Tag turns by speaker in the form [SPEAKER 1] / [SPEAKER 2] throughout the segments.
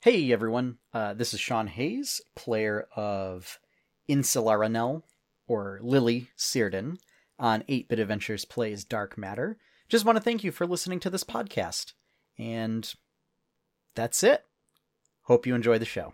[SPEAKER 1] Hey everyone, uh, this is Sean Hayes, player of Insularanel, or Lily Seardon, on 8 Bit Adventures Plays Dark Matter. Just want to thank you for listening to this podcast. And that's it. Hope you enjoy the show.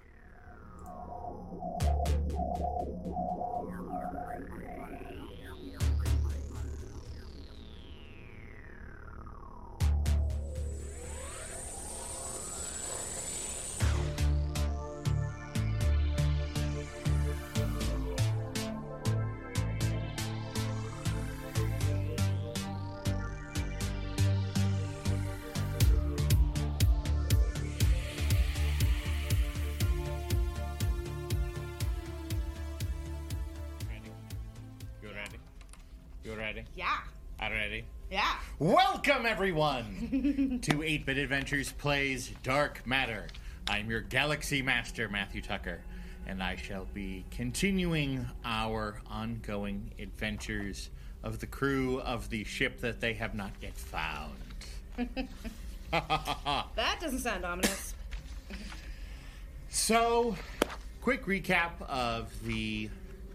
[SPEAKER 2] Ready? You ready? You ready?
[SPEAKER 3] Yeah.
[SPEAKER 2] I'm ready.
[SPEAKER 3] Yeah.
[SPEAKER 2] Welcome, everyone, to 8 Bit Adventures Plays Dark Matter. I'm your Galaxy Master, Matthew Tucker, and I shall be continuing our ongoing adventures of the crew of the ship that they have not yet found.
[SPEAKER 3] That doesn't sound ominous.
[SPEAKER 2] So, quick recap of the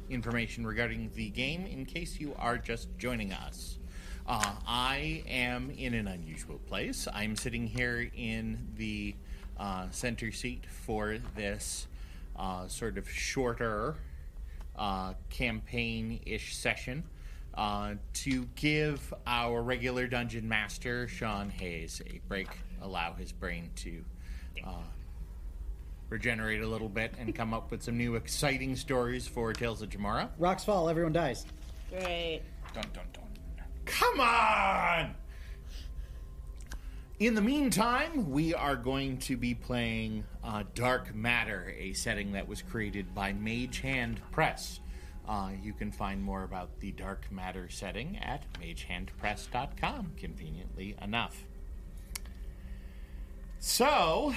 [SPEAKER 2] information regarding the game in case you are just joining us. Uh, I am in an unusual place. I'm sitting here in the uh, center seat for this uh, sort of shorter uh, campaign ish session uh, to give our regular dungeon master, Sean Hayes, a break, allow his brain to uh, regenerate a little bit and come up with some new exciting stories for Tales of Jamara.
[SPEAKER 4] Rocks fall, everyone dies.
[SPEAKER 3] Great.
[SPEAKER 2] Dun, dun, dun. Come on! In the meantime, we are going to be playing uh, Dark Matter, a setting that was created by Mage Hand Press. Uh, you can find more about the Dark Matter setting at magehandpress.com, conveniently enough. So,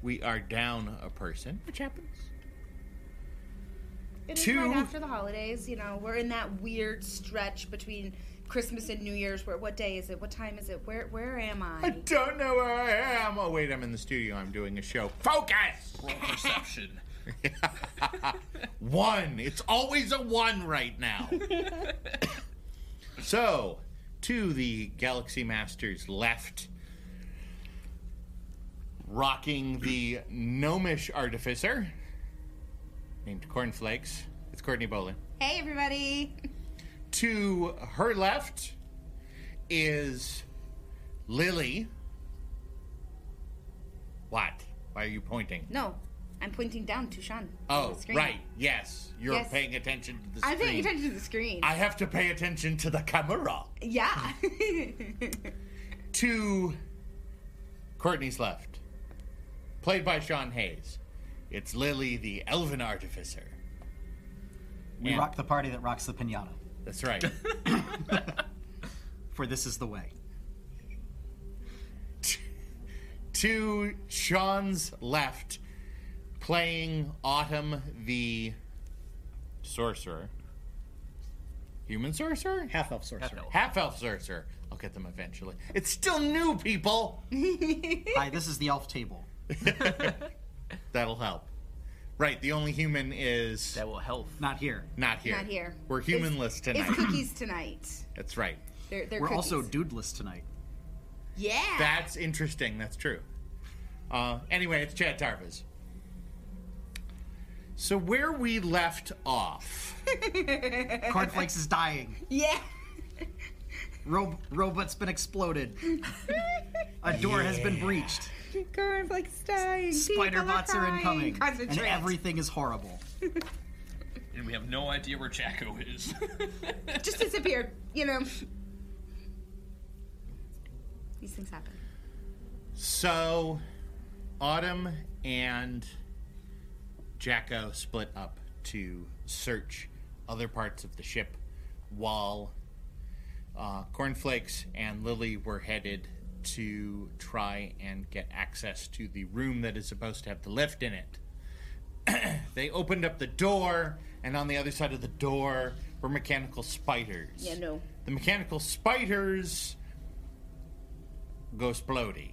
[SPEAKER 2] we are down a person, which happens.
[SPEAKER 3] It is
[SPEAKER 2] Two.
[SPEAKER 3] right after the holidays, you know, we're in that weird stretch between Christmas and New Year's where what day is it? What time is it? Where where am
[SPEAKER 2] I
[SPEAKER 3] I?
[SPEAKER 2] don't know where I am. Oh wait, I'm in the studio. I'm doing a show. Focus.
[SPEAKER 5] perception.
[SPEAKER 2] One. It's always a one right now. so, to the Galaxy Master's left, rocking the gnomish artificer named Cornflakes. It's Courtney Bolin.
[SPEAKER 3] Hey everybody.
[SPEAKER 2] To her left is Lily. What? Why are you pointing?
[SPEAKER 3] No. I'm pointing down to Sean. on
[SPEAKER 2] Oh,
[SPEAKER 3] the screen.
[SPEAKER 2] right. Yes, you're
[SPEAKER 3] Yes.
[SPEAKER 2] paying attention to the screen.
[SPEAKER 3] I'm paying attention to the screen.
[SPEAKER 2] I have to pay attention to the camera.
[SPEAKER 3] yeah.
[SPEAKER 2] To Courtney's left, played by Sean Hayes. It's Lily, the elven artificer.
[SPEAKER 4] We
[SPEAKER 2] Yeah.
[SPEAKER 4] rock the party that rocks the pinata.
[SPEAKER 2] That's right.
[SPEAKER 4] For this is the way.
[SPEAKER 2] to Sean's left, playing Autumn the sorcerer. Human sorcerer?
[SPEAKER 4] Half elf sorcerer.
[SPEAKER 2] Half elf sorcerer. I'll get them eventually. It's still new, people!
[SPEAKER 4] Hi, this is the elf table.
[SPEAKER 2] That'll help. Right, the only human is
[SPEAKER 5] That will help.
[SPEAKER 4] Not here.
[SPEAKER 2] not here.
[SPEAKER 3] Not here.
[SPEAKER 2] We're humanless tonight.
[SPEAKER 3] It's cookies tonight.
[SPEAKER 2] That's right.
[SPEAKER 3] They're, they're
[SPEAKER 4] We're
[SPEAKER 3] cookies.
[SPEAKER 4] also dudeless tonight.
[SPEAKER 3] Yeah.
[SPEAKER 2] That's interesting. That's true. Uh, anyway, it's Chad Tarvis. So where we left off.
[SPEAKER 4] Cornflakes is dying.
[SPEAKER 3] yeah.
[SPEAKER 4] Rob- robot's been exploded. A door has been breached.
[SPEAKER 3] Curve like staying.
[SPEAKER 4] Spider bots are incoming. And
[SPEAKER 3] Concentrate.
[SPEAKER 4] everything is horrible.
[SPEAKER 5] And we have no idea where Jacko is.
[SPEAKER 3] just disappeared. You know, these things happen.
[SPEAKER 2] So, Autumn and Jacko split up to search other parts of the ship, while uh, Cornflakes and Lily were headed to try and get access to the room that is supposed to have the lift in it. they opened up the door, and on the other side of the door were mechanical spiders.
[SPEAKER 3] Yeah, no.
[SPEAKER 2] The mechanical spiders go splody.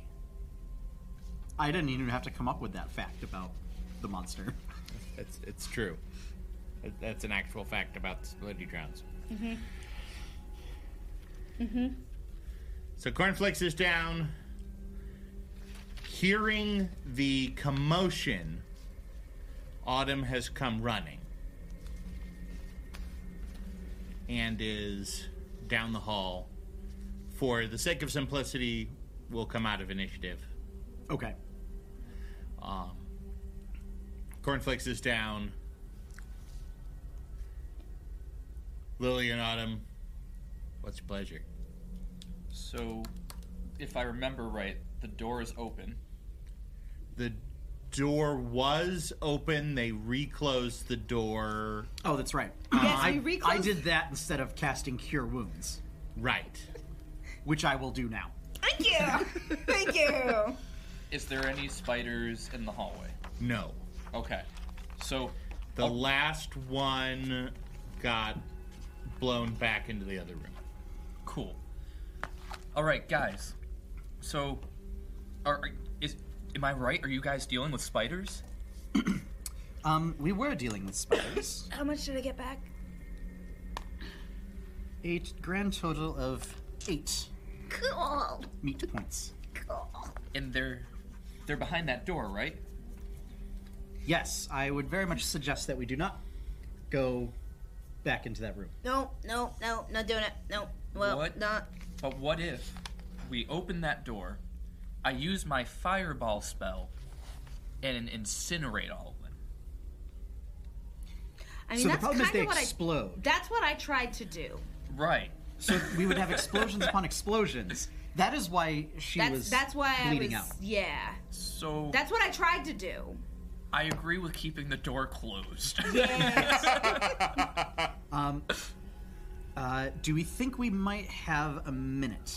[SPEAKER 4] I didn't even have to come up with that fact about the monster.
[SPEAKER 2] It's it's true. That- That's an actual fact about the Bloody Drowns. Mm-hmm. Mm-hmm. So Cornflakes is down. Hearing the commotion, Autumn has come running. And is down the hall. For the sake of simplicity, we'll come out of initiative.
[SPEAKER 4] Okay.
[SPEAKER 2] Um, Cornflakes is down. Lily and Autumn, what's your pleasure?
[SPEAKER 5] So, if I remember right, the door is open.
[SPEAKER 2] The door was open. They reclosed the door.
[SPEAKER 4] Oh, that's right.
[SPEAKER 6] Yes,
[SPEAKER 4] I,
[SPEAKER 6] we
[SPEAKER 4] I
[SPEAKER 6] reclosed-
[SPEAKER 4] did that instead of casting Cure Wounds,
[SPEAKER 2] Right.
[SPEAKER 4] which I will do now.
[SPEAKER 6] Thank you. Thank you.
[SPEAKER 5] Is there any spiders in the hallway?
[SPEAKER 2] No.
[SPEAKER 5] Okay. So,
[SPEAKER 2] The
[SPEAKER 5] Oh.
[SPEAKER 2] last one got blown back into the other room.
[SPEAKER 5] cool. All right, guys. So, are, are- is am I right? Are you guys dealing with spiders?
[SPEAKER 4] Um, we were dealing with spiders.
[SPEAKER 6] How much did I get back?
[SPEAKER 4] A grand total of eight
[SPEAKER 6] Cool.
[SPEAKER 4] meat points.
[SPEAKER 6] Cool.
[SPEAKER 5] And they're they're behind that door, right?
[SPEAKER 4] Yes, I would very much suggest that we do not go back into that room.
[SPEAKER 6] No, no, no, not doing it. No. Well,
[SPEAKER 5] What?
[SPEAKER 6] not.
[SPEAKER 5] But what if we open that door? I use my fireball spell and incinerate all of them.
[SPEAKER 6] I mean,
[SPEAKER 4] so the
[SPEAKER 6] that's
[SPEAKER 4] problem is
[SPEAKER 6] kind
[SPEAKER 4] they
[SPEAKER 6] of what I.
[SPEAKER 4] explode.
[SPEAKER 6] That's what I tried to do.
[SPEAKER 5] Right.
[SPEAKER 4] So we would have explosions upon explosions. That is why she
[SPEAKER 6] That's
[SPEAKER 4] was
[SPEAKER 6] that's why
[SPEAKER 4] bleeding
[SPEAKER 6] I was.
[SPEAKER 4] out.
[SPEAKER 6] Yeah.
[SPEAKER 5] So
[SPEAKER 6] That's what I tried to do.
[SPEAKER 5] I agree with keeping the door closed.
[SPEAKER 4] Uh, do we think we might have a minute?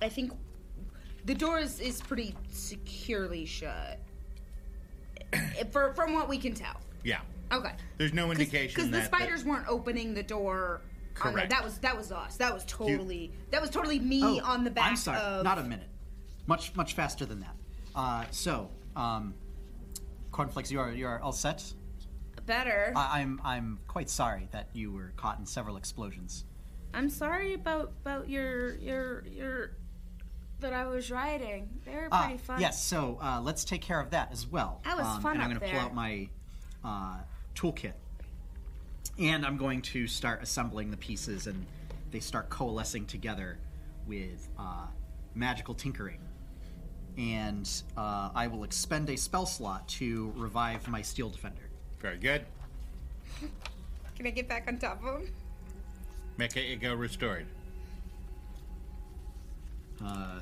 [SPEAKER 6] I think the door is, is pretty securely shut. Eh, For, from what we can tell.
[SPEAKER 2] Yeah.
[SPEAKER 6] Okay.
[SPEAKER 2] There's no indication
[SPEAKER 6] Because the
[SPEAKER 2] that- that-
[SPEAKER 6] spiders weren't opening the door. On the,
[SPEAKER 2] Correct.
[SPEAKER 6] that was that was us. That was totally that was totally me
[SPEAKER 4] Oh,
[SPEAKER 6] on the back
[SPEAKER 4] I'm sorry,
[SPEAKER 6] of
[SPEAKER 4] not a minute. Much much faster than that. Uh, so, um, cornflakes, you are you are all set.
[SPEAKER 6] better.
[SPEAKER 4] I, I'm I'm quite sorry that you were caught in several explosions.
[SPEAKER 6] I'm sorry about about your your your that I was riding. They were
[SPEAKER 4] Ah,
[SPEAKER 6] pretty fun.
[SPEAKER 4] Yes, so uh, let's take care of that as well. Um,
[SPEAKER 6] That was fun
[SPEAKER 4] And I'm
[SPEAKER 6] up
[SPEAKER 4] gonna
[SPEAKER 6] there.
[SPEAKER 4] pull out my uh, toolkit, and I'm going to start assembling the pieces, and they start coalescing together with uh, magical tinkering. And uh, I will expend a spell slot to revive my steel defender.
[SPEAKER 2] Very good.
[SPEAKER 6] Can I get back on top of him?
[SPEAKER 2] Make it go restored.
[SPEAKER 4] Uh,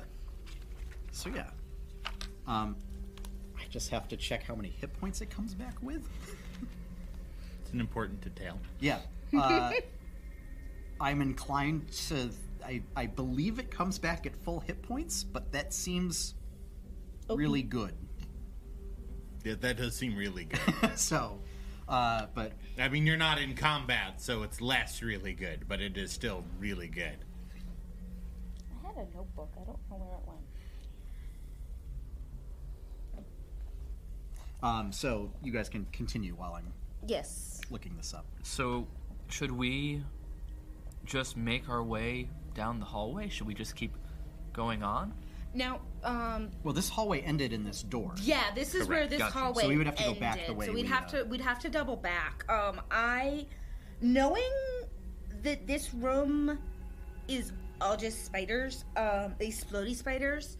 [SPEAKER 4] so yeah, um, I just have to check how many hit points it comes back with.
[SPEAKER 2] It's an important detail.
[SPEAKER 4] Yeah. Uh, I'm inclined to. I, I believe it comes back at full hit points, but that seems really good.
[SPEAKER 2] Yeah, that does seem really good.
[SPEAKER 4] so, uh, but
[SPEAKER 2] I mean, you're not in combat, so it's less really good, but it is still really good.
[SPEAKER 6] I had a notebook. I don't know where it went.
[SPEAKER 4] um, so you guys can continue while I'm
[SPEAKER 6] Yes.
[SPEAKER 4] looking this up.
[SPEAKER 5] so should we just make our way down the hallway? Should we just keep going on?
[SPEAKER 6] Now, um,
[SPEAKER 4] Well, this hallway ended in this door.
[SPEAKER 6] yeah, this is where
[SPEAKER 5] Correct,
[SPEAKER 6] this
[SPEAKER 5] gotcha.
[SPEAKER 6] hallway.
[SPEAKER 4] So we would have to go back the
[SPEAKER 6] ended.
[SPEAKER 4] way
[SPEAKER 6] So we'd
[SPEAKER 4] we,
[SPEAKER 6] have
[SPEAKER 4] uh,
[SPEAKER 6] to we'd have to double back. Um, I, knowing that this room is all just spiders, um, these floaty spiders,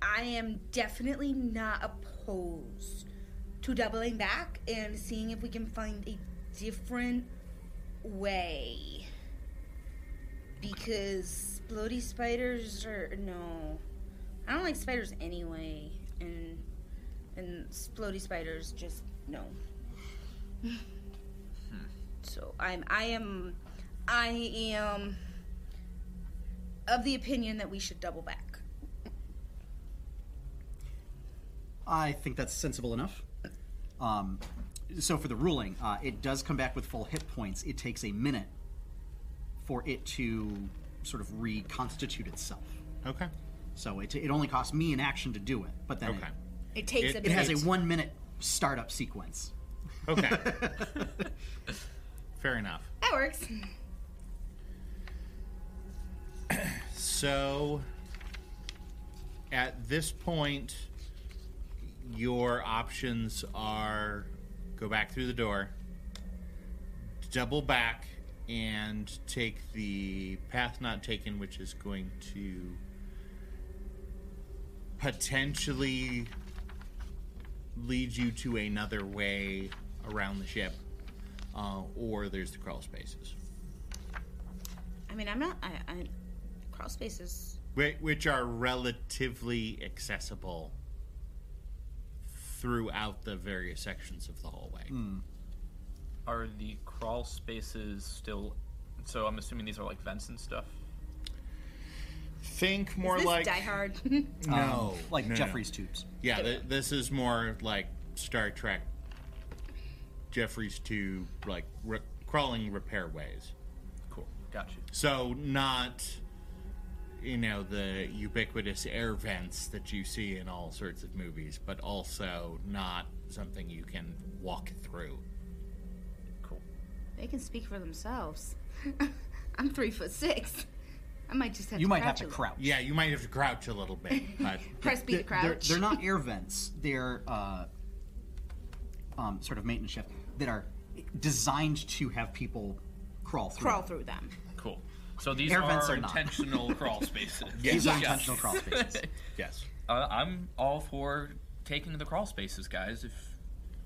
[SPEAKER 6] I am definitely not opposed to doubling back and seeing if we can find a different way. Because bloody spiders are no. I don't like spiders anyway, and and floaty spiders just no.
[SPEAKER 4] Hmm.
[SPEAKER 6] So I'm I am I am of the opinion that we should double back.
[SPEAKER 4] I think that's sensible enough. Um, so for the ruling, uh, it does come back with full hit points. It takes a minute for it to sort of reconstitute itself.
[SPEAKER 2] Okay.
[SPEAKER 4] So it, it only costs me an action to do it, but then
[SPEAKER 2] Okay.
[SPEAKER 6] It takes
[SPEAKER 2] It-
[SPEAKER 6] a
[SPEAKER 4] it, it
[SPEAKER 6] bit.
[SPEAKER 4] has a one minute startup sequence.
[SPEAKER 2] Okay. Fair enough.
[SPEAKER 6] that works.
[SPEAKER 2] So, at this point, your options are go back through the door, double back, and take the path not taken, which is going to potentially lead you to another way around the ship, uh, or there's the crawl spaces.
[SPEAKER 6] I mean, I'm not. I, I crawl spaces.
[SPEAKER 2] Whi- which are relatively accessible throughout the various sections of the hallway.
[SPEAKER 4] Hmm.
[SPEAKER 5] Are the crawl spaces still? So I'm assuming these are like vents and stuff.
[SPEAKER 2] Think more
[SPEAKER 6] Is this
[SPEAKER 2] like
[SPEAKER 6] Die Hard.
[SPEAKER 2] no,
[SPEAKER 4] Um, Like
[SPEAKER 2] No, no, no.
[SPEAKER 4] Jeffrey's tubes.
[SPEAKER 2] Yeah, th- this is more like Star Trek, Jeffrey's two like re- crawling repair ways.
[SPEAKER 5] Cool, got you.
[SPEAKER 2] So not, you know, the ubiquitous air vents that you see in all sorts of movies, but also not something you can walk through.
[SPEAKER 5] Cool.
[SPEAKER 6] they can speak for themselves. I'm three foot six. I might just have.
[SPEAKER 4] You
[SPEAKER 6] to
[SPEAKER 4] might
[SPEAKER 6] crouch
[SPEAKER 4] have to
[SPEAKER 6] a little.
[SPEAKER 4] crouch.
[SPEAKER 2] Yeah, you might have to crouch a little bit, but
[SPEAKER 6] Press B to
[SPEAKER 4] They're-
[SPEAKER 6] crouch.
[SPEAKER 4] They're, they're not air vents. They're uh, um, sort of maintenance shift that are designed to have people crawl through.
[SPEAKER 6] crawl through them.
[SPEAKER 5] Cool. So these
[SPEAKER 4] Air
[SPEAKER 5] are,
[SPEAKER 4] vents are not.
[SPEAKER 5] intentional crawl spaces.
[SPEAKER 4] These are
[SPEAKER 5] Yes.
[SPEAKER 4] intentional crawl spaces.
[SPEAKER 2] yes.
[SPEAKER 5] Uh, I'm all for taking the crawl spaces, guys. If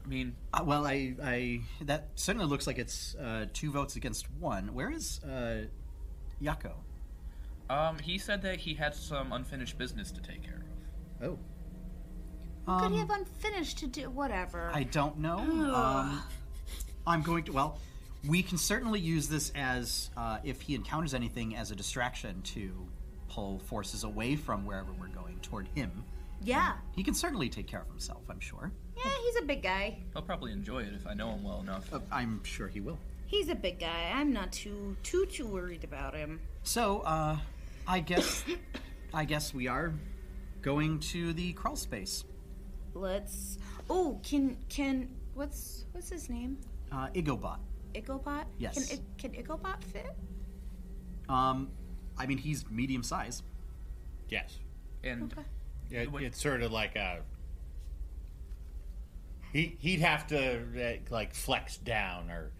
[SPEAKER 5] I mean,
[SPEAKER 4] Uh, well, I, I that certainly looks like it's uh, two votes against one. Where is uh, Yako?
[SPEAKER 5] um, he said that he had some unfinished business to take care of.
[SPEAKER 4] Oh,
[SPEAKER 6] Could he have unfinished to do whatever?
[SPEAKER 4] Um, I don't know. Um, I'm going to. Well, we can certainly use this as uh, if he encounters anything as a distraction to pull forces away from wherever we're going toward him.
[SPEAKER 6] yeah,
[SPEAKER 4] He can certainly take care of himself. I'm sure.
[SPEAKER 6] yeah. He's a big guy.
[SPEAKER 5] He'll probably enjoy it if I know him well enough.
[SPEAKER 4] Uh, I'm sure he will.
[SPEAKER 6] He's a big guy. I'm not too too too worried about him.
[SPEAKER 4] So, uh, I guess, I guess we are going to the crawl space.
[SPEAKER 6] Let's. Oh, can can what's what's his name?
[SPEAKER 4] Uh, Igobot.
[SPEAKER 6] Icobot.
[SPEAKER 4] Yes.
[SPEAKER 6] Can I- can Icobot fit?
[SPEAKER 4] Um, I mean, he's medium size.
[SPEAKER 2] Yes.
[SPEAKER 5] And
[SPEAKER 6] Okay.
[SPEAKER 2] It,
[SPEAKER 5] What-
[SPEAKER 2] it's sort of like a. He he'd have to uh, like flex down or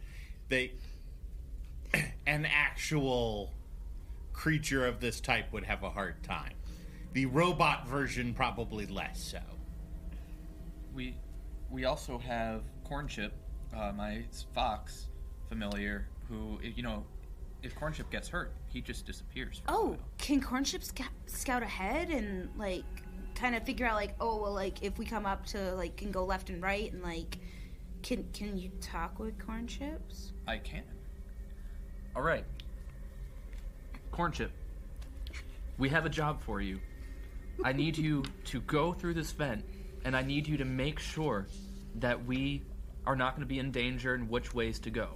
[SPEAKER 2] they an actual creature of this type would have a hard time. The robot version probably less so.
[SPEAKER 5] we we also have Cornchip, uh, my fox familiar, who if- you know, if Cornchip gets hurt, he just disappears. For a
[SPEAKER 6] Oh,
[SPEAKER 5] while.
[SPEAKER 6] can Cornchip scout, scout ahead and like kind of figure out like oh well like if we come up to like can go left and right and like can can you talk with Cornchips?
[SPEAKER 5] I can. All right. Cornchip, we have a job for you. I need you to go through this vent, and I need you to make sure that we are not going to be in danger and which ways to go.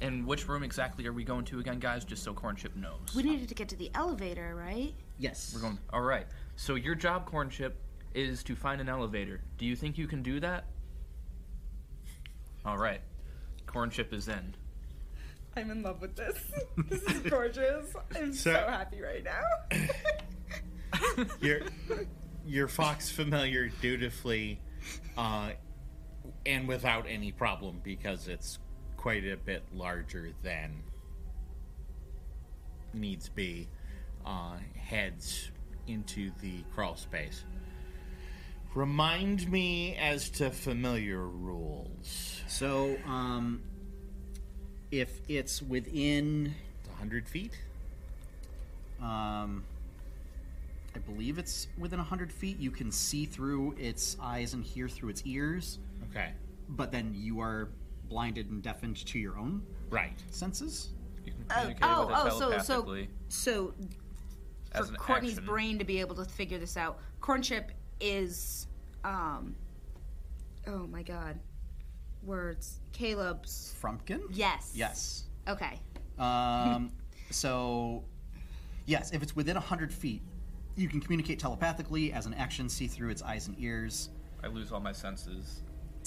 [SPEAKER 5] And which room exactly are we going to again, guys? Just so Cornchip knows.
[SPEAKER 6] We needed to get to the elevator, right?
[SPEAKER 4] Yes. We're
[SPEAKER 5] Going- All right. So your job, Cornchip, is to find an elevator. Do you think you can do that? All right. Cornchip is in.
[SPEAKER 7] I'm in love with this. This is gorgeous. I'm so,
[SPEAKER 2] So-
[SPEAKER 7] happy right now.
[SPEAKER 2] Your your fox familiar dutifully, uh, and without any problem because it's quite a bit larger than needs be, uh, heads into the crawl space. Remind me as to familiar rules.
[SPEAKER 4] So, um, if it's within,
[SPEAKER 2] It's 100 feet?
[SPEAKER 4] um, I believe it's within hundred feet, you can see through its eyes and hear through its ears,
[SPEAKER 2] Okay.
[SPEAKER 4] but then you are blinded and deafened to your own
[SPEAKER 2] Right.
[SPEAKER 4] senses.
[SPEAKER 5] You can
[SPEAKER 6] Oh,
[SPEAKER 5] communicate
[SPEAKER 6] oh,
[SPEAKER 5] with it
[SPEAKER 6] oh, so so
[SPEAKER 5] telepathically
[SPEAKER 6] so
[SPEAKER 5] as
[SPEAKER 6] for
[SPEAKER 5] an
[SPEAKER 6] Courtney's
[SPEAKER 5] action.
[SPEAKER 6] brain to be able to figure this out. Cornchip is, um, oh my god, words. Caleb's.
[SPEAKER 4] Frumpkin.
[SPEAKER 6] Yes.
[SPEAKER 4] Yes.
[SPEAKER 6] Okay.
[SPEAKER 4] Um, so, yes, if it's within 100 feet, You can communicate telepathically as an action, see through its eyes and ears.
[SPEAKER 5] I lose all my senses.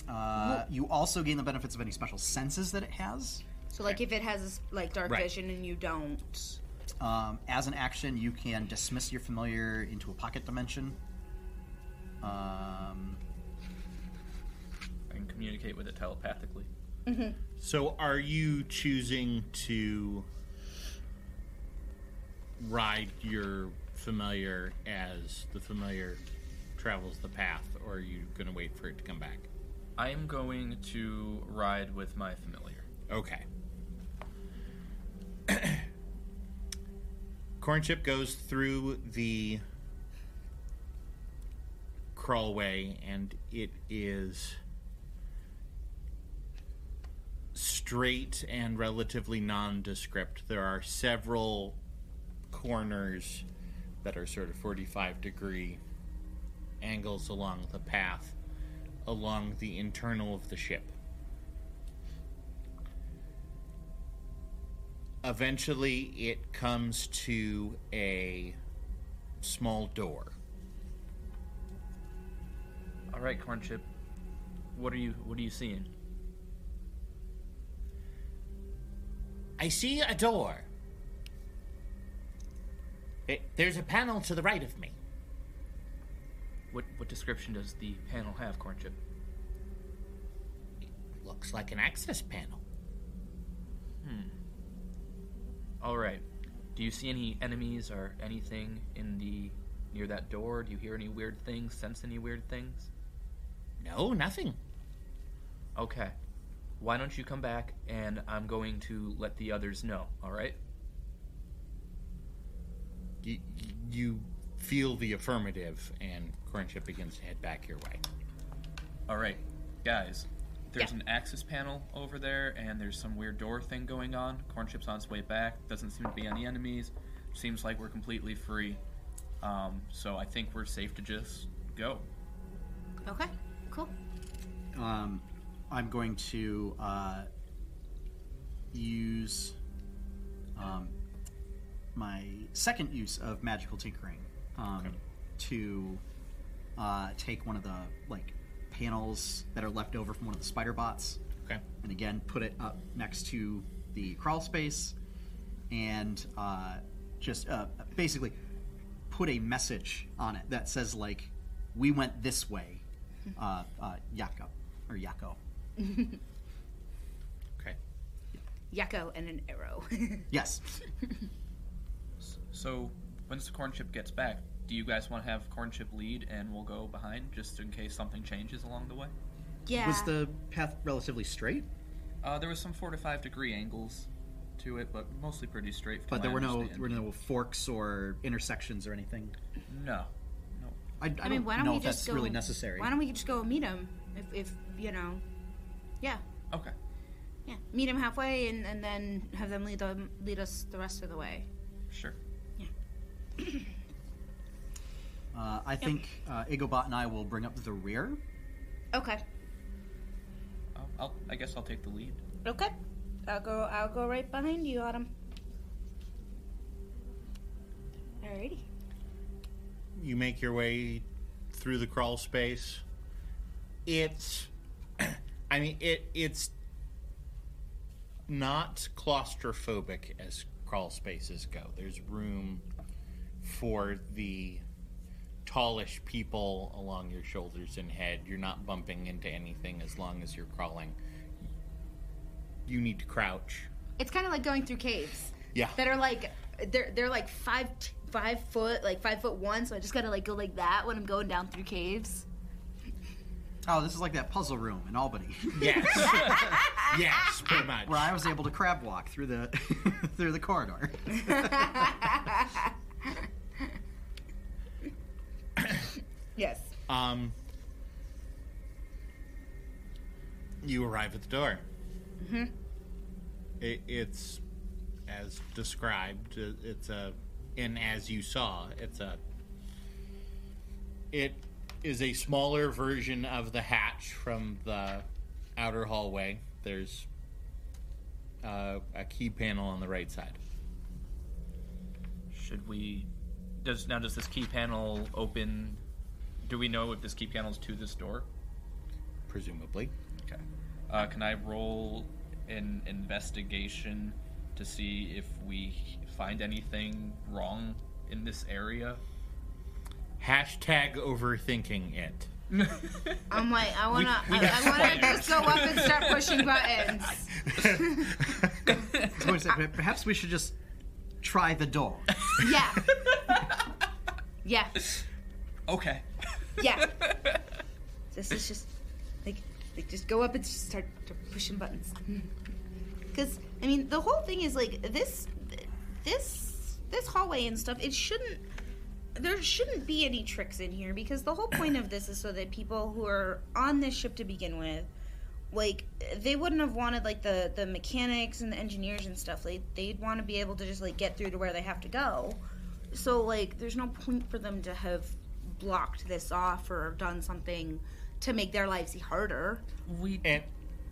[SPEAKER 4] Uh, you also gain the benefits of any special senses that it has.
[SPEAKER 3] So like if it has like dark
[SPEAKER 4] Right.
[SPEAKER 3] vision and you don't.
[SPEAKER 4] Um, as an action, you can dismiss your familiar into a pocket dimension. Um,
[SPEAKER 5] I can communicate with it telepathically.
[SPEAKER 2] So are you choosing to ride your familiar as the familiar travels the path, or are you going to wait for it to come back?
[SPEAKER 5] I am going to ride with my familiar.
[SPEAKER 2] Okay. Corn chip goes through the crawlway and it is straight and relatively nondescript. There are several corners that are sort of 45 degree angles along the path, along the internal of the ship. eventually it comes to a small door.
[SPEAKER 5] All right, corn chip. What are you? What are you seeing?
[SPEAKER 2] I see a door. It, there's a panel to the right of me.
[SPEAKER 5] What what description does the panel have, corn chip?
[SPEAKER 2] Looks like an access panel.
[SPEAKER 5] All right. Do you see any enemies or anything in the near that door? Do you hear any weird things? Sense any weird things?
[SPEAKER 2] No, nothing.
[SPEAKER 5] Okay. Why don't you come back and I'm going to let the others know, all right?
[SPEAKER 2] You, you feel the affirmative, and Cornchip begins to head back your way.
[SPEAKER 5] All right, guys. There's
[SPEAKER 3] Yeah.
[SPEAKER 5] an access panel over there, and there's some weird door thing going on. Corn chips on its way back. Doesn't seem to be any enemies. Seems like we're completely free. Um, so I think we're safe to just go.
[SPEAKER 3] Okay. Cool.
[SPEAKER 4] um, I'm going to uh, use um, my second use of magical tinkering um, to uh, take one of the like panels that are left over from one of the spider bots
[SPEAKER 2] Okay.
[SPEAKER 4] and again put it up next to the crawl space and uh, just uh, basically put a message on it that says like we went this way uh, uh, Yako or Yako
[SPEAKER 2] Okay.
[SPEAKER 3] Yakko and an arrow.
[SPEAKER 4] yes
[SPEAKER 5] So once the corn chip gets back, do you guys want to have corn chip lead and we'll go behind just in case something changes along the way?
[SPEAKER 3] yeah.
[SPEAKER 4] was the path relatively straight
[SPEAKER 5] Uh, there was some four to five degree angles to it, but mostly pretty straight. from
[SPEAKER 4] but
[SPEAKER 5] what
[SPEAKER 4] there
[SPEAKER 5] I
[SPEAKER 4] were no
[SPEAKER 5] understand.
[SPEAKER 4] there were no forks or intersections or anything
[SPEAKER 5] no. No.
[SPEAKER 4] I, I,
[SPEAKER 3] I
[SPEAKER 4] don't
[SPEAKER 3] mean, why don't
[SPEAKER 4] know
[SPEAKER 3] we
[SPEAKER 4] if
[SPEAKER 3] just
[SPEAKER 4] that's
[SPEAKER 3] go,
[SPEAKER 4] really necessary
[SPEAKER 3] Why don't we just go meet him? If, if you know, yeah,
[SPEAKER 5] Okay.
[SPEAKER 3] yeah, meet him halfway and, and then have them lead them lead us the rest of the way.
[SPEAKER 5] Sure.
[SPEAKER 4] uh, I think uh, Igobot and I will bring up the rear
[SPEAKER 3] Okay.
[SPEAKER 5] I'll, I'll, I guess I'll take the lead.
[SPEAKER 3] Okay. I'll go. I'll go right behind you, Autumn. Alrighty.
[SPEAKER 2] you make your way through the crawl space. It's, I mean, it it's not claustrophobic as crawl spaces go. There's room for the tallish people along your shoulders and head. You're not bumping into anything as long as you're crawling. You need to crouch.
[SPEAKER 3] It's kind of like going through caves
[SPEAKER 2] Yeah.
[SPEAKER 3] that are like they're they're like five t- five foot like five foot one. So I just gotta like go like that when I'm going down through caves.
[SPEAKER 4] oh this is like that puzzle room in Albany
[SPEAKER 2] Yes. yes, pretty much.
[SPEAKER 4] where I was able to crab walk through the through the corridor.
[SPEAKER 6] Yes.
[SPEAKER 2] Um, you arrive at the door. Mm-hmm. It, it's as described. it- It's a, and as you saw, it's a. It is a smaller version of the hatch from the outer hallway. There's uh, a key panel on the right side.
[SPEAKER 5] Should we does now does this key panel open? Do we know if this key panel is to this door?
[SPEAKER 2] presumably.
[SPEAKER 5] Okay. Uh, can I roll an investigation to see if we find anything wrong in this area?
[SPEAKER 2] Hashtag overthinking it.
[SPEAKER 6] I'm like, I wanna,
[SPEAKER 5] we
[SPEAKER 6] I,
[SPEAKER 5] got
[SPEAKER 6] I wanna
[SPEAKER 5] squared.
[SPEAKER 6] just go up and start pushing buttons.
[SPEAKER 4] So I said, Perhaps we should just try the door.
[SPEAKER 6] Yeah. Yeah.
[SPEAKER 5] Okay.
[SPEAKER 6] Yeah. This is just like, like just go up and just start t- pushing buttons. Because I mean, the whole thing is like this, this, this hallway and stuff. It shouldn't. There shouldn't be any tricks in here because the whole point of this is so that people who are on this ship to begin with, like, they wouldn't have wanted like the the mechanics and the engineers and stuff. Like, they'd want to be able to just like get through to where they have to go. So like, there's no point for them to have blocked this off or done something to make their lives harder.
[SPEAKER 5] We
[SPEAKER 2] And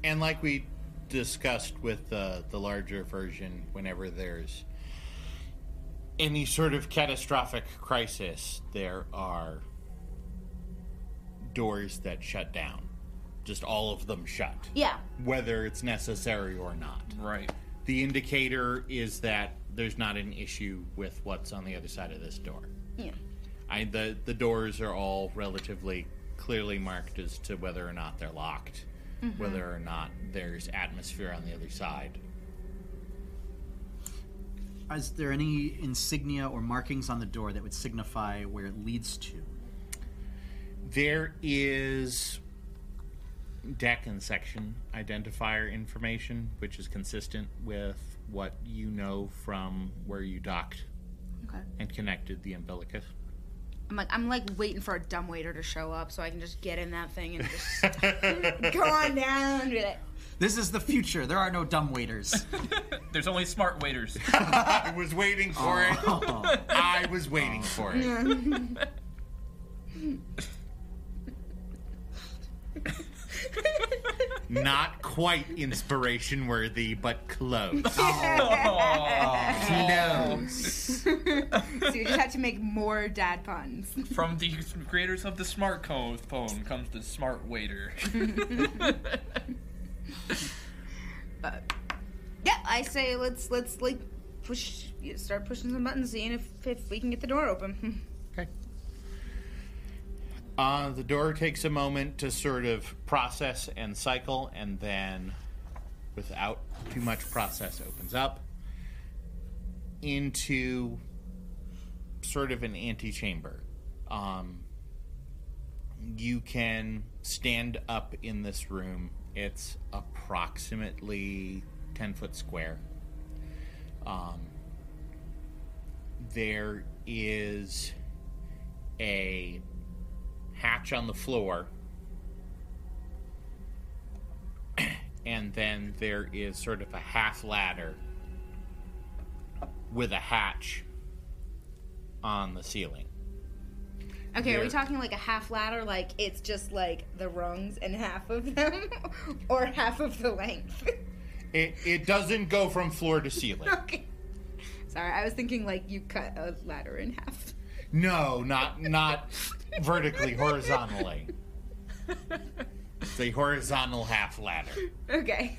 [SPEAKER 2] and like we discussed with the the larger version, whenever there's any sort of catastrophic crisis, there are doors that shut down. Just all of them shut,
[SPEAKER 6] Yeah.
[SPEAKER 2] whether it's necessary or not.
[SPEAKER 5] right.
[SPEAKER 2] The indicator is that there's not an issue with what's on the other side of this door.
[SPEAKER 6] Yeah.
[SPEAKER 2] I, the the doors are all relatively clearly marked as to whether or not they're locked, whether or not there's atmosphere on the other side.
[SPEAKER 4] Is there any insignia or markings on the door that would signify where it leads to?
[SPEAKER 2] There is deck and section identifier information, which is consistent with what you know from where you docked
[SPEAKER 6] Okay.
[SPEAKER 2] and connected the umbilicus.
[SPEAKER 6] I'm like I'm like waiting for a dumb waiter to show up so I can just get in that thing and just go on down and be like,
[SPEAKER 4] This is the future. There are no dumb waiters.
[SPEAKER 5] There's only smart waiters.
[SPEAKER 2] I was waiting for it. I was waiting for it. Not quite inspiration worthy, but close. Close.
[SPEAKER 6] so you just have to make more dad puns.
[SPEAKER 5] From the creators of the smartphone phone comes the smart waiter.
[SPEAKER 6] But yeah, I say let's let's like push start pushing some buttons, seeing if if we can get the door open.
[SPEAKER 2] Okay. Uh, the door takes a moment to sort of process and cycle, and then, without too much process, opens up into sort of an antechamber. Um, you can stand up in this room. It's approximately 10 foot square. Um, there is a hatch on the floor. And then there is sort of a half ladder with a hatch on the ceiling.
[SPEAKER 6] Okay, are we
[SPEAKER 2] Yeah.
[SPEAKER 6] talking like a half ladder? Like it's just like the rungs and half of them, or half of the length?
[SPEAKER 2] It, it doesn't go from floor to ceiling.
[SPEAKER 6] okay. Sorry, I was thinking like you cut a ladder in half.
[SPEAKER 2] No, not not vertically, horizontally. It's a horizontal half ladder.
[SPEAKER 6] Okay.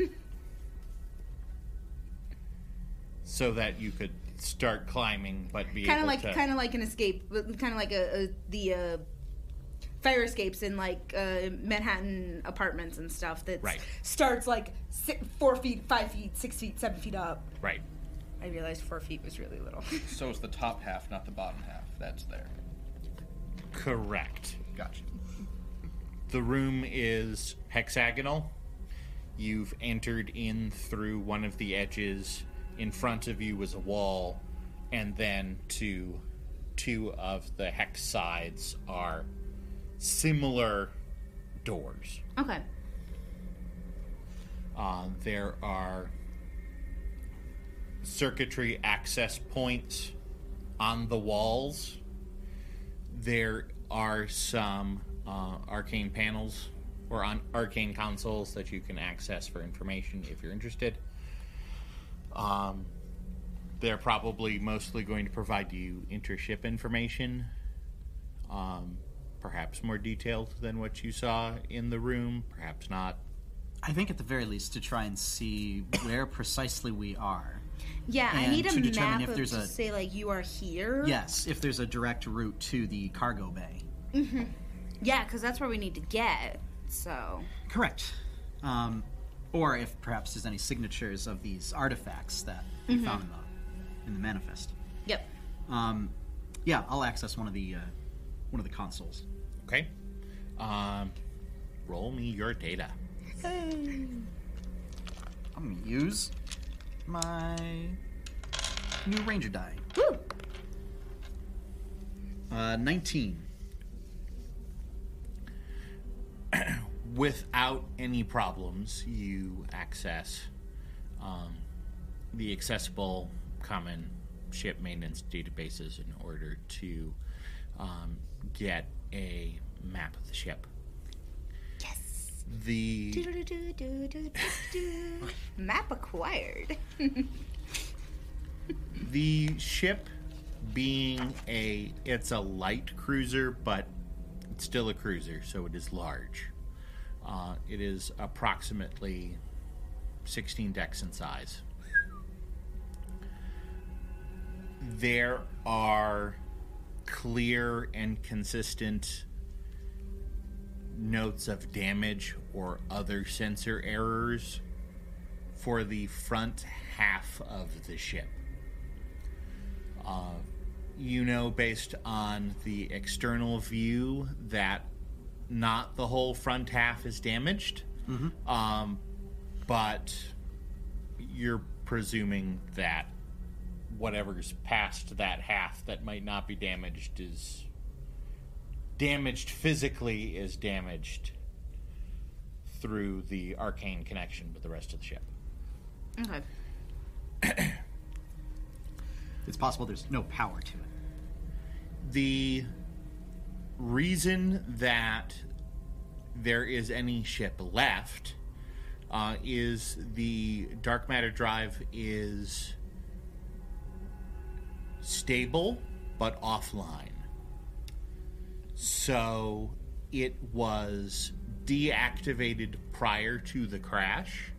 [SPEAKER 2] So that you could start climbing but be
[SPEAKER 6] kind of
[SPEAKER 2] able
[SPEAKER 6] like
[SPEAKER 2] to
[SPEAKER 6] kind of like an escape, kind of like a, a the uh, fire escapes in like uh, Manhattan apartments and stuff. That
[SPEAKER 2] Right.
[SPEAKER 6] starts like si four feet, five feet, six feet, seven feet up.
[SPEAKER 2] Right.
[SPEAKER 6] I realized four feet was really little.
[SPEAKER 5] so it's the top half, not the bottom half. That's there.
[SPEAKER 2] Correct.
[SPEAKER 5] Gotcha.
[SPEAKER 2] The room is hexagonal. You've entered in through one of the edges. In front of you was a wall, and then to two of the hex sides are similar doors.
[SPEAKER 6] okay.
[SPEAKER 2] Uh, there are circuitry access points on the walls. There are some uh, arcane panels or on arcane consoles that you can access for information if you're interested. Um, They're probably mostly going to provide you intership information, um, perhaps more detailed than what you saw in the room, perhaps not.
[SPEAKER 4] I think at the very least to try and see where precisely we are.
[SPEAKER 3] Yeah, I
[SPEAKER 4] And
[SPEAKER 3] need
[SPEAKER 4] to
[SPEAKER 3] a
[SPEAKER 4] determine
[SPEAKER 3] map
[SPEAKER 4] if
[SPEAKER 3] of
[SPEAKER 4] there's
[SPEAKER 3] to
[SPEAKER 4] a-
[SPEAKER 3] say like you are here.
[SPEAKER 4] Yes, if there's a direct route to the cargo bay.
[SPEAKER 3] Yeah, because that's where we need to get. So
[SPEAKER 4] Correct. Um, or if perhaps there's any signatures of these artifacts that we found in the, in the manifest.
[SPEAKER 3] Yep.
[SPEAKER 4] Um, yeah, I'll access one of the uh, one of the consoles.
[SPEAKER 2] Okay? Um, roll me your data.
[SPEAKER 4] I'm gonna use my new ranger die.
[SPEAKER 3] Woo!
[SPEAKER 4] Uh, 19.
[SPEAKER 2] without any problems, you access um, the accessible common ship maintenance databases in order to um, get a map of the ship.
[SPEAKER 3] Yes.
[SPEAKER 2] The
[SPEAKER 3] Do-do-do-do-do-do-do. map acquired.
[SPEAKER 2] the ship being a it's a light cruiser, but it's still a cruiser, so it is large. Uh, it is approximately 16 decks in size. There are clear and consistent notes of damage or other sensor errors for the front half of the ship. Uh, you know, based on the external view, that not the whole front half is damaged, um, but you're presuming that whatever's past that half that might not be damaged is damaged physically is damaged through the arcane connection with the rest of the ship.
[SPEAKER 3] Okay.
[SPEAKER 4] It's possible there's no power to it.
[SPEAKER 2] the reason that there is any ship left uh, is the dark matter drive is stable but offline. So it was deactivated prior to the crash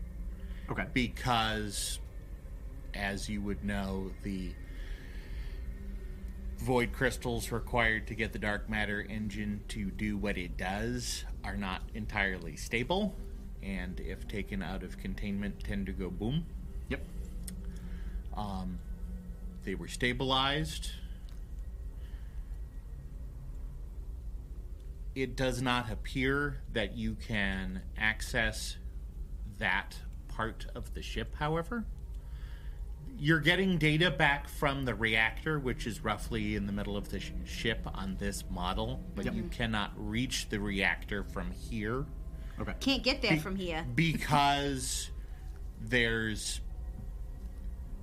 [SPEAKER 4] Okay.
[SPEAKER 2] because, as you would know, the void crystals required to get the dark matter engine to do what it does are not entirely stable, and if taken out of containment, tend to go boom.
[SPEAKER 4] Yep.
[SPEAKER 2] They were stabilized. It does not appear that you can access that part of the ship, however. You're getting data back from the reactor, which is roughly in the middle of the sh- ship on this model, but
[SPEAKER 4] Yep.
[SPEAKER 2] you cannot reach the reactor from here
[SPEAKER 4] Okay.
[SPEAKER 3] Can't get there from here.
[SPEAKER 2] because there's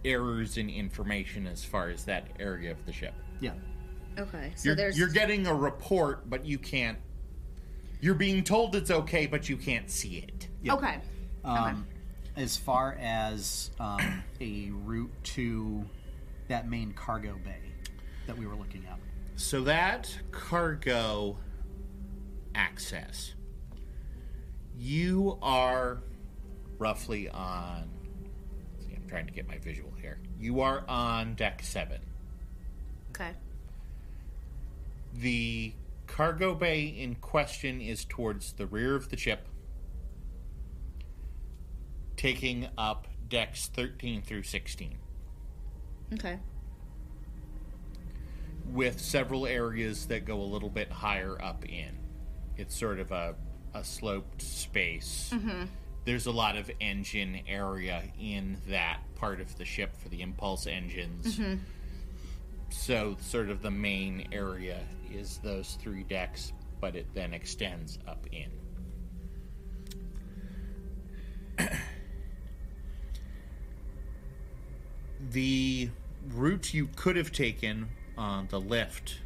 [SPEAKER 2] errors in information as far as that area of the ship.
[SPEAKER 4] Yeah.
[SPEAKER 3] Okay. So
[SPEAKER 2] You're,
[SPEAKER 3] there's
[SPEAKER 2] you're getting a report, but you can't. You're being told it's okay, but you can't see it.
[SPEAKER 4] Yeah.
[SPEAKER 3] okay.
[SPEAKER 4] Um, As far as um, a route to that main cargo bay that we were looking at.
[SPEAKER 2] So that cargo access, you are roughly on. see, I'm trying to get my visual here. You are on deck seven.
[SPEAKER 3] Okay.
[SPEAKER 2] The cargo bay in question is towards the rear of the ship, taking up decks 13 through 16,
[SPEAKER 3] Okay.
[SPEAKER 2] with several areas that go a little bit higher up in. It's sort of a, a sloped space. There's a lot of engine area in that part of the ship for the impulse engines. So, sort of the main area is those three decks, but it then extends up in. the route you could have taken on the left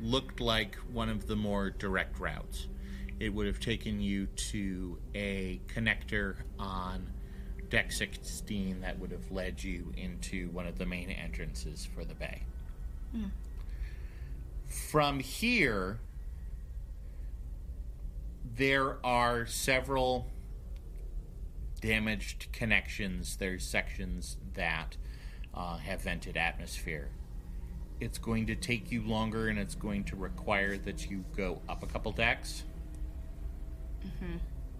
[SPEAKER 2] looked like one of the more direct routes. It would have taken you to a connector on deck 16 that would have led you into one of the main entrances for the bay. From here, there are several damaged connections. There's sections that uh, have vented atmosphere. It's going to take you longer and it's going to require that you go up a couple decks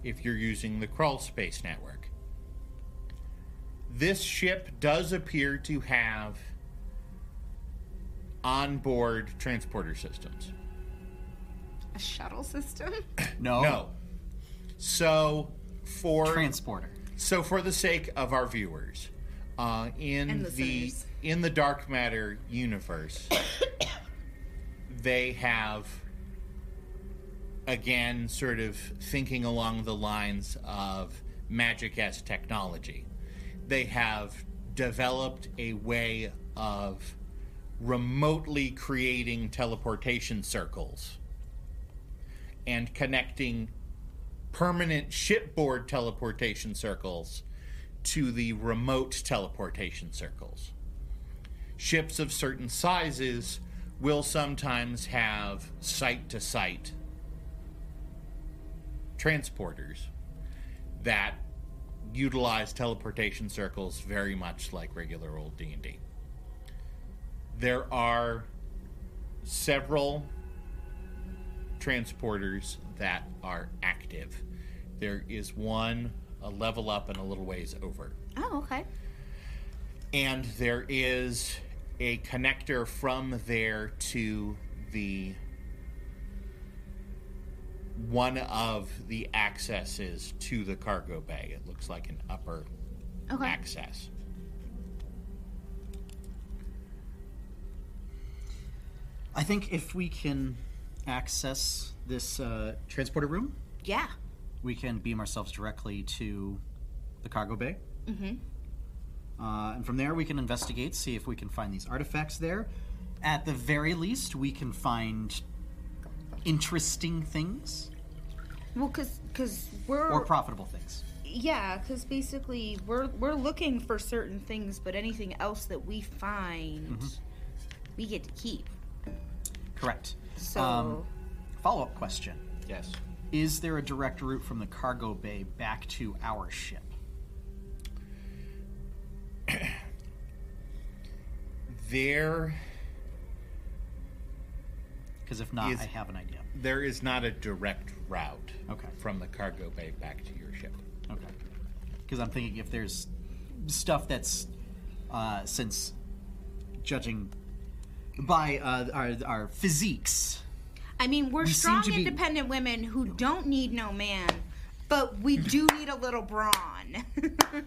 [SPEAKER 2] if you're using the crawl space network. This ship does appear to have onboard transporter systems.
[SPEAKER 6] A shuttle system?
[SPEAKER 4] No.
[SPEAKER 2] No. So for
[SPEAKER 4] Transporter.
[SPEAKER 2] so for the sake of our viewers, uh, in
[SPEAKER 6] And
[SPEAKER 2] the
[SPEAKER 6] listeners.
[SPEAKER 2] in the dark matter universe, they have again sort of thinking along the lines of magic as technology. They have developed a way of remotely creating teleportation circles and connecting permanent shipboard teleportation circles to the remote teleportation circles. Ships of certain sizes will sometimes have site to site transporters that utilize teleportation circles very much like regular old D&D. There are several transporters that are active. There is one a level up and a little ways over.
[SPEAKER 6] Oh, okay.
[SPEAKER 2] And there is a connector from there to the one of the accesses to the cargo bay. It looks like an upper
[SPEAKER 6] Okay.
[SPEAKER 2] access.
[SPEAKER 4] I think if we can access this uh, transporter room,
[SPEAKER 6] Yeah.
[SPEAKER 4] we can beam ourselves directly to the cargo bay. Mm-hmm. Uh, and from there, we can investigate, see if we can find these artifacts there. At the very least, we can find interesting things
[SPEAKER 6] Well, cause, cause we're
[SPEAKER 4] or profitable things.
[SPEAKER 6] yeah, cause basically we're we're looking for certain things, but anything else that we find,
[SPEAKER 4] Mm-hmm.
[SPEAKER 6] we get to keep.
[SPEAKER 4] Correct.
[SPEAKER 6] So
[SPEAKER 4] Um, Follow up question
[SPEAKER 2] Yes.
[SPEAKER 4] Is there a direct route from the cargo bay back to our ship?
[SPEAKER 2] There
[SPEAKER 4] Because if not,
[SPEAKER 2] Is-
[SPEAKER 4] I have an idea.
[SPEAKER 2] there is not a direct route
[SPEAKER 4] Okay.
[SPEAKER 2] from the cargo bay back to your ship.
[SPEAKER 4] Okay. Because I'm thinking if there's stuff that's uh, since judging by uh, our our physiques,
[SPEAKER 6] I mean, we're
[SPEAKER 4] we seem
[SPEAKER 6] strong,
[SPEAKER 4] to be-
[SPEAKER 6] independent women who don't need no man, but we do need a little brawn.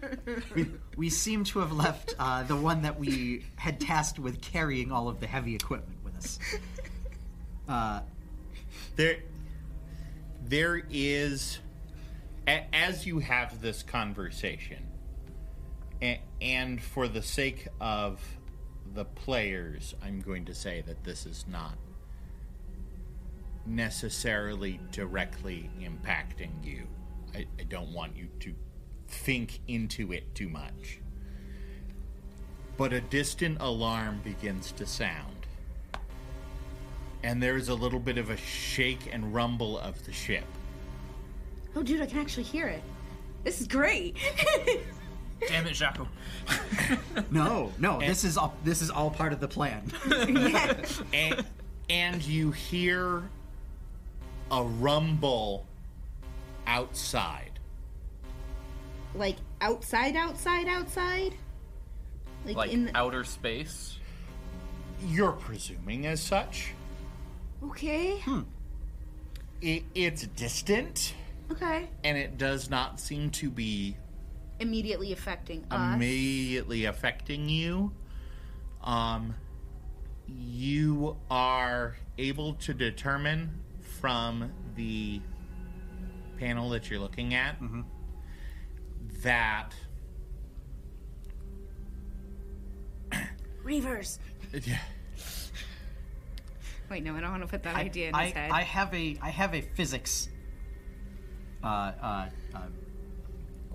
[SPEAKER 4] we seem to have left uh, the one that we had tasked with carrying all of the heavy equipment with us. Uh,
[SPEAKER 2] there there is a, as you have this conversation a, and for the sake of the players i'm going to say that this is not necessarily directly impacting you i, I don't want you to think into it too much but a distant alarm begins to sound and there is a little bit of a shake and rumble of the ship.
[SPEAKER 6] oh, dude, I can actually hear it. This is great.
[SPEAKER 5] Damn it, Jaco.
[SPEAKER 4] no, no, this is all this is all part of the plan.
[SPEAKER 2] And, and you hear a rumble outside.
[SPEAKER 6] like outside, outside, outside. Like,
[SPEAKER 5] Like
[SPEAKER 6] in the,
[SPEAKER 5] outer space.
[SPEAKER 2] You're presuming as such.
[SPEAKER 6] okay,
[SPEAKER 4] Hmm.
[SPEAKER 2] It, it's distant,
[SPEAKER 6] okay.
[SPEAKER 2] and it does not seem to be
[SPEAKER 6] Immediately affecting us.
[SPEAKER 2] immediately affecting you. Um, you are able to determine from the panel that you're looking at
[SPEAKER 4] Mm-hmm.
[SPEAKER 2] that
[SPEAKER 6] Reavers. Wait, no, I don't want to put that idea in
[SPEAKER 4] I,
[SPEAKER 6] his head.
[SPEAKER 4] I have a I have a physics uh, uh, uh,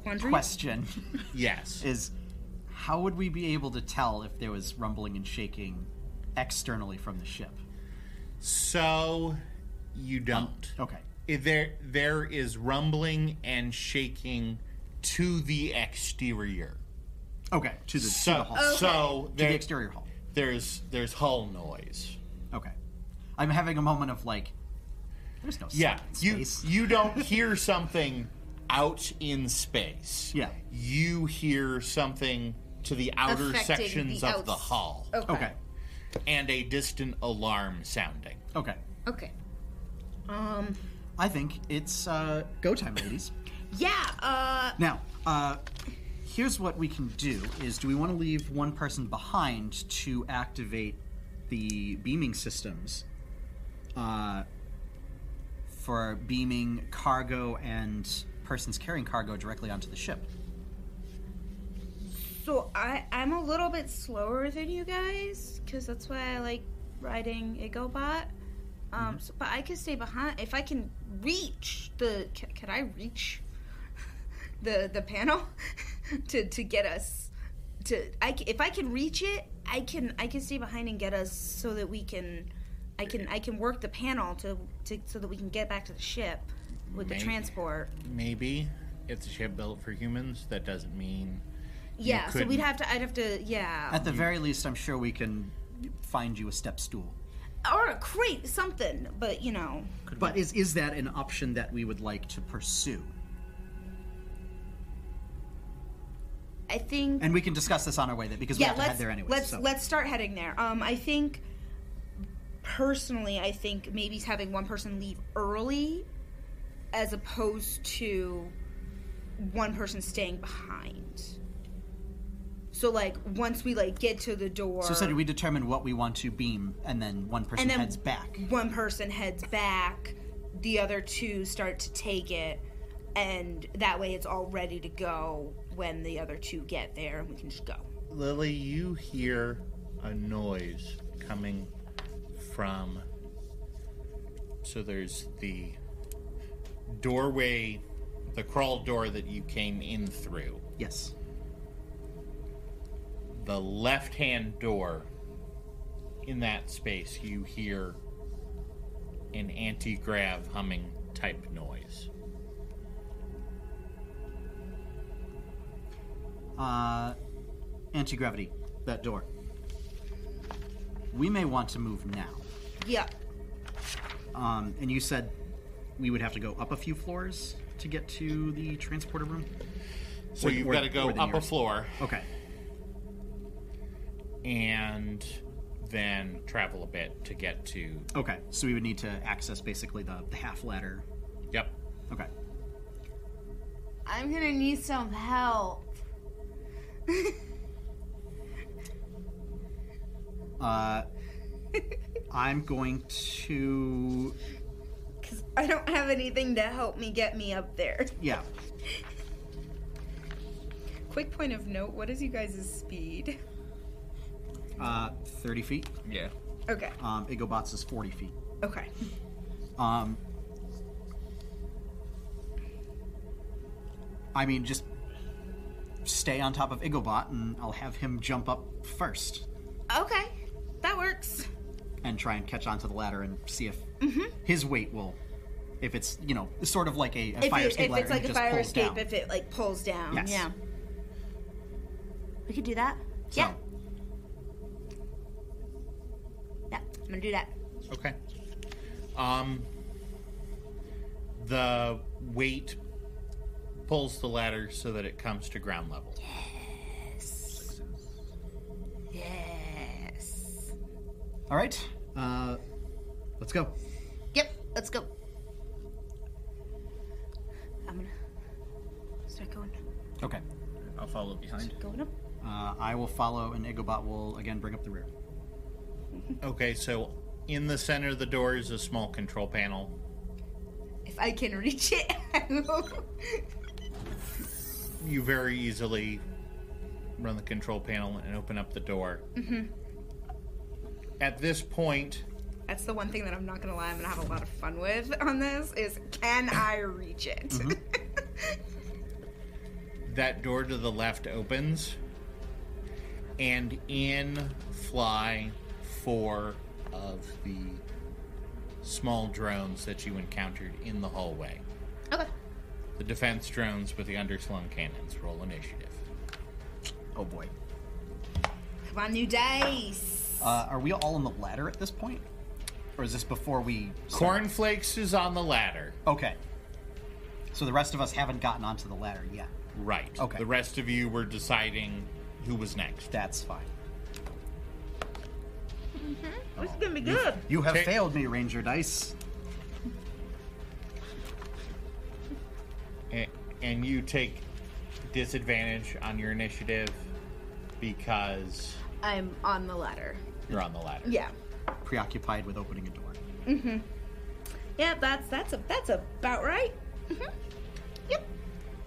[SPEAKER 3] Quandary?
[SPEAKER 4] question
[SPEAKER 2] Yes.
[SPEAKER 4] is how would we be able to tell if there was rumbling and shaking externally from the ship?
[SPEAKER 2] So you don't.
[SPEAKER 4] Okay.
[SPEAKER 2] It- There, there is rumbling and shaking to the exterior.
[SPEAKER 4] Okay. To the, to the
[SPEAKER 2] So,
[SPEAKER 4] hull.
[SPEAKER 2] so
[SPEAKER 4] To the
[SPEAKER 2] there,
[SPEAKER 4] exterior hull.
[SPEAKER 2] there's there's hull noise.
[SPEAKER 4] Okay. I'm having a moment of like, there's no
[SPEAKER 2] Yeah,
[SPEAKER 4] silent
[SPEAKER 2] you
[SPEAKER 4] space.
[SPEAKER 2] you don't hear something out in space.
[SPEAKER 4] Yeah.
[SPEAKER 2] you hear something to the outer
[SPEAKER 6] Affecting
[SPEAKER 2] sections
[SPEAKER 6] the
[SPEAKER 2] of the
[SPEAKER 6] outs- Oh.
[SPEAKER 2] hull,
[SPEAKER 4] okay.
[SPEAKER 2] and a distant alarm sounding.
[SPEAKER 4] Okay.
[SPEAKER 6] Okay.
[SPEAKER 3] Um,
[SPEAKER 4] I think it's uh, go time, ladies.
[SPEAKER 6] Yeah. Uh.
[SPEAKER 4] Now, uh, here's what we can do: is do we want to leave one person behind to activate the beaming systems uh, for beaming cargo and persons carrying cargo directly onto the ship?
[SPEAKER 6] So I I'm a little bit slower than you guys because that's why I like riding Igobot. Um, so, but I could stay behind if I can reach the. Can, can I reach the the panel to to get us to? I c- if I can reach it, I can I can stay behind and get us so that we can. I can I can work the panel to, to so that we can get back to the ship with
[SPEAKER 2] Maybe.
[SPEAKER 6] the transport.
[SPEAKER 2] Maybe it's a ship built for humans. That doesn't mean
[SPEAKER 6] Yeah, so we'd
[SPEAKER 2] couldn't-
[SPEAKER 6] have to I'd have to yeah.
[SPEAKER 4] At the very least, I'm sure we can find you a step stool.
[SPEAKER 6] or a crate, something. But you know,
[SPEAKER 4] But is is that an option that we would like to pursue?
[SPEAKER 6] I think.
[SPEAKER 4] And we can discuss this on our way there because we
[SPEAKER 6] yeah,
[SPEAKER 4] have to head
[SPEAKER 6] let's
[SPEAKER 4] there anyway.
[SPEAKER 6] let's
[SPEAKER 4] so.
[SPEAKER 6] let's start heading there. Um, I think personally, I think maybe having one person leave early, as opposed to one person staying behind. So like once we like get to the door,
[SPEAKER 4] So, so do we determine what we want to beam, and then one person
[SPEAKER 6] And then-
[SPEAKER 4] heads back?
[SPEAKER 6] one person heads back, the other two start to take it, and that way it's all ready to go when the other two get there, and we can just go.
[SPEAKER 2] Lily, you hear a noise coming from. So there's the doorway, the crawl door that you came in through.
[SPEAKER 4] Yes.
[SPEAKER 2] The left hand door, in that space, you hear an anti grav humming type noise.
[SPEAKER 4] Uh, Anti gravity, that door. We may want to move now.
[SPEAKER 6] Yeah.
[SPEAKER 4] Um, and you said we would have to go up a few floors to get to the transporter room?
[SPEAKER 2] So
[SPEAKER 4] Or-
[SPEAKER 2] you've
[SPEAKER 4] or-
[SPEAKER 2] got to go
[SPEAKER 4] or the
[SPEAKER 2] up a
[SPEAKER 4] nearest.
[SPEAKER 2] floor
[SPEAKER 4] Okay.
[SPEAKER 2] and then travel a bit to get to.
[SPEAKER 4] Okay. So we would need to access basically the, the half ladder.
[SPEAKER 2] Yep.
[SPEAKER 4] Okay.
[SPEAKER 6] I'm gonna need some help.
[SPEAKER 4] Uh, I'm going to.
[SPEAKER 6] Because I don't have anything to help me get me up there.
[SPEAKER 4] Yeah.
[SPEAKER 6] Quick point of note what is you guys' speed?
[SPEAKER 4] Uh, 30 feet.
[SPEAKER 5] Yeah.
[SPEAKER 6] Okay,
[SPEAKER 4] Um, Igobot's is 40 feet.
[SPEAKER 6] okay.
[SPEAKER 4] Um, I mean, just stay on top of Igobot, and I'll have him jump up first
[SPEAKER 6] Okay, that works.
[SPEAKER 4] and try and catch onto the ladder and see if
[SPEAKER 6] Mm-hmm.
[SPEAKER 4] his weight will, if it's you know, sort of like a, a
[SPEAKER 6] If,
[SPEAKER 4] fire
[SPEAKER 6] it,
[SPEAKER 4] escape
[SPEAKER 6] if
[SPEAKER 4] ladder,
[SPEAKER 6] it's
[SPEAKER 4] and
[SPEAKER 6] like
[SPEAKER 4] it
[SPEAKER 6] a
[SPEAKER 4] just
[SPEAKER 6] fire
[SPEAKER 4] pulls
[SPEAKER 6] escape,
[SPEAKER 4] down.
[SPEAKER 6] if it like pulls down.
[SPEAKER 4] Yes.
[SPEAKER 6] Yeah. We could do that. Yeah. Yeah, I'm gonna do that.
[SPEAKER 2] Okay. Um, the weight pulls the ladder so that it comes to ground level.
[SPEAKER 6] Yes.
[SPEAKER 4] All right, uh, let's go.
[SPEAKER 6] Yep, let's go. I'm gonna start going
[SPEAKER 4] Okay,
[SPEAKER 5] I'll follow behind.
[SPEAKER 6] going up.
[SPEAKER 4] uh, I will follow, and Igobot will again bring up the rear.
[SPEAKER 2] Okay, so in the center of the door is a small control panel.
[SPEAKER 6] If I can reach it, I will.
[SPEAKER 2] You very easily run the control panel and open up the door. Mm-hmm. At this point,
[SPEAKER 6] That's the one thing that I'm not gonna lie. I'm gonna have a lot of fun
[SPEAKER 3] Mm-hmm.
[SPEAKER 6] with on this. Is can I reach it?
[SPEAKER 2] that door to the left opens, and in fly four of the small drones that you encountered in the hallway.
[SPEAKER 6] Okay.
[SPEAKER 2] The defense drones with the underslung cannons roll initiative.
[SPEAKER 4] Oh boy.
[SPEAKER 3] Come on, new dice.
[SPEAKER 4] Uh, are we all on the ladder at this point, or is this before we? start?
[SPEAKER 2] Cornflakes is on the ladder.
[SPEAKER 4] Okay. So the rest of us haven't gotten onto the ladder yet.
[SPEAKER 2] Right.
[SPEAKER 4] Okay.
[SPEAKER 2] The rest of you were deciding who was next.
[SPEAKER 4] That's fine.
[SPEAKER 3] Oh, This is gonna be good.
[SPEAKER 4] You have
[SPEAKER 2] Okay.
[SPEAKER 4] failed me, Ranger Dice.
[SPEAKER 2] A- and you take disadvantage on your initiative because
[SPEAKER 6] I'm on the ladder.
[SPEAKER 2] you're on the ladder.
[SPEAKER 6] Yeah.
[SPEAKER 4] Preoccupied with opening a door.
[SPEAKER 3] Yeah, that's that's a that's about right.
[SPEAKER 6] Mm-hmm.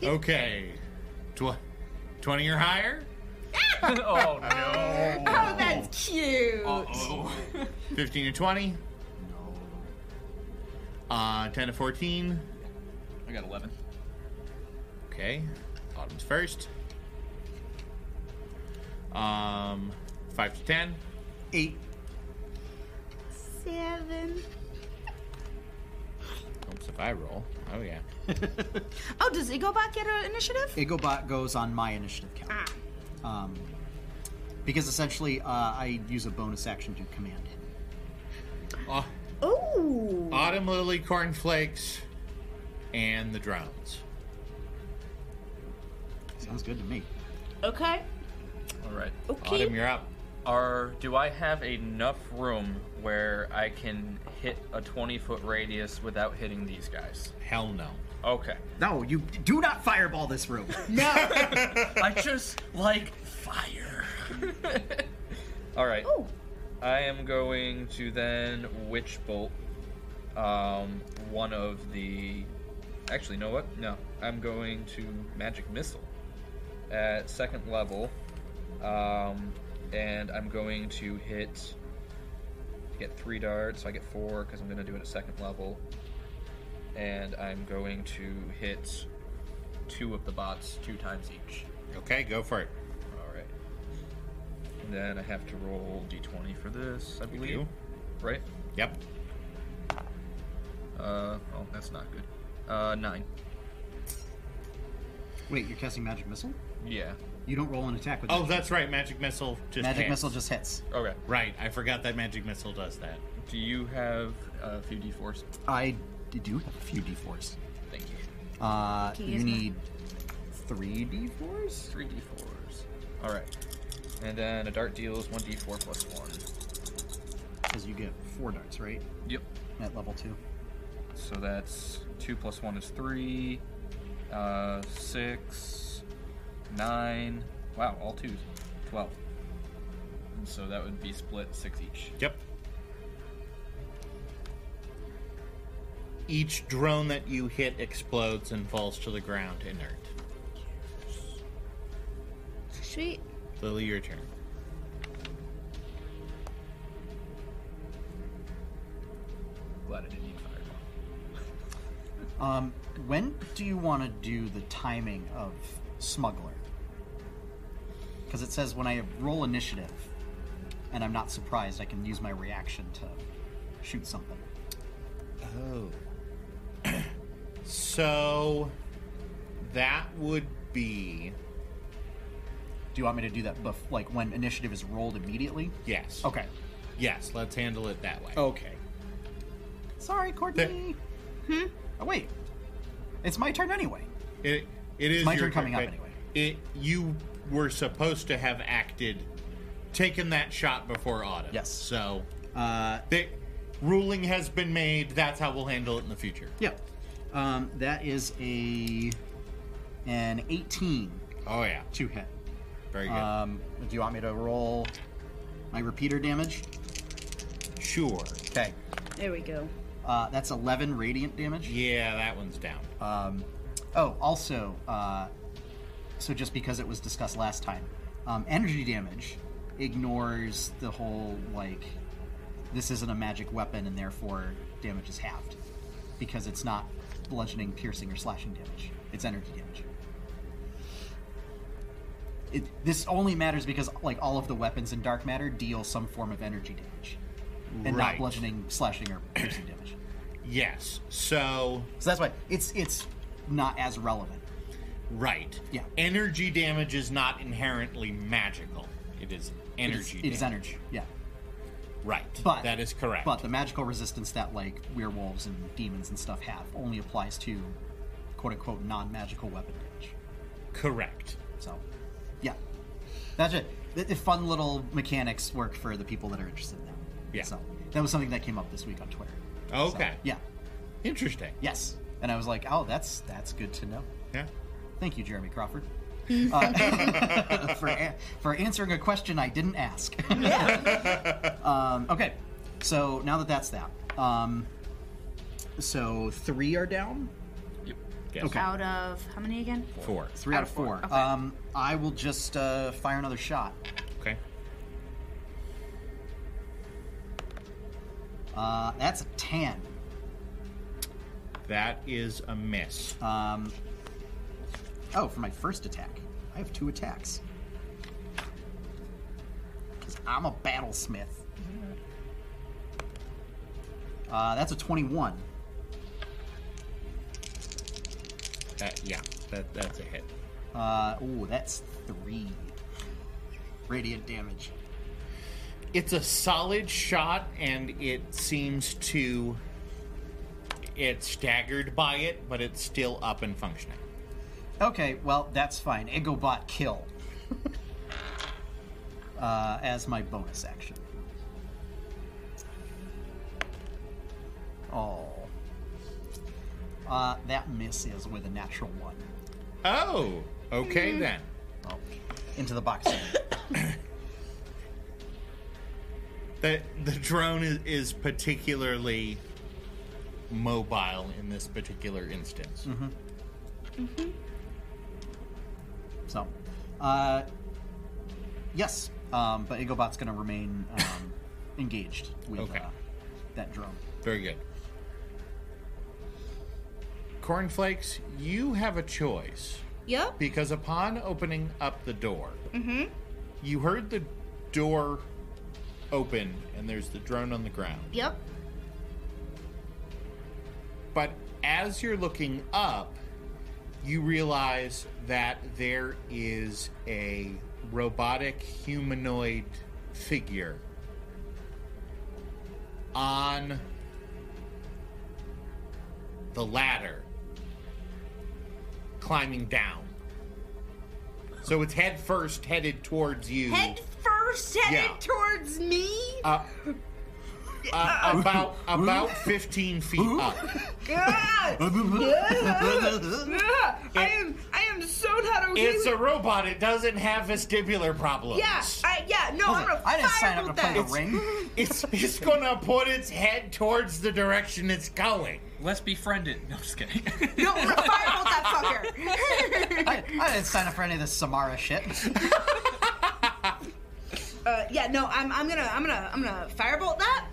[SPEAKER 2] Okay. Tw- 20 or higher?
[SPEAKER 5] oh no.
[SPEAKER 6] Oh, that's cute.
[SPEAKER 2] 15 to 20?
[SPEAKER 4] No.
[SPEAKER 2] Uh, 10 to 14?
[SPEAKER 5] I got 11.
[SPEAKER 2] Okay. Autumn's first. Um, 5 to 10?
[SPEAKER 4] Eight.
[SPEAKER 6] Seven.
[SPEAKER 2] Oops, if I roll. Oh, yeah.
[SPEAKER 6] Oh, does Igobot get an initiative? Ah.
[SPEAKER 4] Igobot goes on my initiative count. Um, because essentially, uh, I use a bonus action to command him.
[SPEAKER 2] Au-
[SPEAKER 3] Uh. Ooh.
[SPEAKER 2] Autumn Lily Cornflakes and the drones.
[SPEAKER 4] Sounds good to me.
[SPEAKER 6] Okay.
[SPEAKER 5] All right.
[SPEAKER 2] Autumn, you're up.
[SPEAKER 5] Are do I have enough room where I can hit a 20 foot radius without hitting these guys?
[SPEAKER 2] Hell no.
[SPEAKER 5] Okay.
[SPEAKER 4] No, you do not fireball this room.
[SPEAKER 5] I just like fire. All right. I am going to then witch bolt um, one of the. Actually, you know what? No, I'm going to magic missile at second level, um, and I'm going to hit. Get three darts, so I get four because I'm going to do it at second level, and I'm going to hit two of the bots two times each.
[SPEAKER 2] Okay, go for it.
[SPEAKER 5] All right. And then I have to roll d20 for this, I believe.
[SPEAKER 2] do.
[SPEAKER 5] Right?
[SPEAKER 2] Yep.
[SPEAKER 5] Uh, oh, that's not good. Uh, nine.
[SPEAKER 4] Wait, you're casting magic missile?
[SPEAKER 5] Yeah.
[SPEAKER 4] You don't roll an attack with
[SPEAKER 2] Oh,
[SPEAKER 4] that.
[SPEAKER 2] that's right. Magic missile just
[SPEAKER 4] magic
[SPEAKER 2] hits.
[SPEAKER 4] missile just hits.
[SPEAKER 5] Okay.
[SPEAKER 2] Right, I forgot that magic missile does that.
[SPEAKER 5] Do you have uh, a few d4s?
[SPEAKER 4] I d- do have a few d4s.
[SPEAKER 5] Thank you.
[SPEAKER 4] Uh,
[SPEAKER 6] Can you
[SPEAKER 4] you
[SPEAKER 6] use my-
[SPEAKER 4] need three d4s.
[SPEAKER 5] Three d4s. All right. And then a dart deals one d4 plus one.
[SPEAKER 4] Because you get four darts, right?
[SPEAKER 5] Yep.
[SPEAKER 4] At level two.
[SPEAKER 5] So that's two plus one is three. Uh, six, nine. Wow, all twos. Twelve. And so that would be split six each.
[SPEAKER 2] Yep. Each drone that you hit explodes and falls to the ground inert.
[SPEAKER 6] Sweet.
[SPEAKER 2] Lily, your turn.
[SPEAKER 5] Glad I didn't need fireball.
[SPEAKER 4] Um, when do you want to do the timing of smuggler? Because it says when I roll initiative, and I'm not surprised, I can use my reaction to shoot something.
[SPEAKER 2] Oh. so that would be
[SPEAKER 4] Do you want me to do that? Bef- like when initiative is rolled immediately?
[SPEAKER 2] yes.
[SPEAKER 4] Okay. Oh,
[SPEAKER 2] Yes, let's handle it that way.
[SPEAKER 4] Okay. Sorry, Courtney. Hmm. Oh, wait, it's my turn anyway.
[SPEAKER 2] It it is
[SPEAKER 4] my
[SPEAKER 2] your
[SPEAKER 4] turn coming up
[SPEAKER 2] but
[SPEAKER 4] anyway.
[SPEAKER 2] It you were supposed to have acted, taken that shot before autumn.
[SPEAKER 4] Yes.
[SPEAKER 2] So
[SPEAKER 4] Uh,
[SPEAKER 2] the ruling has been made. That's how we'll handle it in the future.
[SPEAKER 4] yeah. Um, that is a an 18
[SPEAKER 2] Oh yeah,
[SPEAKER 4] to hit.
[SPEAKER 2] very good.
[SPEAKER 4] Um, do you want me to roll my repeater damage?
[SPEAKER 2] sure.
[SPEAKER 4] Okay.
[SPEAKER 3] There we go.
[SPEAKER 4] Uh, that's 11 radiant damage.
[SPEAKER 2] Yeah, that one's down.
[SPEAKER 4] Um, oh, also, uh, so just because it was discussed last time, um, energy damage ignores the whole, like, this isn't a magic weapon and therefore damage is halved. Because it's not bludgeoning, piercing, or slashing damage, it's energy damage. It, this only matters because like all of the weapons in dark matter deal some form of energy damage, and not
[SPEAKER 2] Right.
[SPEAKER 4] bludgeoning, slashing, or piercing damage.
[SPEAKER 2] Yes. So,
[SPEAKER 4] So that's why it's it's not as relevant.
[SPEAKER 2] right.
[SPEAKER 4] Yeah.
[SPEAKER 2] Energy damage is not inherently magical. It is energy.
[SPEAKER 4] It is
[SPEAKER 2] damage.
[SPEAKER 4] energy. Yeah.
[SPEAKER 2] Right.
[SPEAKER 4] But
[SPEAKER 2] that is correct.
[SPEAKER 4] But the magical resistance that like werewolves and demons and stuff have only applies to quote unquote non-magical weapon damage.
[SPEAKER 2] correct.
[SPEAKER 4] So, yeah, that's it. The, the fun little mechanics work for the people that are interested in them.
[SPEAKER 2] Yeah.
[SPEAKER 4] So that was something that came up this week on Twitter. So,
[SPEAKER 2] Okay.
[SPEAKER 4] yeah.
[SPEAKER 2] Interesting.
[SPEAKER 4] Yes. And I was like, oh, that's that's good to know.
[SPEAKER 2] Yeah.
[SPEAKER 4] Thank you, Jeremy Crawford, uh, for a- for answering a question I didn't ask. um, okay, so now that that's that, um, so three are down.
[SPEAKER 5] Yep.
[SPEAKER 4] Okay,
[SPEAKER 8] Out of how many again?
[SPEAKER 2] Four.
[SPEAKER 4] three out, of four.
[SPEAKER 8] Okay.
[SPEAKER 4] Um, I will just uh, fire another shot.
[SPEAKER 2] Okay.
[SPEAKER 4] Uh, that's a tan.
[SPEAKER 2] That is a miss.
[SPEAKER 4] Um, oh, for my first attack, I have two attacks because I'm a battlesmith. Mm-hmm. Uh, that's a twenty-one.
[SPEAKER 2] That- yeah. That that's a hit.
[SPEAKER 4] Uh, ooh, that's three radiant damage.
[SPEAKER 2] it's a solid shot and it seems to it's staggered by it but it's still up and functioning
[SPEAKER 4] Okay, well that's fine. Egobot kill uh, as my bonus action. Oh, uh, that misses with a natural one.
[SPEAKER 2] oh okay then
[SPEAKER 4] Oh, into the box.
[SPEAKER 2] the the drone is, is particularly mobile in this particular instance
[SPEAKER 4] so, uh, yes, um, but Egobot's going to remain um, engaged with
[SPEAKER 2] Okay.
[SPEAKER 4] uh, that drone.
[SPEAKER 2] very good cornflakes you have a choice
[SPEAKER 8] Yep.
[SPEAKER 2] because upon opening up the door, you heard the door open and there's the drone on the ground.
[SPEAKER 8] Yep.
[SPEAKER 2] But as you're looking up, you realize that there is a robotic humanoid figure on the ladder climbing down. So it's head first headed towards you.
[SPEAKER 6] Head first headed
[SPEAKER 2] Yeah.
[SPEAKER 6] towards me?
[SPEAKER 2] Uh, uh, about about 15 feet up.
[SPEAKER 6] God! Ah, I am I am so not okay
[SPEAKER 2] It's
[SPEAKER 6] with
[SPEAKER 2] a robot. It doesn't have vestibular problems.
[SPEAKER 6] Yeah, I, yeah, no, I'm gonna
[SPEAKER 4] I didn't
[SPEAKER 6] fire
[SPEAKER 4] sign up to
[SPEAKER 6] with
[SPEAKER 4] play the
[SPEAKER 6] that.
[SPEAKER 4] ring.
[SPEAKER 2] It's it's gonna put its head towards the direction it's going.
[SPEAKER 5] Let's befriend it. No, just kidding.
[SPEAKER 6] No, I'm gonna firebolt that fucker.
[SPEAKER 4] I, I didn't sign up for any of this Samara shit.
[SPEAKER 6] uh, yeah, no, I'm, I'm gonna I'm gonna I'm gonna firebolt that.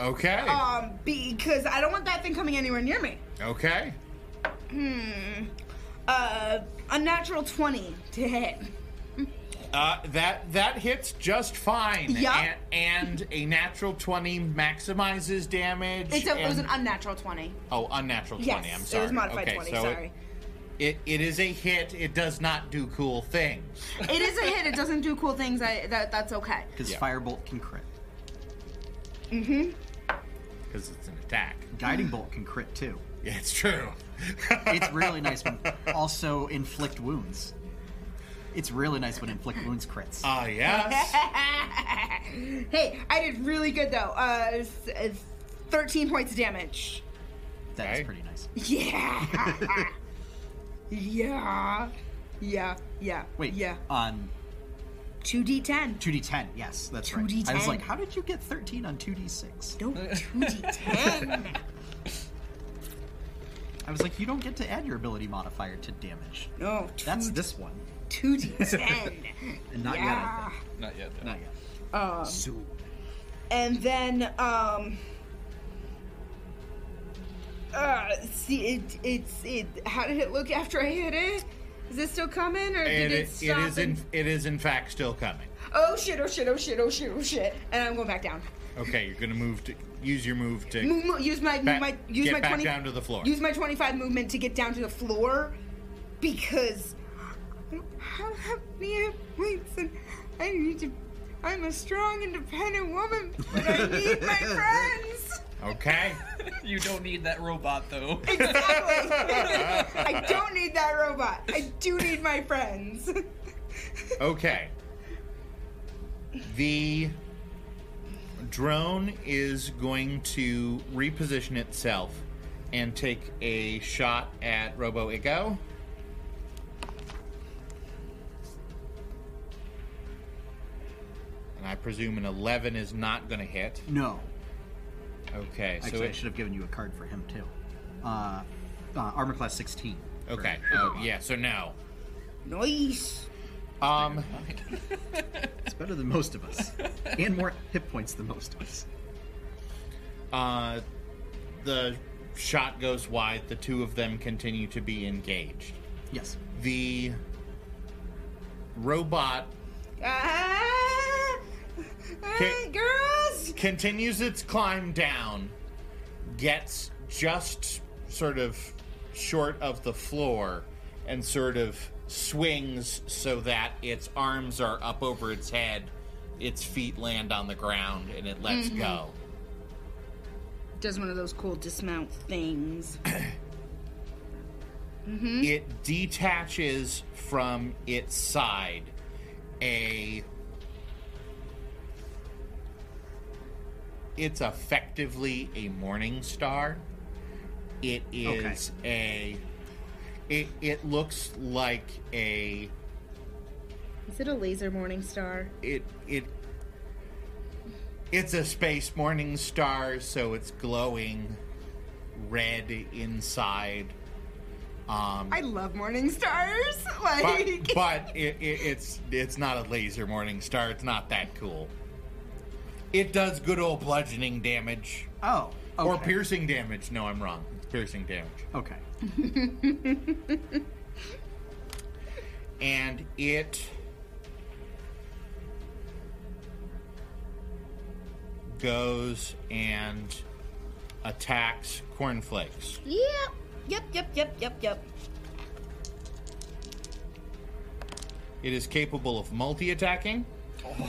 [SPEAKER 2] Okay.
[SPEAKER 6] Um, because I don't want that thing coming anywhere near me.
[SPEAKER 2] okay.
[SPEAKER 6] Hmm. Uh, a natural twenty to hit.
[SPEAKER 2] Uh, that that hits just fine.
[SPEAKER 6] Yeah.
[SPEAKER 2] And, and a natural 20 maximizes damage.
[SPEAKER 6] It's a, it was an
[SPEAKER 2] and-
[SPEAKER 6] unnatural twenty.
[SPEAKER 2] oh, unnatural 20.
[SPEAKER 6] Yes,
[SPEAKER 2] I'm sorry.
[SPEAKER 6] it was modified
[SPEAKER 2] okay,
[SPEAKER 6] twenty.
[SPEAKER 2] so it-
[SPEAKER 6] sorry.
[SPEAKER 2] It, it is a hit. It does not do cool things.
[SPEAKER 6] it is a hit. It doesn't do cool things. I that that's okay.
[SPEAKER 4] Because
[SPEAKER 2] Yeah.
[SPEAKER 4] Firebolt can crit.
[SPEAKER 2] Because it's an attack.
[SPEAKER 4] Guiding Bolt can crit too.
[SPEAKER 2] Yeah, it's true.
[SPEAKER 4] It's really nice when also inflict wounds. It's really nice when inflict wounds crits.
[SPEAKER 5] Uh,
[SPEAKER 2] Ah, yes.
[SPEAKER 6] hey, I did really good though. Uh, s- uh, thirteen points of damage.
[SPEAKER 4] that
[SPEAKER 2] okay.
[SPEAKER 4] is pretty nice.
[SPEAKER 6] Yeah. yeah. Yeah. Yeah.
[SPEAKER 4] Wait,
[SPEAKER 6] Yeah.
[SPEAKER 4] on
[SPEAKER 6] Two D ten.
[SPEAKER 4] 2d10, yes, that's right.
[SPEAKER 6] 2d10.
[SPEAKER 4] I was like, how did you get 13 on 2d6?
[SPEAKER 6] No, two D ten.
[SPEAKER 4] I was like, you don't get to add your ability modifier to damage.
[SPEAKER 6] No,
[SPEAKER 4] That's this one.
[SPEAKER 6] two D ten.
[SPEAKER 4] And not yet, I
[SPEAKER 6] Yeah.
[SPEAKER 4] think.
[SPEAKER 5] Not yet. Though.
[SPEAKER 4] Not yet.
[SPEAKER 6] Um,
[SPEAKER 4] Zoom.
[SPEAKER 6] and then um. Uh, see, it, it's it. How did it look after I hit it? Is it still coming, or
[SPEAKER 2] And
[SPEAKER 6] did it,
[SPEAKER 2] it, it
[SPEAKER 6] stop?
[SPEAKER 2] is in
[SPEAKER 6] and-
[SPEAKER 2] it is in fact still coming.
[SPEAKER 6] oh shit! Oh shit! Oh shit! Oh shit! Oh shit! And I'm going back down.
[SPEAKER 2] Okay, you're gonna move to use your move to
[SPEAKER 6] Move, move, use my,
[SPEAKER 2] back-
[SPEAKER 6] my use
[SPEAKER 2] get
[SPEAKER 6] my
[SPEAKER 2] back
[SPEAKER 6] twenty
[SPEAKER 2] down to the floor.
[SPEAKER 6] Use my twenty-five movement to get down to the floor because I don't have any points, and I need to. I'm a strong, independent woman, but I need my friends.
[SPEAKER 2] Okay.
[SPEAKER 5] You don't need that robot though.
[SPEAKER 6] Exactly. I don't need that robot. I do need my friends.
[SPEAKER 2] Okay. The drone is going to reposition itself and take a shot at Robo Igo. And I presume an 11 is not going to hit.
[SPEAKER 4] No.
[SPEAKER 2] Okay, so
[SPEAKER 4] Actually, I
[SPEAKER 2] it-
[SPEAKER 4] should have given you a card for him, too. Uh, uh, armor class 16.
[SPEAKER 2] okay. Oh, yeah, so no.
[SPEAKER 6] Nice.
[SPEAKER 2] Um
[SPEAKER 4] It's better than most of us. and more hit points than most of us.
[SPEAKER 2] Uh, the shot goes wide. The two of them continue to be engaged.
[SPEAKER 4] Yes.
[SPEAKER 2] The robot
[SPEAKER 6] Ah, ah,
[SPEAKER 2] Okay.
[SPEAKER 6] girls.
[SPEAKER 2] continues its climb down, gets just sort of short of the floor, and sort of swings so that its arms are up over its head, its feet land on the ground, and it lets go.
[SPEAKER 6] Does one of those cool dismount things.
[SPEAKER 2] it detaches from its side a it's effectively a morning star it is a it, it looks like a
[SPEAKER 6] Is it a laser morning star?
[SPEAKER 2] it it it's a space morning star so it's glowing red inside um
[SPEAKER 6] I love morning stars. Like
[SPEAKER 2] but, but it, it, it's it's not a laser morning star. It's not that cool. It does good old bludgeoning damage
[SPEAKER 4] Oh. Okay.
[SPEAKER 2] or piercing damage. No, I'm wrong. It's piercing damage,
[SPEAKER 4] Okay.
[SPEAKER 2] and it goes and attacks cornflakes.
[SPEAKER 6] Yep. Yep. Yep. Yep. Yep. Yep.
[SPEAKER 2] It is capable of multi-attacking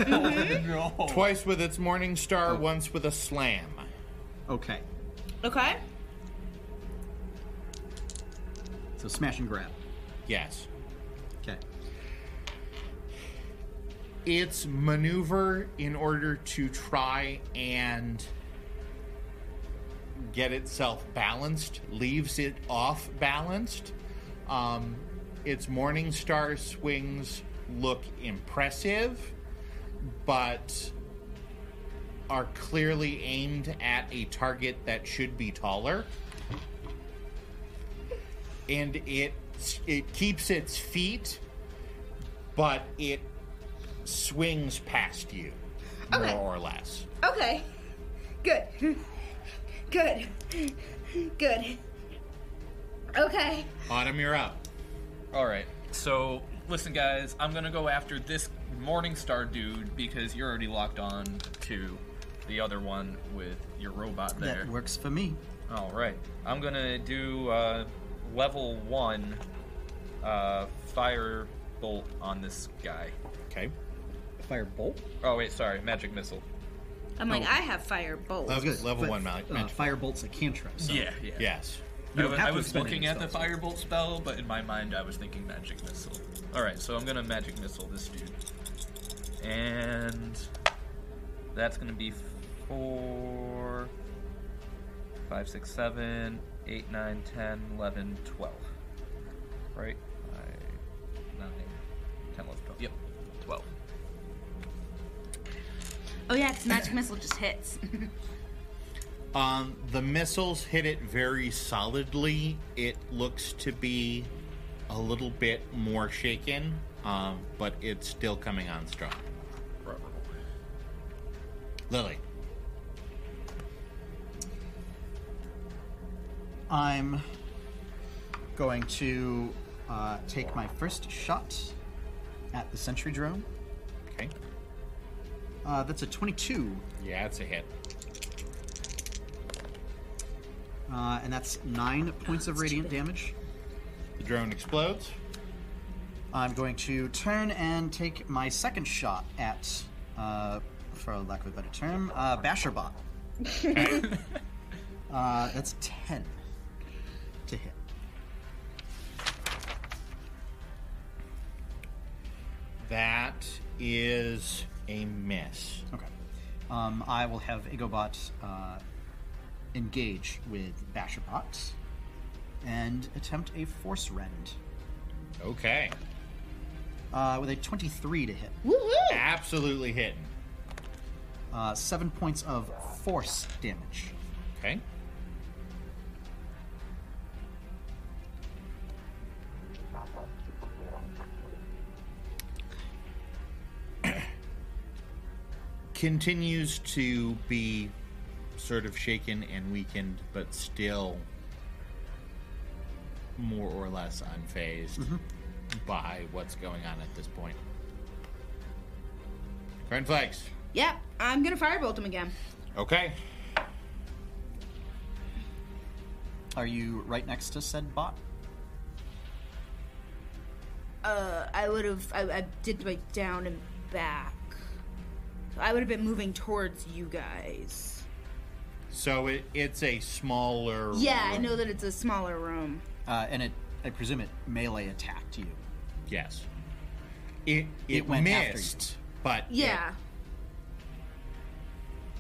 [SPEAKER 5] no.
[SPEAKER 2] twice with its morning star, once with a slam.
[SPEAKER 4] Okay.
[SPEAKER 6] Okay.
[SPEAKER 4] So smash and grab.
[SPEAKER 2] Yes.
[SPEAKER 4] Okay.
[SPEAKER 2] its maneuver in order to try and get itself balanced leaves it off balanced um, its morning star swings look impressive but are clearly aimed at a target that should be taller and it it keeps its feet but it swings past you,
[SPEAKER 6] Okay.
[SPEAKER 2] more or less.
[SPEAKER 6] Okay. Good. Good. Good. Okay.
[SPEAKER 2] Autumn, you're up.
[SPEAKER 5] All right. So listen, guys, I'm gonna go after this Morningstar dude because you're already locked on to the other one with your robot there.
[SPEAKER 4] That works for me.
[SPEAKER 5] All right. I'm gonna do uh, level one uh, fire bolt on this guy.
[SPEAKER 2] Okay.
[SPEAKER 1] Firebolt.
[SPEAKER 5] Oh wait, sorry, magic missile.
[SPEAKER 6] I'm like, I have fire bolt.
[SPEAKER 2] That was good. Level
[SPEAKER 4] Fi-
[SPEAKER 2] one, Malik.
[SPEAKER 4] Uh, Firebolt's a cantrip. So
[SPEAKER 5] yeah.
[SPEAKER 2] Yes.
[SPEAKER 4] You
[SPEAKER 5] I
[SPEAKER 4] don't
[SPEAKER 5] was,
[SPEAKER 4] have
[SPEAKER 5] I
[SPEAKER 4] to
[SPEAKER 5] was
[SPEAKER 4] spend any
[SPEAKER 5] looking at the
[SPEAKER 4] spells.
[SPEAKER 5] firebolt spell, but in my mind I was thinking magic missile. All right, so I'm gonna magic missile this dude, and that's gonna be four, five, six, seven, eight, nine, ten, eleven, twelve. Right? Five, nine, ten, eleven, twelve. Yep, twelve.
[SPEAKER 6] Oh yeah, because magic missile just hits.
[SPEAKER 2] Um, the missiles hit it very solidly. It looks to be a little bit more shaken, um, but it's still coming on strong. Lily.
[SPEAKER 4] I'm going to uh, take my first shot at the sentry drone.
[SPEAKER 2] Okay.
[SPEAKER 4] Uh, that's a 22,
[SPEAKER 2] Yeah, it's a hit.
[SPEAKER 4] uh, and that's nine points of radiant damage.
[SPEAKER 2] The drone explodes.
[SPEAKER 4] I'm going to turn and take my second shot at, uh, for lack of a better term, uh, Basherbot. uh, that's 10 to hit.
[SPEAKER 2] That is a miss.
[SPEAKER 4] Okay. Um, I will have Igobot uh, engage with Basherbot and attempt a Force Rend
[SPEAKER 2] Okay.
[SPEAKER 4] uh, with a 23 to hit.
[SPEAKER 2] Absolutely hitting.
[SPEAKER 4] Uh, seven points of Force damage.
[SPEAKER 2] Okay. Continues to be sort of shaken and weakened, but still more or less unfazed by what's going on at this point. Grand flags.
[SPEAKER 3] Yep, I'm gonna firebolt him again.
[SPEAKER 2] Okay.
[SPEAKER 4] Are you right next to said bot?
[SPEAKER 3] Uh, I would have. I, I did my down and back. So I would have been moving towards you guys.
[SPEAKER 2] So it, it's a smaller.
[SPEAKER 3] Yeah, I
[SPEAKER 2] room.
[SPEAKER 3] know that it's a smaller room.
[SPEAKER 4] Uh, and it, I presume it melee attacked you.
[SPEAKER 2] Yes. It it,
[SPEAKER 4] went after you.
[SPEAKER 2] missed, but it-
[SPEAKER 3] Yeah.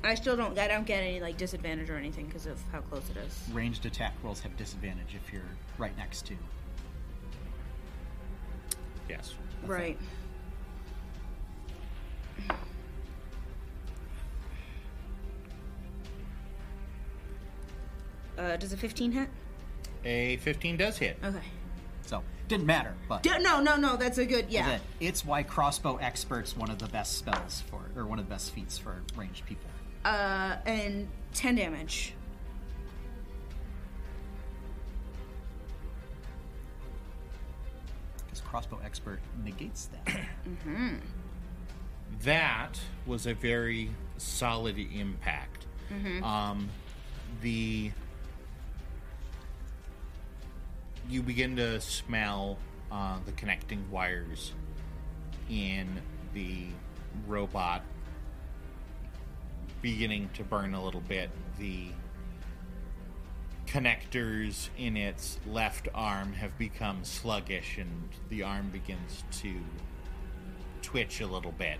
[SPEAKER 3] I still don't. I don't get any like disadvantage or anything because of how close it is.
[SPEAKER 4] Ranged attack rolls have disadvantage if you're right next to.
[SPEAKER 2] yes.
[SPEAKER 3] Right. Uh, does a 15 hit?
[SPEAKER 2] A 15 does hit.
[SPEAKER 6] Oh.
[SPEAKER 3] Okay.
[SPEAKER 4] So, didn't matter, but.
[SPEAKER 3] D- no, no, no. That's a good. Yeah.
[SPEAKER 4] Then, it's why crossbow expert's one of the best spells for, or one of the best feats for ranged people.
[SPEAKER 3] Uh, and 10 damage.
[SPEAKER 4] Because crossbow expert negates that.
[SPEAKER 2] That was a very solid impact. Um, the you begin to smell uh, the connecting wires in the robot beginning to burn a little bit. The connectors in its left arm have become sluggish, and the arm begins to twitch a little bit.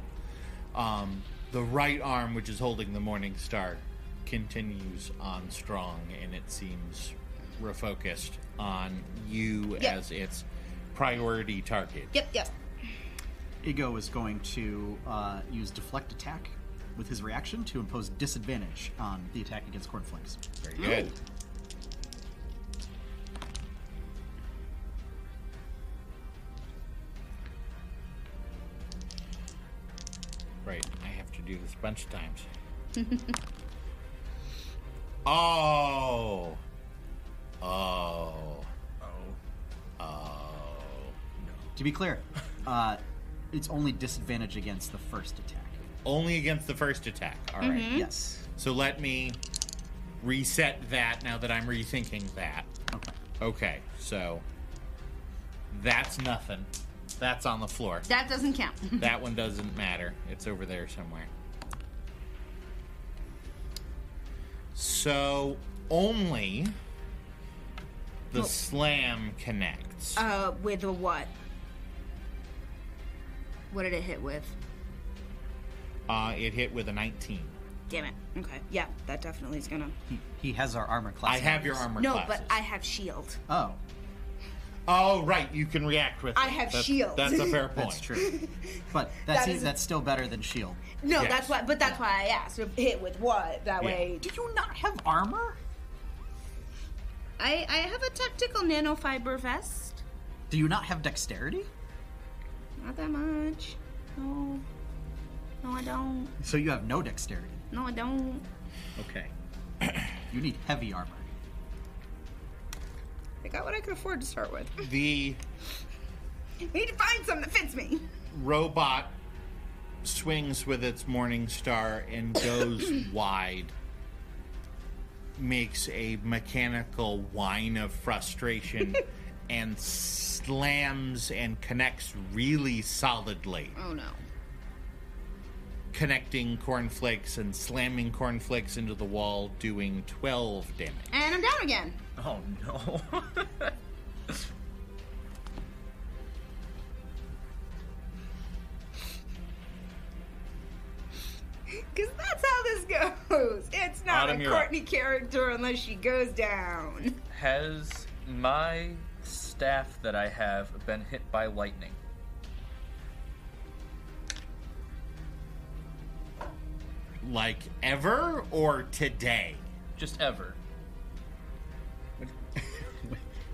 [SPEAKER 2] Um, the right arm, which is holding the Morning Star, continues on strong, and it seems refocused on you
[SPEAKER 3] Yep.
[SPEAKER 2] as its priority target.
[SPEAKER 3] Yep, yep.
[SPEAKER 4] Igo is going to uh, use deflect attack with his reaction to impose disadvantage on the attack against cornflakes.
[SPEAKER 2] Very good. Right, I have to do this a bunch of times. oh. Oh.
[SPEAKER 4] To be clear, uh, it's only disadvantage against the first attack.
[SPEAKER 2] Only against the first attack. All right.
[SPEAKER 4] Yes.
[SPEAKER 2] So let me reset that now that I'm rethinking that.
[SPEAKER 4] Okay.
[SPEAKER 2] Okay, so that's nothing. That's on the floor.
[SPEAKER 3] That doesn't count.
[SPEAKER 2] That one doesn't matter. It's over there somewhere. So only the slam connects.
[SPEAKER 3] Oh. uh, with a what? What did it hit with?
[SPEAKER 2] Uh, it hit with a 19.
[SPEAKER 3] Damn it. Okay. Yeah, that definitely is gonna.
[SPEAKER 4] He, he has our armor class.
[SPEAKER 2] I have your
[SPEAKER 4] values.
[SPEAKER 2] armor
[SPEAKER 3] No,
[SPEAKER 2] classes.
[SPEAKER 3] but I have shield.
[SPEAKER 4] Oh,
[SPEAKER 2] Oh, right. You can react with.
[SPEAKER 3] I
[SPEAKER 2] it.
[SPEAKER 3] have
[SPEAKER 2] That's-
[SPEAKER 3] shield.
[SPEAKER 2] That's a fair point.
[SPEAKER 4] that's true. But that's e-,
[SPEAKER 3] That is-
[SPEAKER 4] that's still better than shield.
[SPEAKER 3] No,
[SPEAKER 2] Yes.
[SPEAKER 3] that's why. But that's why I asked. Hit with what? That
[SPEAKER 2] Yeah.
[SPEAKER 3] way.
[SPEAKER 4] Do you not have armor?
[SPEAKER 6] I, I have a tactical nanofiber vest.
[SPEAKER 4] Do you not have dexterity?
[SPEAKER 6] Not that much. No. No, I don't.
[SPEAKER 4] So you have no dexterity.
[SPEAKER 6] No, I don't.
[SPEAKER 4] Okay. you need heavy armor.
[SPEAKER 6] I got what I could afford to start with.
[SPEAKER 2] The
[SPEAKER 6] I need to find some that fits me.
[SPEAKER 2] robot swings with its morning star and goes wide makes a mechanical whine of frustration and slams and connects really solidly
[SPEAKER 6] Oh no.
[SPEAKER 2] connecting cornflakes and slamming cornflakes into the wall doing 12 damage
[SPEAKER 6] And I'm down again.
[SPEAKER 5] Oh no.
[SPEAKER 6] Because that's how this goes. It's not
[SPEAKER 2] Autumn,
[SPEAKER 6] a
[SPEAKER 2] you're up.
[SPEAKER 6] Courtney character unless she goes down.
[SPEAKER 5] Has my staff that I have been hit by lightning?
[SPEAKER 2] like ever or today
[SPEAKER 5] Just ever.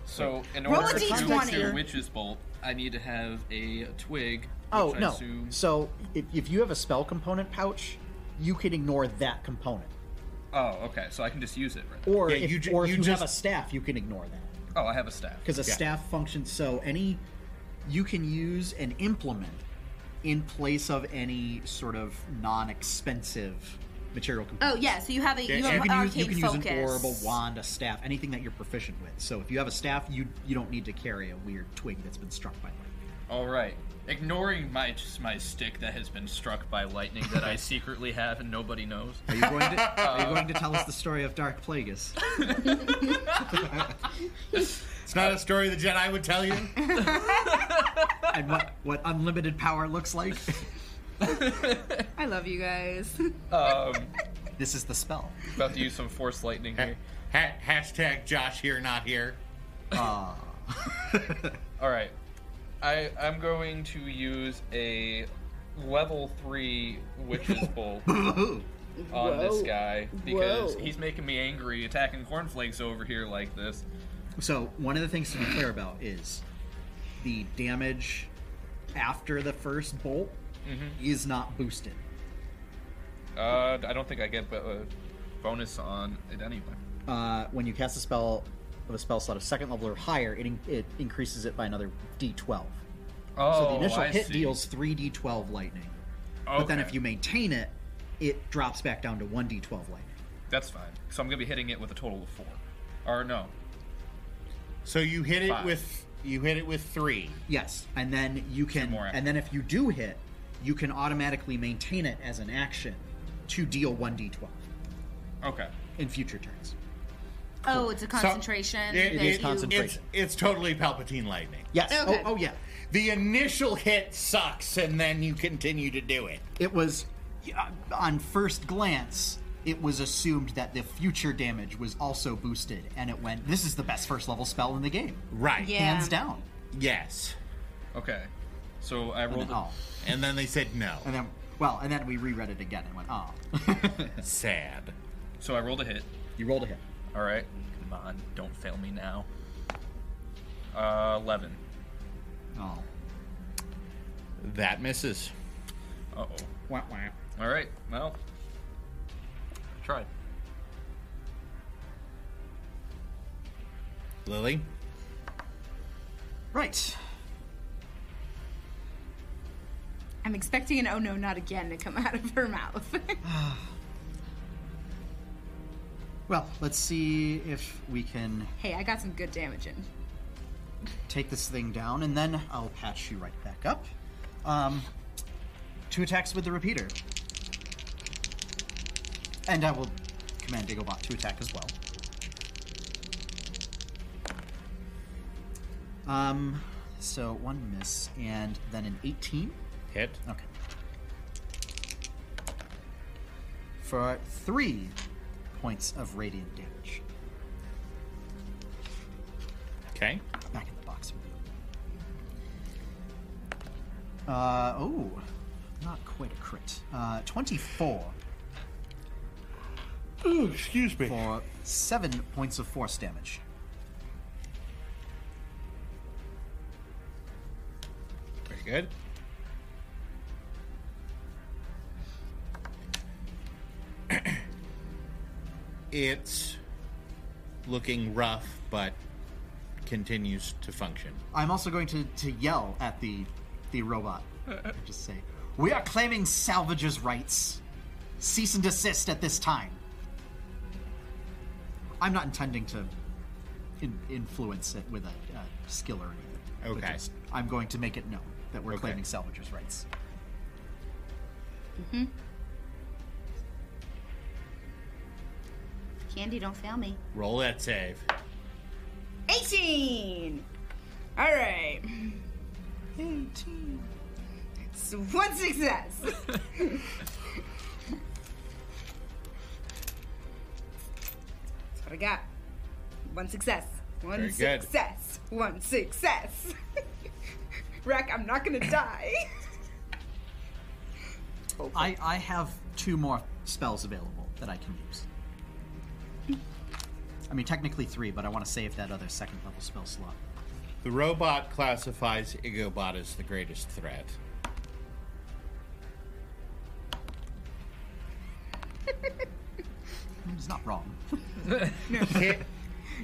[SPEAKER 5] so in
[SPEAKER 6] Roll
[SPEAKER 5] order
[SPEAKER 6] a
[SPEAKER 5] to
[SPEAKER 6] D20.
[SPEAKER 5] do witch's bolt, I need to have a twig.
[SPEAKER 1] Oh
[SPEAKER 5] which I
[SPEAKER 1] no!
[SPEAKER 5] assume-
[SPEAKER 1] So if, if you have a spell component pouch, you can ignore that component,
[SPEAKER 5] Oh, okay. So I can just use it. Right?
[SPEAKER 1] or
[SPEAKER 2] Yeah,
[SPEAKER 1] if,
[SPEAKER 2] you ju-
[SPEAKER 1] or if
[SPEAKER 2] you
[SPEAKER 1] you,
[SPEAKER 2] just-
[SPEAKER 1] have a staff, you can ignore that
[SPEAKER 5] Oh, I have a staff.
[SPEAKER 1] because a
[SPEAKER 2] Yeah.
[SPEAKER 1] staff functions. So any
[SPEAKER 4] You can use an implement in place of any sort of non-expensive material component.
[SPEAKER 6] Oh yeah, so you have a
[SPEAKER 2] you
[SPEAKER 6] you
[SPEAKER 2] have
[SPEAKER 6] have
[SPEAKER 2] can
[SPEAKER 6] an
[SPEAKER 4] you can use, you
[SPEAKER 6] arcade
[SPEAKER 4] can use
[SPEAKER 6] focus.
[SPEAKER 4] an orb, a wand, a staff, anything that you're proficient with. So if you have a staff, you you don't need to carry a weird twig that's been struck by lightning.
[SPEAKER 5] All right. Ignoring my my stick that has been struck by lightning that I secretly have and nobody knows.
[SPEAKER 4] Are you going to, are you going to tell us the story of Dark Plagueis?
[SPEAKER 2] it's not a story the jedi would tell you
[SPEAKER 4] and what, what unlimited power looks like?
[SPEAKER 6] I love you guys.
[SPEAKER 5] Um,
[SPEAKER 4] this is the spell.
[SPEAKER 5] about to use some force lightning
[SPEAKER 2] Ha-
[SPEAKER 5] here.
[SPEAKER 2] ha- hashtag josh here not here
[SPEAKER 4] Uh,
[SPEAKER 5] All right. I I'm going to use a level three witch's bolt
[SPEAKER 4] ooh.
[SPEAKER 5] on this
[SPEAKER 6] Whoa.
[SPEAKER 5] guy because
[SPEAKER 6] Whoa.
[SPEAKER 5] he's making me angry attacking cornflakes over here like this.
[SPEAKER 4] So one of the things to be clear about is the damage after the first bolt
[SPEAKER 5] Mm-hmm.
[SPEAKER 4] is not boosted.
[SPEAKER 5] Uh, I don't think I get a bonus on it anyway.
[SPEAKER 4] Uh,
[SPEAKER 1] when you cast a spell of a spell slot of second level or higher, it in, it increases it by another d12.
[SPEAKER 5] Oh,
[SPEAKER 1] So the initial
[SPEAKER 5] I
[SPEAKER 1] hit
[SPEAKER 5] see.
[SPEAKER 1] deals
[SPEAKER 4] it's 3d12 lightning.
[SPEAKER 5] Okay.
[SPEAKER 4] But then if you maintain it, it drops back down to 1d12 lightning.
[SPEAKER 5] that's fine. So I'm gonna be hitting it with a total of four, or no,
[SPEAKER 2] so you hit it
[SPEAKER 5] Five.
[SPEAKER 2] with you hit it with three
[SPEAKER 4] Yes, and then you can
[SPEAKER 5] more
[SPEAKER 4] and then if you do hit, you can automatically maintain it as an action to deal 1d12
[SPEAKER 5] okay.
[SPEAKER 4] in future turns.
[SPEAKER 6] Oh, it's a
[SPEAKER 2] So-
[SPEAKER 6] concentration.
[SPEAKER 2] It-
[SPEAKER 6] that
[SPEAKER 2] it-
[SPEAKER 6] you-
[SPEAKER 1] concentration.
[SPEAKER 2] It's, it's totally Palpatine lightning.
[SPEAKER 4] Yes.
[SPEAKER 6] Okay.
[SPEAKER 4] Oh, oh yeah.
[SPEAKER 2] The initial hit sucks, and then you continue to do it.
[SPEAKER 4] It was yeah, on first glance, it was assumed that the future damage was also boosted and it went this is the best first level spell in the game.
[SPEAKER 2] Right.
[SPEAKER 6] Yeah.
[SPEAKER 4] Hands down.
[SPEAKER 2] Yes.
[SPEAKER 5] Okay. So I
[SPEAKER 4] And
[SPEAKER 5] rolled.
[SPEAKER 4] then,
[SPEAKER 5] a-
[SPEAKER 4] oh.
[SPEAKER 2] And then they said no.
[SPEAKER 4] And then well, and then we reread it again and went, "Oh.
[SPEAKER 2] Sad.
[SPEAKER 5] So I rolled a hit.
[SPEAKER 4] you rolled a hit."
[SPEAKER 5] All right. Come on, don't fail me now. Uh, eleven.
[SPEAKER 4] Oh.
[SPEAKER 2] That misses.
[SPEAKER 5] Uh oh.
[SPEAKER 4] Wah, wah.
[SPEAKER 5] All right. Well, tried.
[SPEAKER 2] Lily.
[SPEAKER 4] Right.
[SPEAKER 6] I'm expecting an oh no not again to come out of her mouth.
[SPEAKER 4] Well, let's see if we can
[SPEAKER 6] hey, I got some good damage in.
[SPEAKER 4] take this thing down, and then I'll patch you right back up. Um, two attacks with the repeater. And I will command Digglebot to attack as well. Um, so one miss, and then an 18.
[SPEAKER 2] Hit.
[SPEAKER 4] Okay. For three points of radiant damage.
[SPEAKER 2] Okay.
[SPEAKER 4] back in the box with you. Uh, oh, not quite a crit. Uh, 24
[SPEAKER 2] Ooh, excuse me.
[SPEAKER 4] for 7 points of force damage.
[SPEAKER 2] Very good. it's looking rough, but continues to function.
[SPEAKER 4] I'm also going to, to yell at the the robot.
[SPEAKER 2] Uh-uh.
[SPEAKER 4] and Just say, "We are claiming salvages' rights. Cease and desist at this time." I'm not intending to in, influence it with a, uh skill or anything. but
[SPEAKER 2] Okay.
[SPEAKER 4] just- I'm going to make it known that we're
[SPEAKER 2] Okay.
[SPEAKER 4] claiming salvages' rights.
[SPEAKER 3] Candy, don't fail me.
[SPEAKER 2] Roll that save.
[SPEAKER 3] 18! Alright. 18. It's one success. That's what I got. One success. One
[SPEAKER 2] Very good.
[SPEAKER 3] success. One success. Rack, I'm not gonna die.
[SPEAKER 4] I, I have two more spells available that I can use. I mean, technically three, but I want to save that other second level spell slot.
[SPEAKER 2] The robot classifies Igobot as the greatest threat.
[SPEAKER 4] It's not wrong.
[SPEAKER 2] Hit,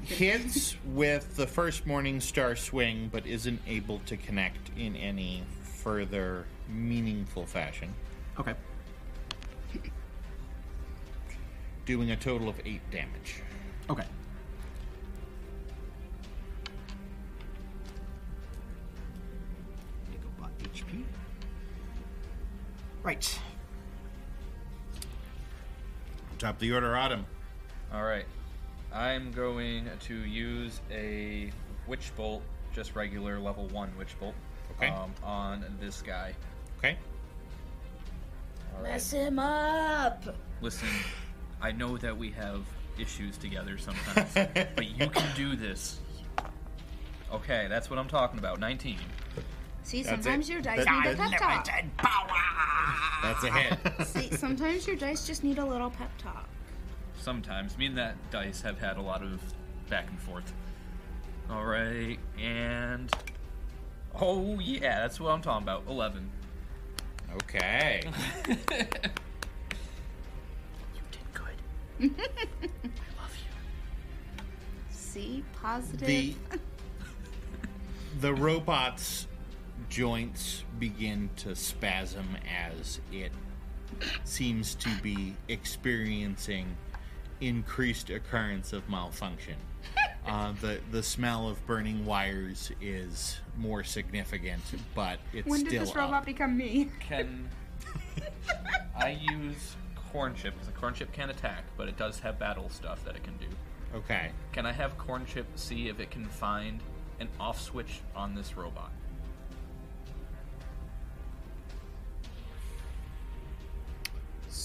[SPEAKER 2] hits with the first Morning Star swing, but isn't able to connect in any further meaningful fashion,
[SPEAKER 4] okay.
[SPEAKER 2] doing a total of eight damage.
[SPEAKER 4] Okay. Nickelbot HP. Right.
[SPEAKER 2] Top of the order, Autumn.
[SPEAKER 5] All right. I'm going to use a witch bolt, just regular level one witch bolt,
[SPEAKER 2] Okay.
[SPEAKER 5] um, on this guy.
[SPEAKER 2] Okay.
[SPEAKER 5] All right.
[SPEAKER 3] Mess him up.
[SPEAKER 5] Listen, I know that we have issues together sometimes, but you can do this. Okay, that's what I'm talking about. 19.
[SPEAKER 6] See,
[SPEAKER 2] That's it.
[SPEAKER 6] sometimes your dice
[SPEAKER 2] That-
[SPEAKER 6] need a pep talk.
[SPEAKER 2] That's a hit.
[SPEAKER 6] See, sometimes your dice just need a little pep talk.
[SPEAKER 5] Sometimes. Me and that dice have had a lot of back and forth. All right, and. Oh, yeah, that's what I'm talking about. 11.
[SPEAKER 2] okay.
[SPEAKER 5] You did good. I love you.
[SPEAKER 6] See, positive.
[SPEAKER 2] The the robot's joints begin to spasm as it seems to be experiencing increased occurrence of malfunction. Uh, the the smell of burning wires is more significant, but it's
[SPEAKER 6] when did
[SPEAKER 2] still
[SPEAKER 6] this robot
[SPEAKER 2] up.
[SPEAKER 6] become me?
[SPEAKER 5] can I use corn chip because corn chip can attack, but it does have battle stuff that it can do.
[SPEAKER 2] okay.
[SPEAKER 5] Can I have corn chip see if it can find an off switch on this robot?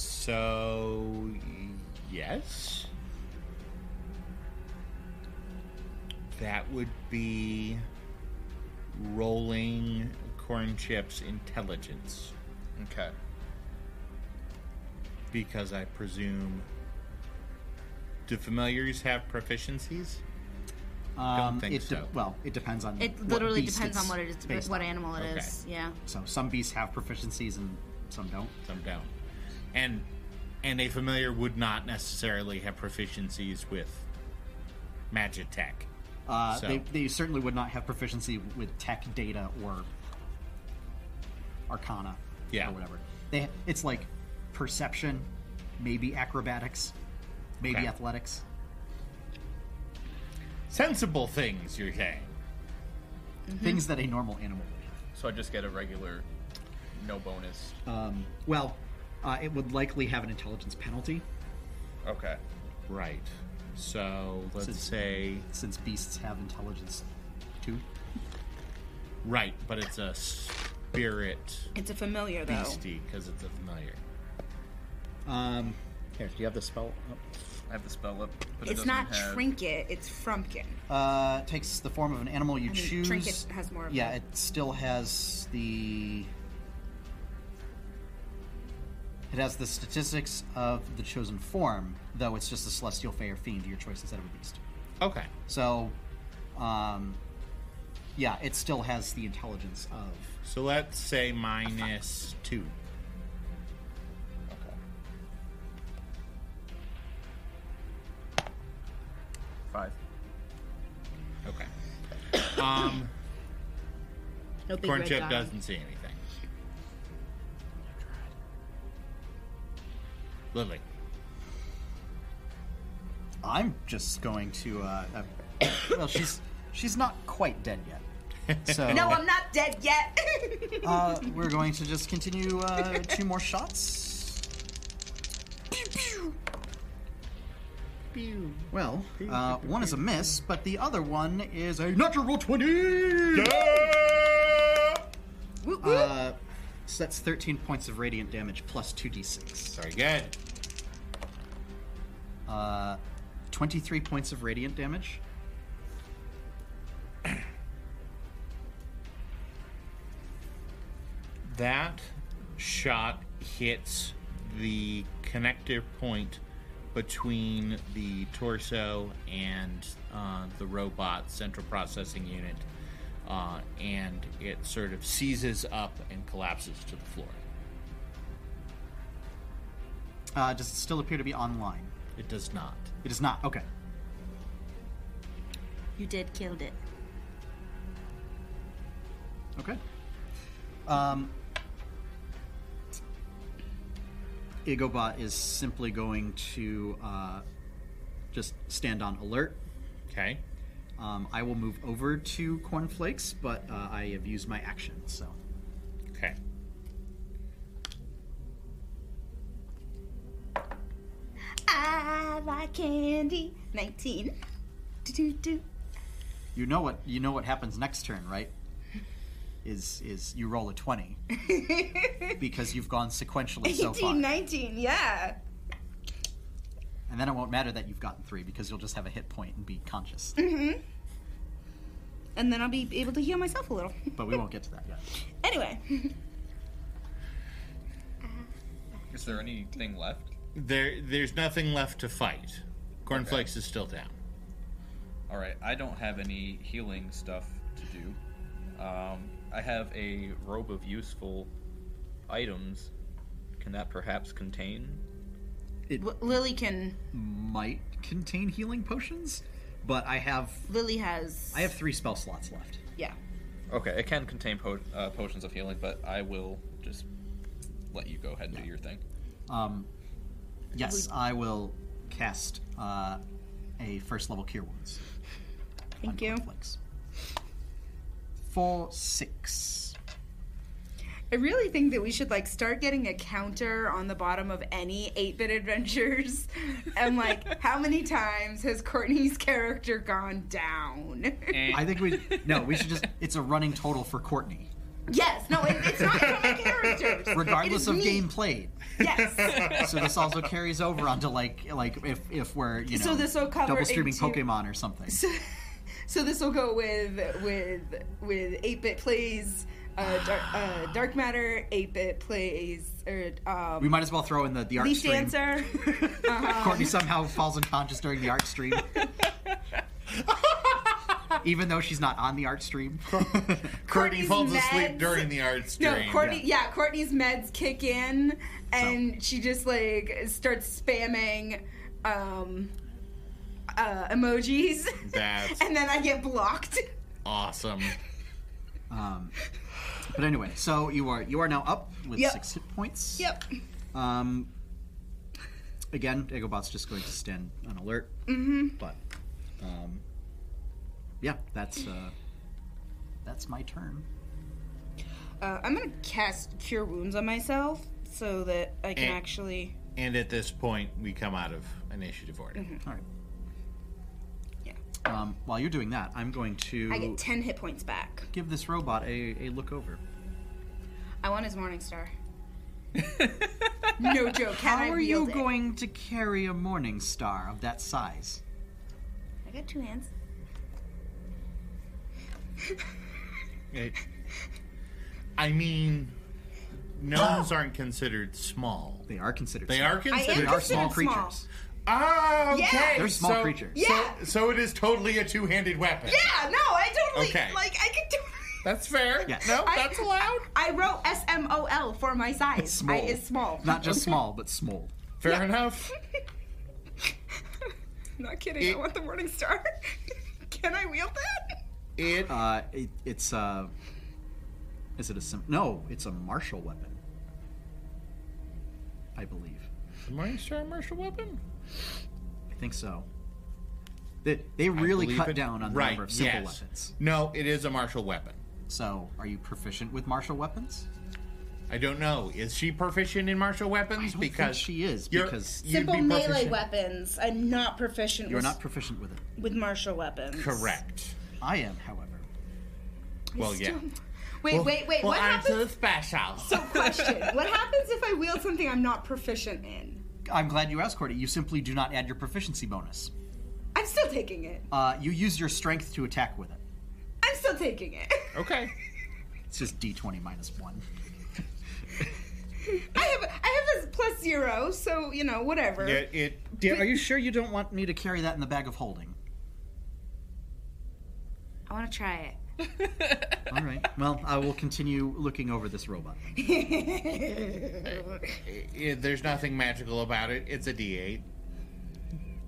[SPEAKER 2] So yes, that would be rolling corn chips intelligence
[SPEAKER 5] Okay.
[SPEAKER 2] because I presume. Do familiars have proficiencies?
[SPEAKER 4] Um,
[SPEAKER 2] think
[SPEAKER 4] it de-
[SPEAKER 2] so.
[SPEAKER 4] Well, it depends on.
[SPEAKER 6] It
[SPEAKER 4] what
[SPEAKER 6] literally
[SPEAKER 4] beast
[SPEAKER 6] depends
[SPEAKER 4] it's
[SPEAKER 6] on what it is,
[SPEAKER 4] based
[SPEAKER 6] what
[SPEAKER 4] on.
[SPEAKER 6] animal it is.
[SPEAKER 2] Okay.
[SPEAKER 6] Yeah.
[SPEAKER 4] So some beasts have proficiencies and some don't.
[SPEAKER 2] Some don't, and and a familiar would not necessarily have proficiencies with magic tech.
[SPEAKER 4] Uh,
[SPEAKER 2] So-
[SPEAKER 4] they, they certainly would not have proficiency with tech data or arcana
[SPEAKER 2] Yeah.
[SPEAKER 4] or whatever. They, it's like perception, maybe acrobatics, maybe
[SPEAKER 2] Okay.
[SPEAKER 4] athletics.
[SPEAKER 2] Sensible things, you're saying.
[SPEAKER 4] Things that a normal animal would have.
[SPEAKER 5] So I just get a regular, no bonus.
[SPEAKER 4] Um, well, uh, it would likely have an intelligence penalty
[SPEAKER 5] Okay.
[SPEAKER 2] Right. So let's
[SPEAKER 4] Since-
[SPEAKER 2] say
[SPEAKER 4] since beasts have intelligence too.
[SPEAKER 2] right, but it's a spirit
[SPEAKER 6] It's a familiar
[SPEAKER 5] Oh.
[SPEAKER 6] though.
[SPEAKER 2] beastie because it's a familiar.
[SPEAKER 4] Um, here, do you have the spell? up?
[SPEAKER 5] I have the spell up, but it
[SPEAKER 6] It's
[SPEAKER 5] doesn't
[SPEAKER 6] not
[SPEAKER 5] have.
[SPEAKER 6] trinket. It's frumpkin.
[SPEAKER 4] Uh, takes the form of an animal you
[SPEAKER 6] I mean,
[SPEAKER 4] choose.
[SPEAKER 6] Trinket has more of
[SPEAKER 4] Yeah,
[SPEAKER 6] the-
[SPEAKER 4] it still has the. It has the statistics of the chosen form, though it's just a celestial fae or fiend, your choice instead of a beast.
[SPEAKER 2] Okay.
[SPEAKER 4] So, um, yeah, it still has the intelligence of.
[SPEAKER 2] So let's say minus two.
[SPEAKER 5] Okay. Five.
[SPEAKER 2] Okay. Um,
[SPEAKER 6] No big
[SPEAKER 2] corn
[SPEAKER 6] red
[SPEAKER 2] chip
[SPEAKER 6] dot.
[SPEAKER 2] doesn't see anything. Lily.
[SPEAKER 4] I'm just going to. Uh, uh, well, she's she's not quite dead yet. So
[SPEAKER 3] No, I'm not dead yet.
[SPEAKER 4] uh, we're going to just continue uh, two more shots. Well, uh, one is a miss, but the other one is a natural twenty. Uh, so that's thirteen points of radiant damage plus two d6.
[SPEAKER 2] Very good.
[SPEAKER 4] Uh, twenty-three points of radiant damage.
[SPEAKER 2] That shot hits the connective point between the torso and uh, the robot central processing unit, uh, and it sort of seizes up and collapses to the floor.
[SPEAKER 4] Uh, does it still appear to be online?
[SPEAKER 2] It does not.
[SPEAKER 4] It is not. Okay.
[SPEAKER 3] you did killed it.
[SPEAKER 4] Okay. Um, Igobot is simply going to uh, just stand on alert.
[SPEAKER 2] Okay.
[SPEAKER 4] Um, I will move over to Cornflakes, but uh, I have used my action, so.
[SPEAKER 2] Okay.
[SPEAKER 3] I like candy. 19. Do-do-do.
[SPEAKER 4] You know what you know what happens next turn, right? Is is you roll a twenty because you've gone sequentially so far,
[SPEAKER 6] 18, 19, yeah.
[SPEAKER 4] and then it won't matter that you've gotten three because you'll just have a hit point and be conscious.
[SPEAKER 6] And then I'll be able to heal myself a little.
[SPEAKER 4] but we won't get to that yet.
[SPEAKER 6] Anyway,
[SPEAKER 5] Is there anything left?
[SPEAKER 2] There, there's nothing left to fight. Cornflakes is still down.
[SPEAKER 5] All right, I don't have any healing stuff to do. Um, I have a robe of useful items. Can that perhaps contain?
[SPEAKER 6] w- Lily can.
[SPEAKER 4] might contain healing potions, but I have
[SPEAKER 6] Lily has.
[SPEAKER 4] I have three spell slots left.
[SPEAKER 6] Yeah.
[SPEAKER 5] Okay, it can contain po- uh, potions of healing, but I will just let you go ahead and do your thing.
[SPEAKER 4] Um, yes, I will cast uh, a first level cure wounds.
[SPEAKER 6] Thank you.
[SPEAKER 4] Cornflakes. Four six.
[SPEAKER 6] I really think that we should like start getting a counter on the bottom of any 8-bit adventures and like how many times has Courtney's character gone down?
[SPEAKER 4] I think we no. We should just. It's a running total for Courtney,
[SPEAKER 6] yes, no, it, it's not for my characters.
[SPEAKER 4] regardless
[SPEAKER 6] It
[SPEAKER 4] of
[SPEAKER 6] is me.
[SPEAKER 4] game played.
[SPEAKER 6] Yes.
[SPEAKER 4] So this also carries over onto like like if if we're you know
[SPEAKER 6] So this will cover
[SPEAKER 4] double streaming
[SPEAKER 6] into-
[SPEAKER 4] Pokemon or something.
[SPEAKER 6] So this will go with with with 8-bit plays uh, dark, uh, dark matter, 8-bit plays or um,
[SPEAKER 4] we might as well throw in the the art
[SPEAKER 6] Leaf
[SPEAKER 4] stream.
[SPEAKER 6] Dancer.
[SPEAKER 4] Courtney somehow falls unconscious during the art stream. Even though she's not on the art stream.
[SPEAKER 2] Courtney
[SPEAKER 6] Courtney's
[SPEAKER 2] falls asleep
[SPEAKER 6] meds.
[SPEAKER 2] during the art
[SPEAKER 6] No,
[SPEAKER 2] stream.
[SPEAKER 6] Courtney. Yeah. Courtney's meds kick in, and she just like starts spamming um, uh, emojis,
[SPEAKER 2] That's
[SPEAKER 6] and then I get blocked.
[SPEAKER 2] awesome.
[SPEAKER 4] Um, but anyway, so you are you are now up with
[SPEAKER 6] Yep.
[SPEAKER 4] six hit points.
[SPEAKER 6] Yep.
[SPEAKER 4] Um, again, Egobot's just going to stand on alert. Mm-hmm. But um, yeah, that's uh, that's my turn.
[SPEAKER 6] Uh, I'm gonna cast Cure Wounds on myself so that I can
[SPEAKER 2] Eh.
[SPEAKER 6] actually.
[SPEAKER 2] And at this point, we come out of initiative order.
[SPEAKER 4] All right.
[SPEAKER 6] Yeah.
[SPEAKER 4] Um, while you're doing that, I'm going to
[SPEAKER 6] I get ten hit points back.
[SPEAKER 4] give this robot a, a look over.
[SPEAKER 6] I want his Morning Star. no joke. Can I
[SPEAKER 4] How are you
[SPEAKER 6] wield it?
[SPEAKER 4] going to carry a morning star of that size?
[SPEAKER 6] I got two hands.
[SPEAKER 2] It- I mean, gnomes aren't considered small.
[SPEAKER 4] They are considered.
[SPEAKER 2] They
[SPEAKER 4] small.
[SPEAKER 2] are
[SPEAKER 4] They
[SPEAKER 2] considered.
[SPEAKER 4] are small
[SPEAKER 6] considered
[SPEAKER 4] creatures.
[SPEAKER 6] small.
[SPEAKER 2] Ah, okay.
[SPEAKER 6] Yeah.
[SPEAKER 4] They're small
[SPEAKER 2] so-
[SPEAKER 4] creatures.
[SPEAKER 6] Yeah.
[SPEAKER 2] So, so it is totally a two-handed weapon.
[SPEAKER 6] Yeah. No, I totally
[SPEAKER 2] Okay.
[SPEAKER 6] like. I could do.
[SPEAKER 2] That's fair.
[SPEAKER 4] Yes.
[SPEAKER 2] No,
[SPEAKER 6] I-
[SPEAKER 2] that's allowed.
[SPEAKER 6] I wrote S M O L for my size.
[SPEAKER 4] Small.
[SPEAKER 6] I is small.
[SPEAKER 4] Not just small, but small.
[SPEAKER 2] Fair enough.
[SPEAKER 6] Not kidding.
[SPEAKER 2] It-
[SPEAKER 6] I want the Morning Star. Can I wield that?
[SPEAKER 2] It
[SPEAKER 4] Uh, it, it's uh, is it a sim? No, it's a martial weapon. I believe.
[SPEAKER 2] the Morningstar martial weapon.
[SPEAKER 4] I think so. They, they really
[SPEAKER 2] believe
[SPEAKER 4] cut
[SPEAKER 2] it-
[SPEAKER 4] down on the
[SPEAKER 2] right,
[SPEAKER 4] number of simple
[SPEAKER 2] yes.
[SPEAKER 4] weapons.
[SPEAKER 2] No, it is a martial weapon.
[SPEAKER 4] So, are you proficient with martial weapons?
[SPEAKER 2] I don't know. Is she proficient in martial weapons?
[SPEAKER 4] I don't think
[SPEAKER 2] because
[SPEAKER 4] she is,
[SPEAKER 2] you're-
[SPEAKER 4] because-
[SPEAKER 2] you'd
[SPEAKER 3] Simple
[SPEAKER 2] be
[SPEAKER 3] melee
[SPEAKER 2] proficient-
[SPEAKER 3] weapons. I'm not proficient
[SPEAKER 4] You're
[SPEAKER 3] with,
[SPEAKER 4] not proficient with it.
[SPEAKER 3] with martial weapons.
[SPEAKER 2] Correct.
[SPEAKER 4] I am, however.
[SPEAKER 2] Well, yeah.
[SPEAKER 6] Wait, wait, wait.
[SPEAKER 2] Well,
[SPEAKER 6] what
[SPEAKER 2] I'm
[SPEAKER 6] happens?
[SPEAKER 2] so special.
[SPEAKER 6] Question. What happens if I wield something I'm not proficient in?
[SPEAKER 4] I'm glad you asked, Cordy. You simply do not add your proficiency bonus.
[SPEAKER 6] I'm still taking it.
[SPEAKER 4] Uh, you use your strength to attack with it.
[SPEAKER 6] I'm still taking it.
[SPEAKER 2] okay.
[SPEAKER 4] It's just d20 minus one.
[SPEAKER 6] I have I have a plus zero, so you know whatever.
[SPEAKER 2] It, it
[SPEAKER 4] Dear, are you sure you don't want me to carry that in the bag of holding?
[SPEAKER 6] I want to try it.
[SPEAKER 4] All right. Well, I will continue looking over this robot.
[SPEAKER 2] it- there's nothing magical about it. It's a D8.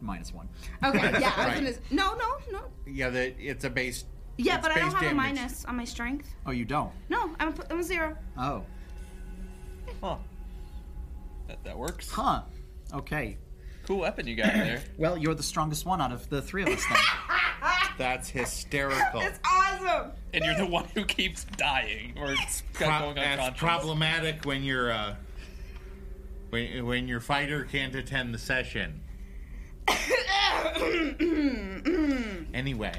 [SPEAKER 4] Minus one.
[SPEAKER 6] Okay, yeah. I was
[SPEAKER 2] Right.
[SPEAKER 6] gonna. No, no, no.
[SPEAKER 2] Yeah, the, it's a base.
[SPEAKER 6] Yeah,
[SPEAKER 2] it's
[SPEAKER 6] but I don't
[SPEAKER 2] base
[SPEAKER 6] have a
[SPEAKER 2] damage.
[SPEAKER 6] minus on my strength.
[SPEAKER 4] Oh, you don't?
[SPEAKER 6] No, I'm a, pl- I'm a zero.
[SPEAKER 4] Oh.
[SPEAKER 9] Huh. That, that works.
[SPEAKER 4] Huh. Okay.
[SPEAKER 9] Cool weapon you got there.
[SPEAKER 4] Well, you're the strongest one out of the three of us then.
[SPEAKER 2] That's hysterical.
[SPEAKER 6] That's awesome.
[SPEAKER 9] and you're the one who keeps dying or it's got
[SPEAKER 2] Pro-
[SPEAKER 9] going unconscious.
[SPEAKER 2] that's problematic when you're uh, when when your fighter can't attend the session. anyway,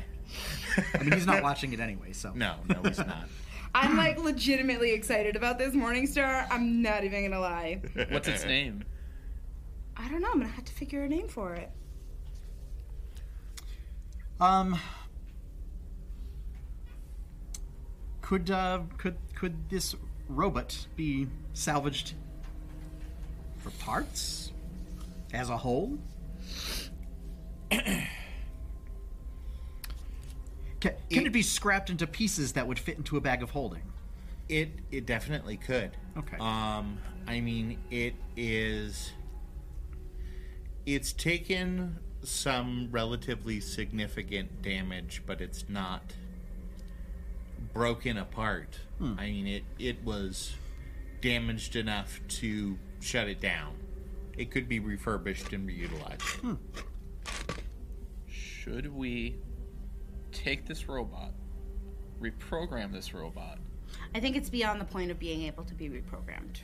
[SPEAKER 4] I mean, he's not watching it anyway, so.
[SPEAKER 2] no, no, he's not.
[SPEAKER 6] I'm like legitimately excited about this Morningstar. I'm not even gonna lie.
[SPEAKER 9] What's its name?
[SPEAKER 6] I don't know. I'm gonna have to figure a name for it.
[SPEAKER 4] Um. Could uh, could could this robot be salvaged for parts as a whole? can can it, be scrapped into pieces that would fit into a bag of holding?
[SPEAKER 2] It it definitely could.
[SPEAKER 4] Okay.
[SPEAKER 2] Um, I mean, it is. It's taken some relatively significant damage, but it's not broken apart.
[SPEAKER 4] Hmm.
[SPEAKER 2] I mean, it it was damaged enough to shut it down. It could be refurbished and reutilized.
[SPEAKER 4] Hmm.
[SPEAKER 9] Should we take this robot, reprogram this robot?
[SPEAKER 3] I think it's beyond the point of being able to be reprogrammed.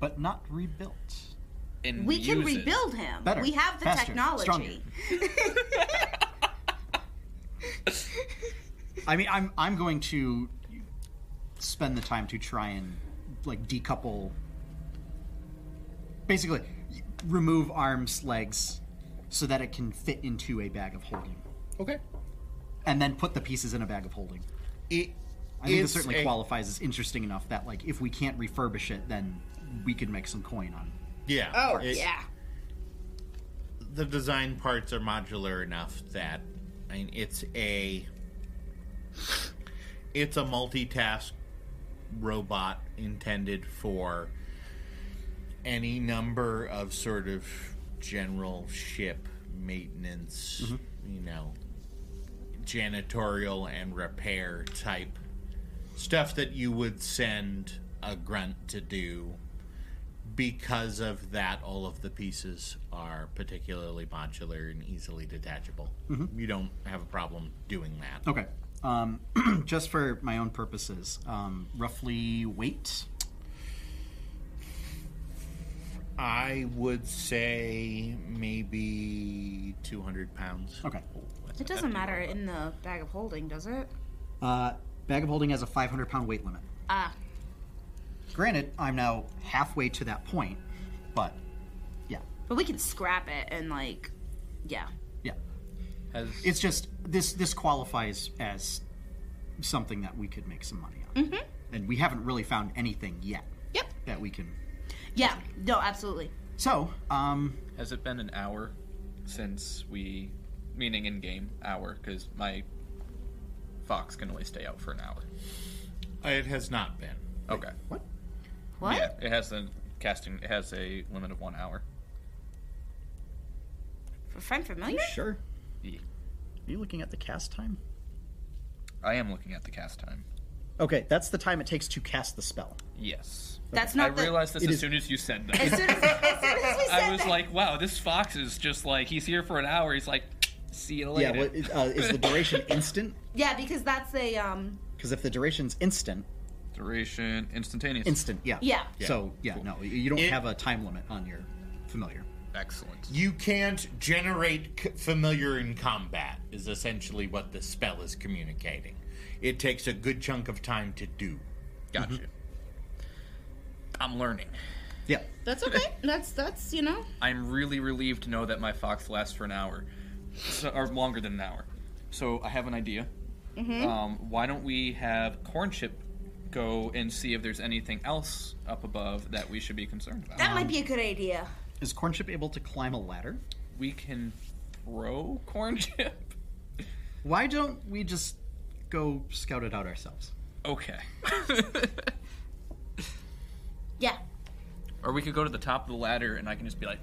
[SPEAKER 4] but not rebuilt.
[SPEAKER 9] And
[SPEAKER 3] We can
[SPEAKER 9] use it?
[SPEAKER 3] rebuild him.
[SPEAKER 4] Better,
[SPEAKER 3] we have the
[SPEAKER 4] faster,
[SPEAKER 3] technology.
[SPEAKER 4] I mean, I'm I'm going to spend the time to try and like decouple, basically remove arms, legs, so that it can fit into a bag of holding,
[SPEAKER 2] Okay.
[SPEAKER 4] and then put the pieces in a bag of holding.
[SPEAKER 2] It.
[SPEAKER 4] I think
[SPEAKER 2] it's
[SPEAKER 4] this certainly
[SPEAKER 2] a-
[SPEAKER 4] qualifies as interesting enough that like if we can't refurbish it, then we could make some coin on. it.
[SPEAKER 2] Yeah.
[SPEAKER 6] Oh
[SPEAKER 2] it-
[SPEAKER 6] yeah.
[SPEAKER 2] the design parts are modular enough that I mean it's a it's a multitask robot intended for any number of sort of general ship maintenance, you know, janitorial and repair type stuff that you would send a grunt to do because of that, all of the pieces are particularly modular and easily detachable. You don't have a problem doing that.
[SPEAKER 4] Okay. Um, just for my own purposes, um, roughly weight.
[SPEAKER 2] I would say maybe 200 pounds.
[SPEAKER 4] Okay.
[SPEAKER 6] It doesn't matter in the bag of holding, does it?
[SPEAKER 4] Uh, bag of holding has a 500 pound weight limit.
[SPEAKER 6] Ah.
[SPEAKER 4] Granted, I'm now halfway to that point, but yeah,
[SPEAKER 6] But we can scrap it and like, yeah.
[SPEAKER 4] yeah.
[SPEAKER 9] Has,
[SPEAKER 4] It's just this this qualifies as something that we could make some money on, mm-hmm. and we haven't really found anything yet
[SPEAKER 6] Yep.
[SPEAKER 4] that we can.
[SPEAKER 6] Yeah. No, absolutely.
[SPEAKER 4] So, um,
[SPEAKER 9] has it been an hour since we, meaning in game hour, because my fox can only stay out for an hour.
[SPEAKER 2] It has not been.
[SPEAKER 9] Okay.
[SPEAKER 6] What?
[SPEAKER 9] Yeah, it has the casting. It has a limit of one hour.
[SPEAKER 6] For friend familiar?
[SPEAKER 4] sure.
[SPEAKER 9] Yeah.
[SPEAKER 4] Are you looking at the cast time?
[SPEAKER 9] I am looking at the cast time.
[SPEAKER 4] Okay, that's the time it takes to cast the spell.
[SPEAKER 9] Yes.
[SPEAKER 6] That's not
[SPEAKER 9] I
[SPEAKER 6] the.
[SPEAKER 9] realized this
[SPEAKER 4] It
[SPEAKER 9] as
[SPEAKER 4] is-
[SPEAKER 9] soon as you said
[SPEAKER 6] as
[SPEAKER 9] that.
[SPEAKER 6] soon as, as soon as we said
[SPEAKER 9] I was
[SPEAKER 6] that,
[SPEAKER 9] like, wow, this fox is just like he's here for an hour. He's like, see you later.
[SPEAKER 4] Yeah, what, uh, is the duration instant?
[SPEAKER 6] yeah, because that's a um,
[SPEAKER 4] Because if the duration's instant,
[SPEAKER 9] duration instantaneous.
[SPEAKER 4] instant, yeah.
[SPEAKER 6] yeah.
[SPEAKER 4] So yeah, no, you- you don't
[SPEAKER 2] It-
[SPEAKER 4] have a time limit on your familiar.
[SPEAKER 9] Excellent.
[SPEAKER 4] Mm-hmm.
[SPEAKER 2] You can't generate c- familiar in combat, is essentially what the spell is communicating. It takes a good chunk of time to do.
[SPEAKER 9] Gotcha. I'm learning.
[SPEAKER 4] Yeah.
[SPEAKER 6] That's okay. That's that's you know.
[SPEAKER 9] I'm really relieved to know that my fox lasts for an hour, so, or longer than an hour. So I have an idea. Um, why don't we have Cornchip go and see if there's anything else up above that we should be concerned about?
[SPEAKER 6] That might be a good idea.
[SPEAKER 4] Is Cornchip able to climb a ladder?
[SPEAKER 9] We can throw Cornchip.
[SPEAKER 4] Why don't we just go scout it out ourselves?
[SPEAKER 9] okay.
[SPEAKER 6] Yeah.
[SPEAKER 9] or we could go to the top of the ladder and I can just be like,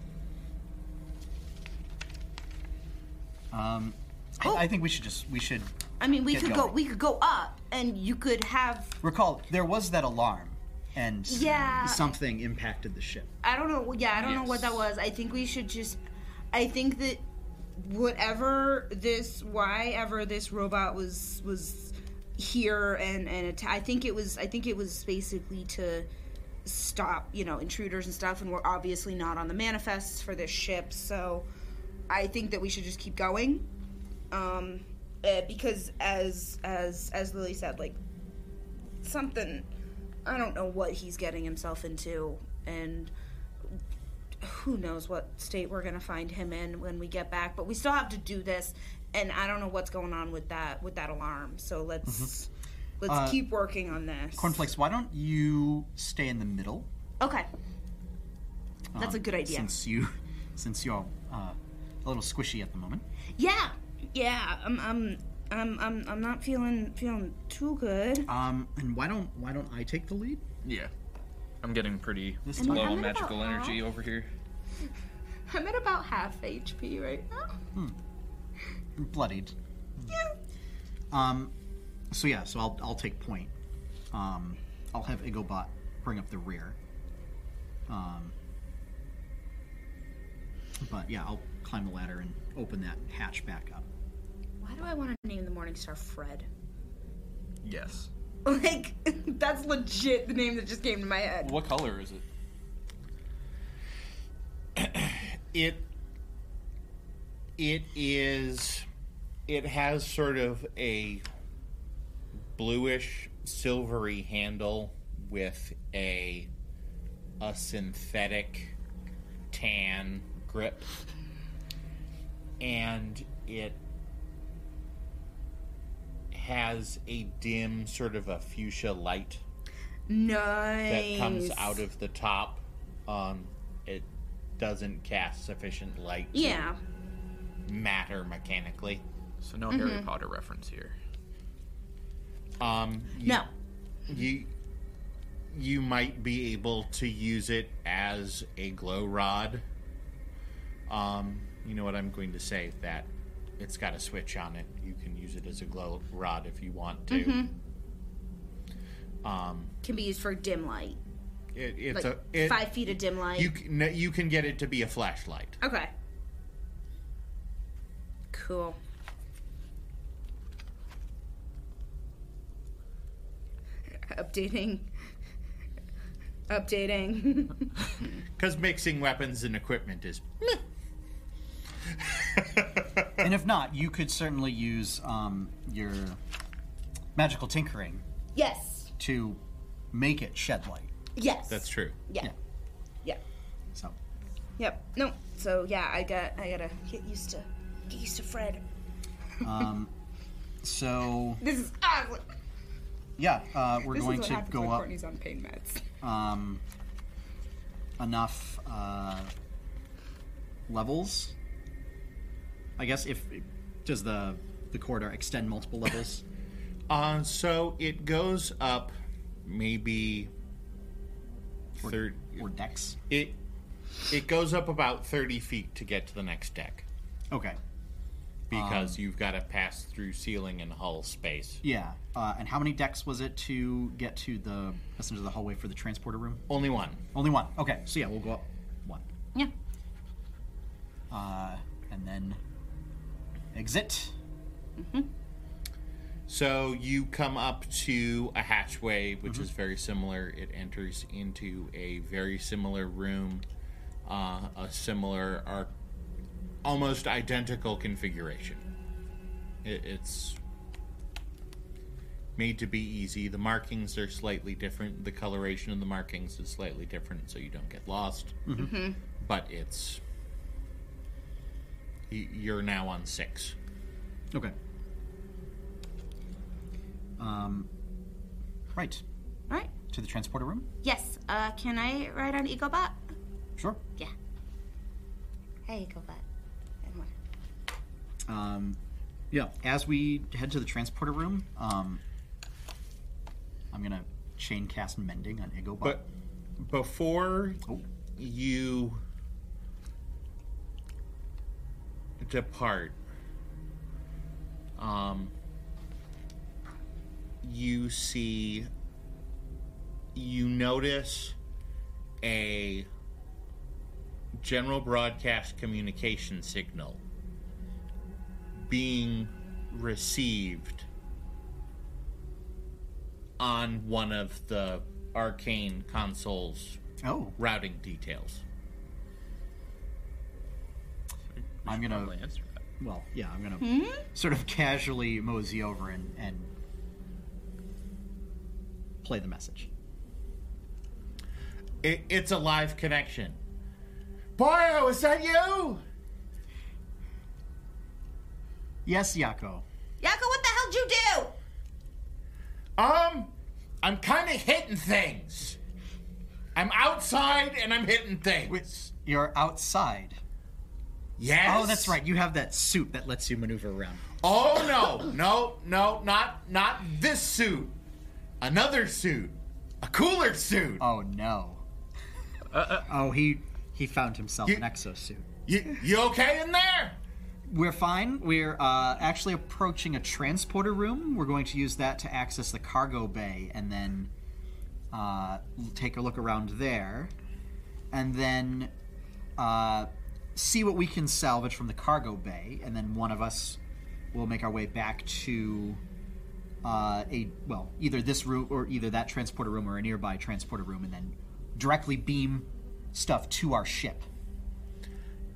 [SPEAKER 4] Um, I- I, think we should just we should
[SPEAKER 6] I mean, we
[SPEAKER 4] Get
[SPEAKER 6] could
[SPEAKER 4] going.
[SPEAKER 6] go. We could go up, and you could have.
[SPEAKER 4] recall there was that alarm, and
[SPEAKER 6] Yeah.
[SPEAKER 4] something impacted the ship.
[SPEAKER 6] I don't know. Yeah, I don't know what
[SPEAKER 9] Yes.
[SPEAKER 6] that was. I think we should just. I think that whatever this, why ever this robot was was here and and atta- I think it was. I think it was basically to stop you know intruders and stuff. And we're obviously not on the manifests for this ship, so I think that we should just keep going. Um, eh, because as as as Lily said, like something I don't know what he's getting himself into and who knows what state we're going to find him in when we get back but we still have to do this and I don't know what's going on with that with that alarm so let's let's
[SPEAKER 4] Uh,
[SPEAKER 6] keep working on this
[SPEAKER 4] Cornflakes, why don't you stay in the middle?
[SPEAKER 6] okay that's
[SPEAKER 4] um,
[SPEAKER 6] a good idea
[SPEAKER 4] Since you since you're uh, a little squishy at the moment.
[SPEAKER 6] yeah yeah I'm I'm I'm I'm I'm not feeling feeling too good
[SPEAKER 4] Um, and why don't why don't I take the lead?
[SPEAKER 9] yeah. I'm getting pretty
[SPEAKER 4] This
[SPEAKER 9] low
[SPEAKER 4] time?
[SPEAKER 9] on
[SPEAKER 6] I'm at
[SPEAKER 9] magical
[SPEAKER 6] about half.
[SPEAKER 9] energy over here.
[SPEAKER 6] I'm at about half HP right now
[SPEAKER 4] Hmm. I'm bloodied. Um, so yeah, so I'll I'll take point. Um, I'll have Igobot bring up the rear. Um, but yeah, I'll climb the ladder and open that hatch back up.
[SPEAKER 6] why do I want to name the morning star Fred
[SPEAKER 9] Yes.
[SPEAKER 6] Like, that's legit the name that just came to my head.
[SPEAKER 9] What color is it?
[SPEAKER 2] It it is it has sort of a bluish silvery handle with a a synthetic tan grip and it has a dim sort of a fuchsia light
[SPEAKER 6] Nice.
[SPEAKER 2] that comes out of the top. Um, it doesn't cast sufficient light
[SPEAKER 6] Yeah.
[SPEAKER 2] to matter mechanically.
[SPEAKER 9] So no Harry Potter reference here.
[SPEAKER 2] Um, you,
[SPEAKER 6] No.
[SPEAKER 2] you you might be able to use it as a glow rod. Um, you know what I'm going to say that it's got a switch on it. You can use it as a glow rod if you want to.
[SPEAKER 6] Mm-hmm.
[SPEAKER 2] Um,
[SPEAKER 6] Can be used for dim light.
[SPEAKER 2] it, it's
[SPEAKER 6] Like,
[SPEAKER 2] a it,
[SPEAKER 6] five feet of dim light.
[SPEAKER 2] You can, no, you can get it to be a flashlight.
[SPEAKER 6] Okay. Cool. Updating. Updating.
[SPEAKER 2] Because mixing weapons and equipment is.
[SPEAKER 4] And if not, you could certainly use um, your magical tinkering
[SPEAKER 6] yes.
[SPEAKER 4] to make it shed light.
[SPEAKER 6] Yes.
[SPEAKER 2] That's true.
[SPEAKER 6] Yeah.
[SPEAKER 4] Yeah.
[SPEAKER 6] Yeah.
[SPEAKER 4] So
[SPEAKER 6] Yep. No. So yeah, I got I gotta get used to get used to Fred.
[SPEAKER 4] um, so
[SPEAKER 6] This is awesome.
[SPEAKER 4] yeah, uh, we're
[SPEAKER 6] This
[SPEAKER 4] going
[SPEAKER 6] is what
[SPEAKER 4] to
[SPEAKER 6] happens
[SPEAKER 4] go
[SPEAKER 6] when
[SPEAKER 4] up.
[SPEAKER 6] Courtney's on pain meds.
[SPEAKER 4] um, enough uh, levels. I guess if does the the corridor extend multiple levels?
[SPEAKER 2] Uh, so it goes up maybe. Third,
[SPEAKER 4] or decks?
[SPEAKER 2] it it goes up about thirty feet to get to the next deck.
[SPEAKER 4] Okay.
[SPEAKER 2] because you've got to pass through ceiling and hull space.
[SPEAKER 4] Yeah. Uh, and how many decks was it to get to the essentially the hallway for the transporter room?
[SPEAKER 2] Only one.
[SPEAKER 4] Only one. Okay. So yeah, we'll go up one.
[SPEAKER 6] Yeah.
[SPEAKER 4] Uh, and then exit.
[SPEAKER 2] So you come up to a hatchway, which is very similar. It enters into a very similar room, uh, a similar, arc, almost identical configuration. It, it's made to be easy. The markings are slightly different. The coloration of the markings is slightly different, so you don't get lost. But it's y- you're now on six.
[SPEAKER 4] Okay. Um, right.
[SPEAKER 6] All right.
[SPEAKER 4] To the transporter room?
[SPEAKER 6] Yes. Uh, can I ride on EgoBot?
[SPEAKER 4] Sure.
[SPEAKER 6] Yeah. Hey, EgoBot. And what?
[SPEAKER 4] Um, yeah. As we head to the transporter room, um, I'm going to chain cast mending on Igobot.
[SPEAKER 2] But before
[SPEAKER 4] Oh.
[SPEAKER 2] you depart, um, you see, you notice a general broadcast communication signal being received on one of the arcane consoles
[SPEAKER 4] oh,
[SPEAKER 2] routing details.
[SPEAKER 4] I'm going to.
[SPEAKER 9] Probably answer that.
[SPEAKER 4] Well, yeah, I'm gonna sort of casually mosey over and, and play the message.
[SPEAKER 2] It, it's a live connection. Boyo, is that you?
[SPEAKER 4] Yes, Yako.
[SPEAKER 3] Yako, what the hell'd you do?
[SPEAKER 2] Um, I'm kind of hitting things. I'm outside and I'm hitting things.
[SPEAKER 4] You're outside.
[SPEAKER 2] yes.
[SPEAKER 4] Oh, that's right. You have that suit that lets you maneuver around.
[SPEAKER 2] Oh no, no, no, not not this suit. Another suit. A cooler suit.
[SPEAKER 4] Oh no. oh, he he found himself
[SPEAKER 2] You-
[SPEAKER 4] an exosuit.
[SPEAKER 2] You you okay in there?
[SPEAKER 4] We're fine. We're uh, actually approaching a transporter room. We're going to use that to access the cargo bay and then uh, take a look around there. And then uh, see what we can salvage from the cargo bay. And then one of us will make our way back to uh, a, well, either this room or either that transporter room or a nearby transporter room and then directly beam stuff to our ship.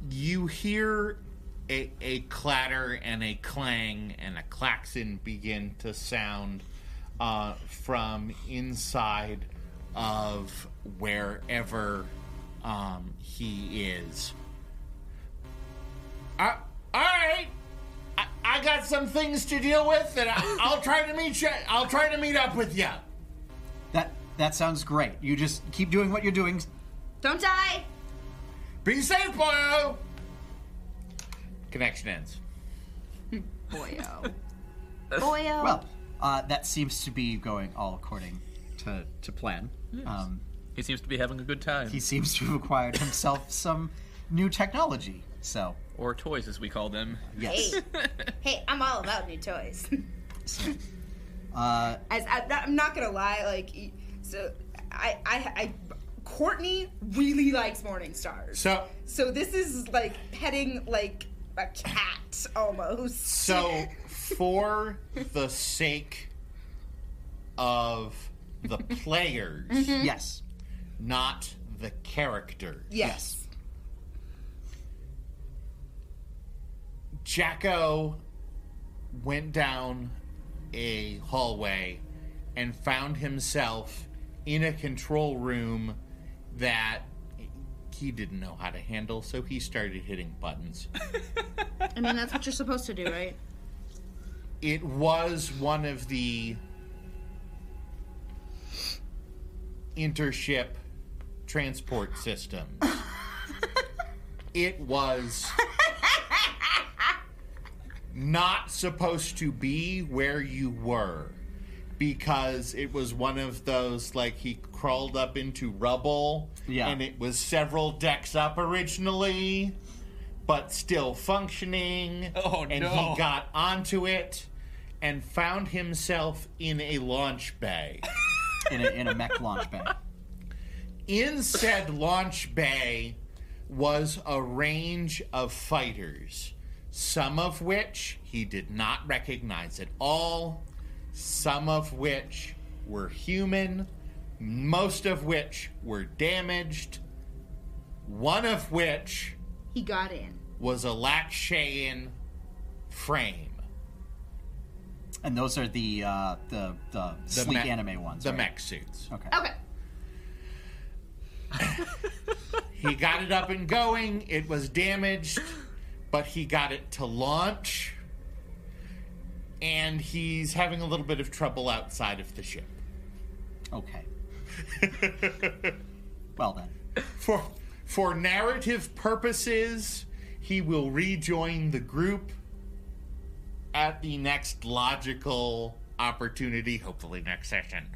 [SPEAKER 2] you hear a, a clatter and a clang and a klaxon begin to sound uh, from inside of wherever um, he is. Uh, all right, I, I got some things to deal with, and I, I'll try to meet you. I'll try to meet up with you.
[SPEAKER 4] That that sounds great. You just keep doing what you're doing.
[SPEAKER 3] Don't die.
[SPEAKER 2] Be safe, boyo. Connection ends.
[SPEAKER 6] Boyo. Boyo.
[SPEAKER 4] Well, uh, that seems to be going all according to, to plan. Um,
[SPEAKER 9] He seems to be having a good time.
[SPEAKER 4] he seems to have acquired himself some new technology. So,
[SPEAKER 9] Or toys, as we call them.
[SPEAKER 4] yes.
[SPEAKER 3] Hey, I'm all about new toys.
[SPEAKER 4] Uh,
[SPEAKER 3] As I, I'm not gonna lie, like e- so, I, I, I, Courtney really likes Morning Stars.
[SPEAKER 2] So
[SPEAKER 3] So this is like petting like a cat almost.
[SPEAKER 2] So, for the sake of the players,
[SPEAKER 4] yes.
[SPEAKER 2] not the character,
[SPEAKER 3] yes.
[SPEAKER 2] Jacko went down a hallway and found himself in a control room that he didn't know how to handle, so he started hitting buttons.
[SPEAKER 6] I mean, that's what you're supposed to do, right?
[SPEAKER 2] it was one of the intership transport systems. it was not supposed to be where you were because it was one of those like he crawled up into rubble
[SPEAKER 4] Yeah.
[SPEAKER 2] and it was several decks up originally but still functioning.
[SPEAKER 9] Oh,
[SPEAKER 2] And
[SPEAKER 9] no.
[SPEAKER 2] he got onto it and found himself in a launch bay.
[SPEAKER 4] in a, in a mech launch bay.
[SPEAKER 2] in said launch bay was a range of fighters, some of which he did not recognize at all, some of which were human, most of which were damaged, one of which
[SPEAKER 3] He got in.
[SPEAKER 2] was a Lakshayan frame.
[SPEAKER 4] And those are the uh, the the,
[SPEAKER 2] The
[SPEAKER 4] sleek
[SPEAKER 2] me-
[SPEAKER 4] anime ones.
[SPEAKER 2] The
[SPEAKER 4] right?
[SPEAKER 2] mech suits.
[SPEAKER 4] Okay.
[SPEAKER 3] Okay.
[SPEAKER 2] He got it up and going. It was damaged, but he got it to launch. And he's having a little bit of trouble outside of the ship.
[SPEAKER 4] Okay. well then,
[SPEAKER 2] For for narrative purposes, he will rejoin the group at the next logical opportunity, hopefully next session.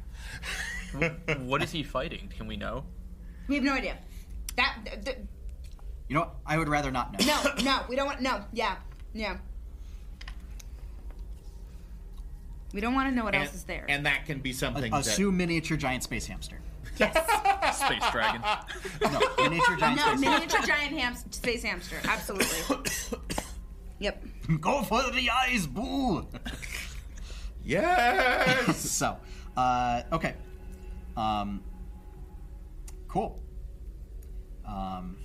[SPEAKER 5] What is he fighting? Can we know?
[SPEAKER 3] We have no idea. That. Th- th-
[SPEAKER 4] you know what? I would rather not know.
[SPEAKER 3] no, no, we don't want. No, yeah, yeah.
[SPEAKER 6] We don't want to know what
[SPEAKER 2] And,
[SPEAKER 6] else is there.
[SPEAKER 2] and that can be something that-
[SPEAKER 4] Assume miniature giant space hamster.
[SPEAKER 9] Space dragon.
[SPEAKER 4] No, miniature giant
[SPEAKER 6] no,
[SPEAKER 4] space.
[SPEAKER 6] miniature giant ham- space hamster. Absolutely. yep.
[SPEAKER 4] Go for the eyes, boo.
[SPEAKER 2] Yes!
[SPEAKER 4] so, uh, okay. Um, cool. Um,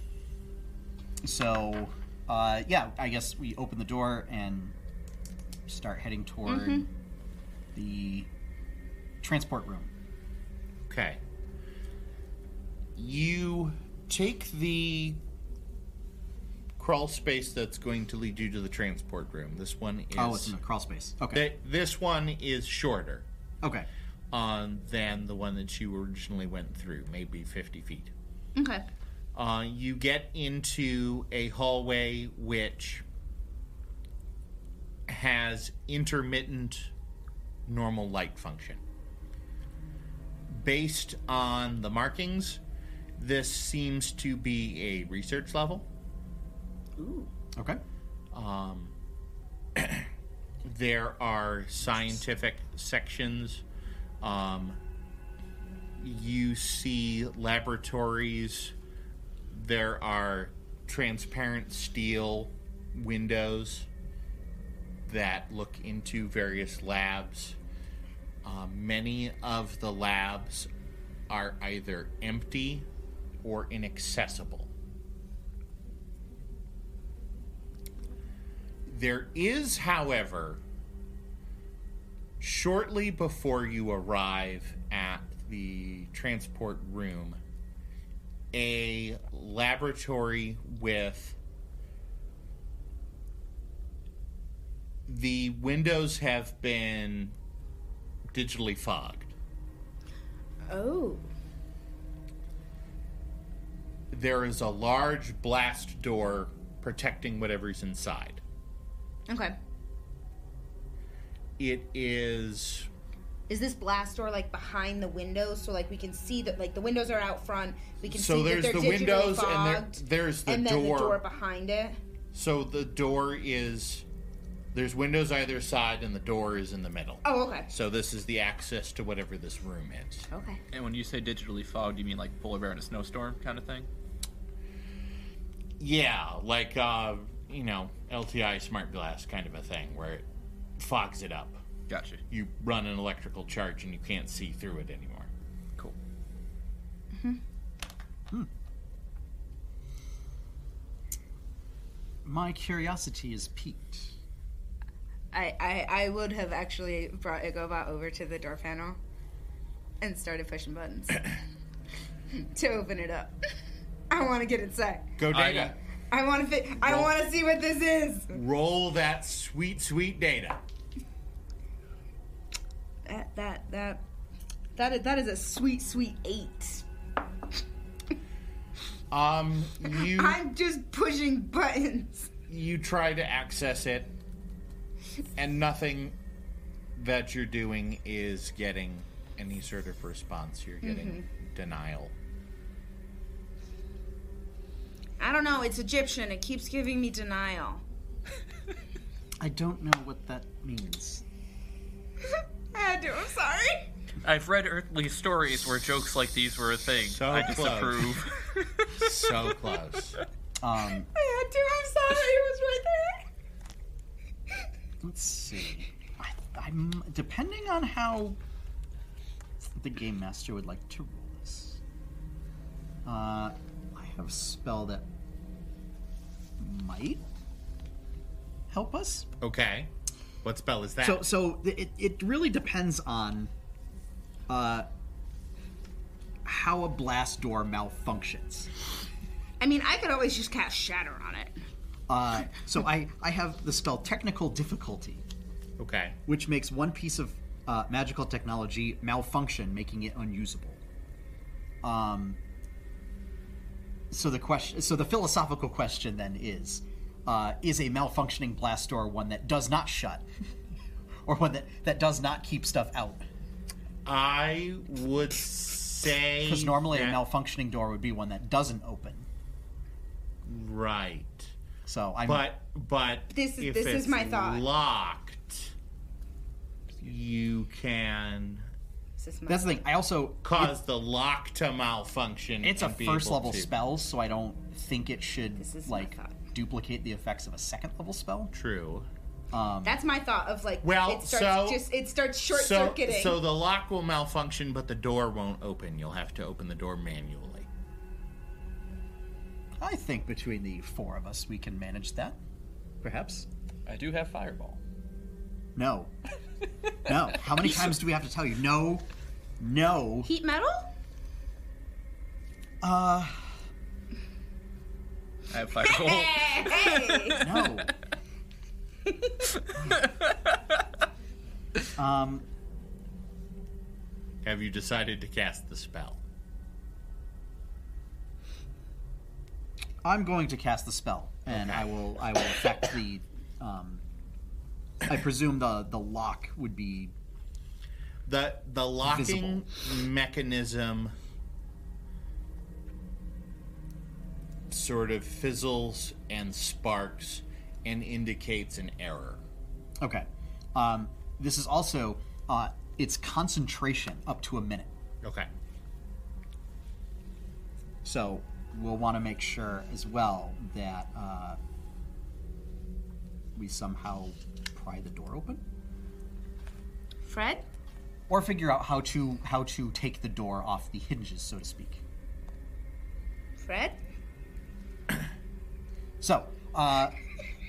[SPEAKER 4] so, uh, yeah, I guess we open the door and start heading toward the transport room.
[SPEAKER 2] Okay. You take the crawl space that's going to lead you to the transport room. This one is
[SPEAKER 4] Oh, it's in the crawl space. Okay.
[SPEAKER 2] th- this one is shorter
[SPEAKER 4] okay.
[SPEAKER 2] um, than the one that you originally went through, maybe 50 feet.
[SPEAKER 6] Okay.
[SPEAKER 2] Uh, you get into a hallway which has intermittent normal light function. Based on the markings, this seems to be a research level.
[SPEAKER 4] Okay.
[SPEAKER 2] Um, there are scientific sections. Um, you see laboratories. There are transparent steel windows that look into various labs. Uh, many of the labs are either empty or inaccessible. There is, however, shortly before you arrive at the transport room, a laboratory with the windows have been digitally fogged.
[SPEAKER 3] Oh.
[SPEAKER 2] There is a large blast door protecting whatever's inside.
[SPEAKER 3] Okay.
[SPEAKER 2] It is
[SPEAKER 3] Is this blast door like behind the windows, so like we can see that like the windows are out front? We can
[SPEAKER 2] so
[SPEAKER 3] see
[SPEAKER 2] there's
[SPEAKER 3] that
[SPEAKER 2] the
[SPEAKER 3] they're digitally
[SPEAKER 2] windows and
[SPEAKER 3] fogged,
[SPEAKER 2] there, there's the
[SPEAKER 3] and then
[SPEAKER 2] door.
[SPEAKER 3] the door behind it.
[SPEAKER 2] So the door is there's windows either side and the door is in the middle.
[SPEAKER 3] Oh, okay.
[SPEAKER 2] So this is the access to whatever this room is.
[SPEAKER 3] Okay.
[SPEAKER 9] and when you say digitally fogged, you mean like polar bear in a snowstorm kind of thing?
[SPEAKER 2] Yeah, like uh, you know, LTI smart glass kind of a thing where it fogs it up.
[SPEAKER 9] Gotcha.
[SPEAKER 2] You run an electrical charge and you can't see through it anymore.
[SPEAKER 9] Cool.
[SPEAKER 4] My curiosity is piqued.
[SPEAKER 6] I, I, I would have actually brought Igobot over to the door panel and started pushing buttons to open it up. I want to get inside.
[SPEAKER 2] Go data.
[SPEAKER 6] I want to fit. I
[SPEAKER 2] Roll.
[SPEAKER 6] want to see what this is.
[SPEAKER 2] Roll that sweet, sweet data.
[SPEAKER 6] That that that that is, that is a sweet sweet eight.
[SPEAKER 2] Um you
[SPEAKER 6] I'm just pushing buttons.
[SPEAKER 2] you try to access it and nothing that you're doing is getting any sort of
[SPEAKER 6] Mm-hmm.
[SPEAKER 2] response you're getting denial
[SPEAKER 6] I, I don't know. It's Egyptian. It keeps giving me denial.
[SPEAKER 4] I don't know what that means.
[SPEAKER 6] I had to. I'm sorry.
[SPEAKER 9] I've read earthly stories where jokes like these were a thing.
[SPEAKER 2] So
[SPEAKER 9] I
[SPEAKER 2] close.
[SPEAKER 9] disapprove.
[SPEAKER 2] So close.
[SPEAKER 4] Um,
[SPEAKER 6] I had to. I'm sorry. It was right there.
[SPEAKER 4] let's see. I, I'm depending on how the game master would like to roll this. Uh, I have a spell that might help us.
[SPEAKER 2] Okay. What spell is that?
[SPEAKER 4] So, so th- it, it really depends on uh, how a blast door malfunctions.
[SPEAKER 6] I mean, I could always just cast Shatter on it.
[SPEAKER 4] Uh, so I, I have the spell technical difficulty,
[SPEAKER 2] okay.
[SPEAKER 4] which makes one piece of uh, magical technology malfunction, making it unusable. Um, so the question, so the philosophical question then is, uh, is a malfunctioning blast door one that does not shut, or one that, that does not keep stuff out?
[SPEAKER 2] I would say
[SPEAKER 4] Because normally a
[SPEAKER 2] that-
[SPEAKER 4] malfunctioning door would be one that doesn't open.
[SPEAKER 2] right,
[SPEAKER 4] So I'm
[SPEAKER 2] but but
[SPEAKER 6] This-
[SPEAKER 2] if
[SPEAKER 6] this is
[SPEAKER 2] it's
[SPEAKER 6] my thought.
[SPEAKER 2] Locked. You can
[SPEAKER 6] Is this my-
[SPEAKER 4] that's the thing. I also
[SPEAKER 2] cause the lock to malfunction.
[SPEAKER 4] it's a
[SPEAKER 2] and be
[SPEAKER 4] first
[SPEAKER 2] able
[SPEAKER 4] level
[SPEAKER 2] to-
[SPEAKER 4] spell, so I don't think it should
[SPEAKER 6] This is my
[SPEAKER 4] like
[SPEAKER 6] thought.
[SPEAKER 4] duplicate the effects of a second level spell.
[SPEAKER 2] True.
[SPEAKER 6] That's my thought of like.
[SPEAKER 2] Well,
[SPEAKER 6] it starts
[SPEAKER 2] so-
[SPEAKER 6] just it starts short
[SPEAKER 2] So
[SPEAKER 6] circuiting.
[SPEAKER 2] so the lock will malfunction, but the door won't open. You'll have to open the door manually.
[SPEAKER 4] I think between the four of us we can manage that. Perhaps.
[SPEAKER 9] I do have fireball.
[SPEAKER 4] No. No. How many times do we have to tell you? No. No.
[SPEAKER 6] Heat metal?
[SPEAKER 4] Uh
[SPEAKER 9] I have fireball.
[SPEAKER 6] Hey.
[SPEAKER 4] no. um
[SPEAKER 2] Have you decided to cast the spell?
[SPEAKER 4] I'm going to cast the spell, and
[SPEAKER 2] Okay.
[SPEAKER 4] I will. I will affect the. Um, I presume the the lock would be
[SPEAKER 2] the the locking mechanism sort of fizzles and sparks and indicates an error.
[SPEAKER 4] okay. Um, this is also uh, its concentration up to a minute,
[SPEAKER 2] Okay.
[SPEAKER 4] so we'll want to make sure as well that uh, we somehow pry the door open
[SPEAKER 6] Fred?
[SPEAKER 4] or figure out how to how to take the door off the hinges, so to speak.
[SPEAKER 6] Fred?
[SPEAKER 4] So, uh,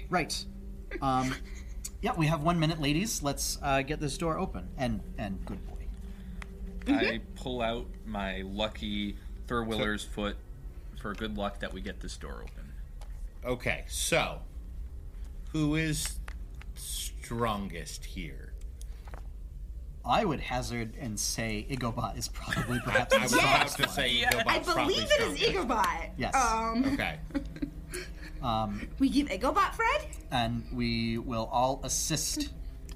[SPEAKER 4] right. Um, yeah, we have one minute, ladies. Let's uh, get this door open. And and good boy.
[SPEAKER 9] I pull out my lucky Thurwiller's foot for good luck that we get this door open.
[SPEAKER 2] Okay. So, who is strongest here?
[SPEAKER 4] I would hazard and say Igobot is probably perhaps
[SPEAKER 2] I was
[SPEAKER 4] the
[SPEAKER 2] about
[SPEAKER 4] strongest
[SPEAKER 2] to
[SPEAKER 4] one.
[SPEAKER 2] say
[SPEAKER 6] I
[SPEAKER 2] Eagobot's probably
[SPEAKER 6] believe it is
[SPEAKER 2] strongest.
[SPEAKER 6] Igobot.
[SPEAKER 4] Yes.
[SPEAKER 6] Um,
[SPEAKER 2] Okay.
[SPEAKER 6] we give Igobot Fred?
[SPEAKER 4] and we will all assist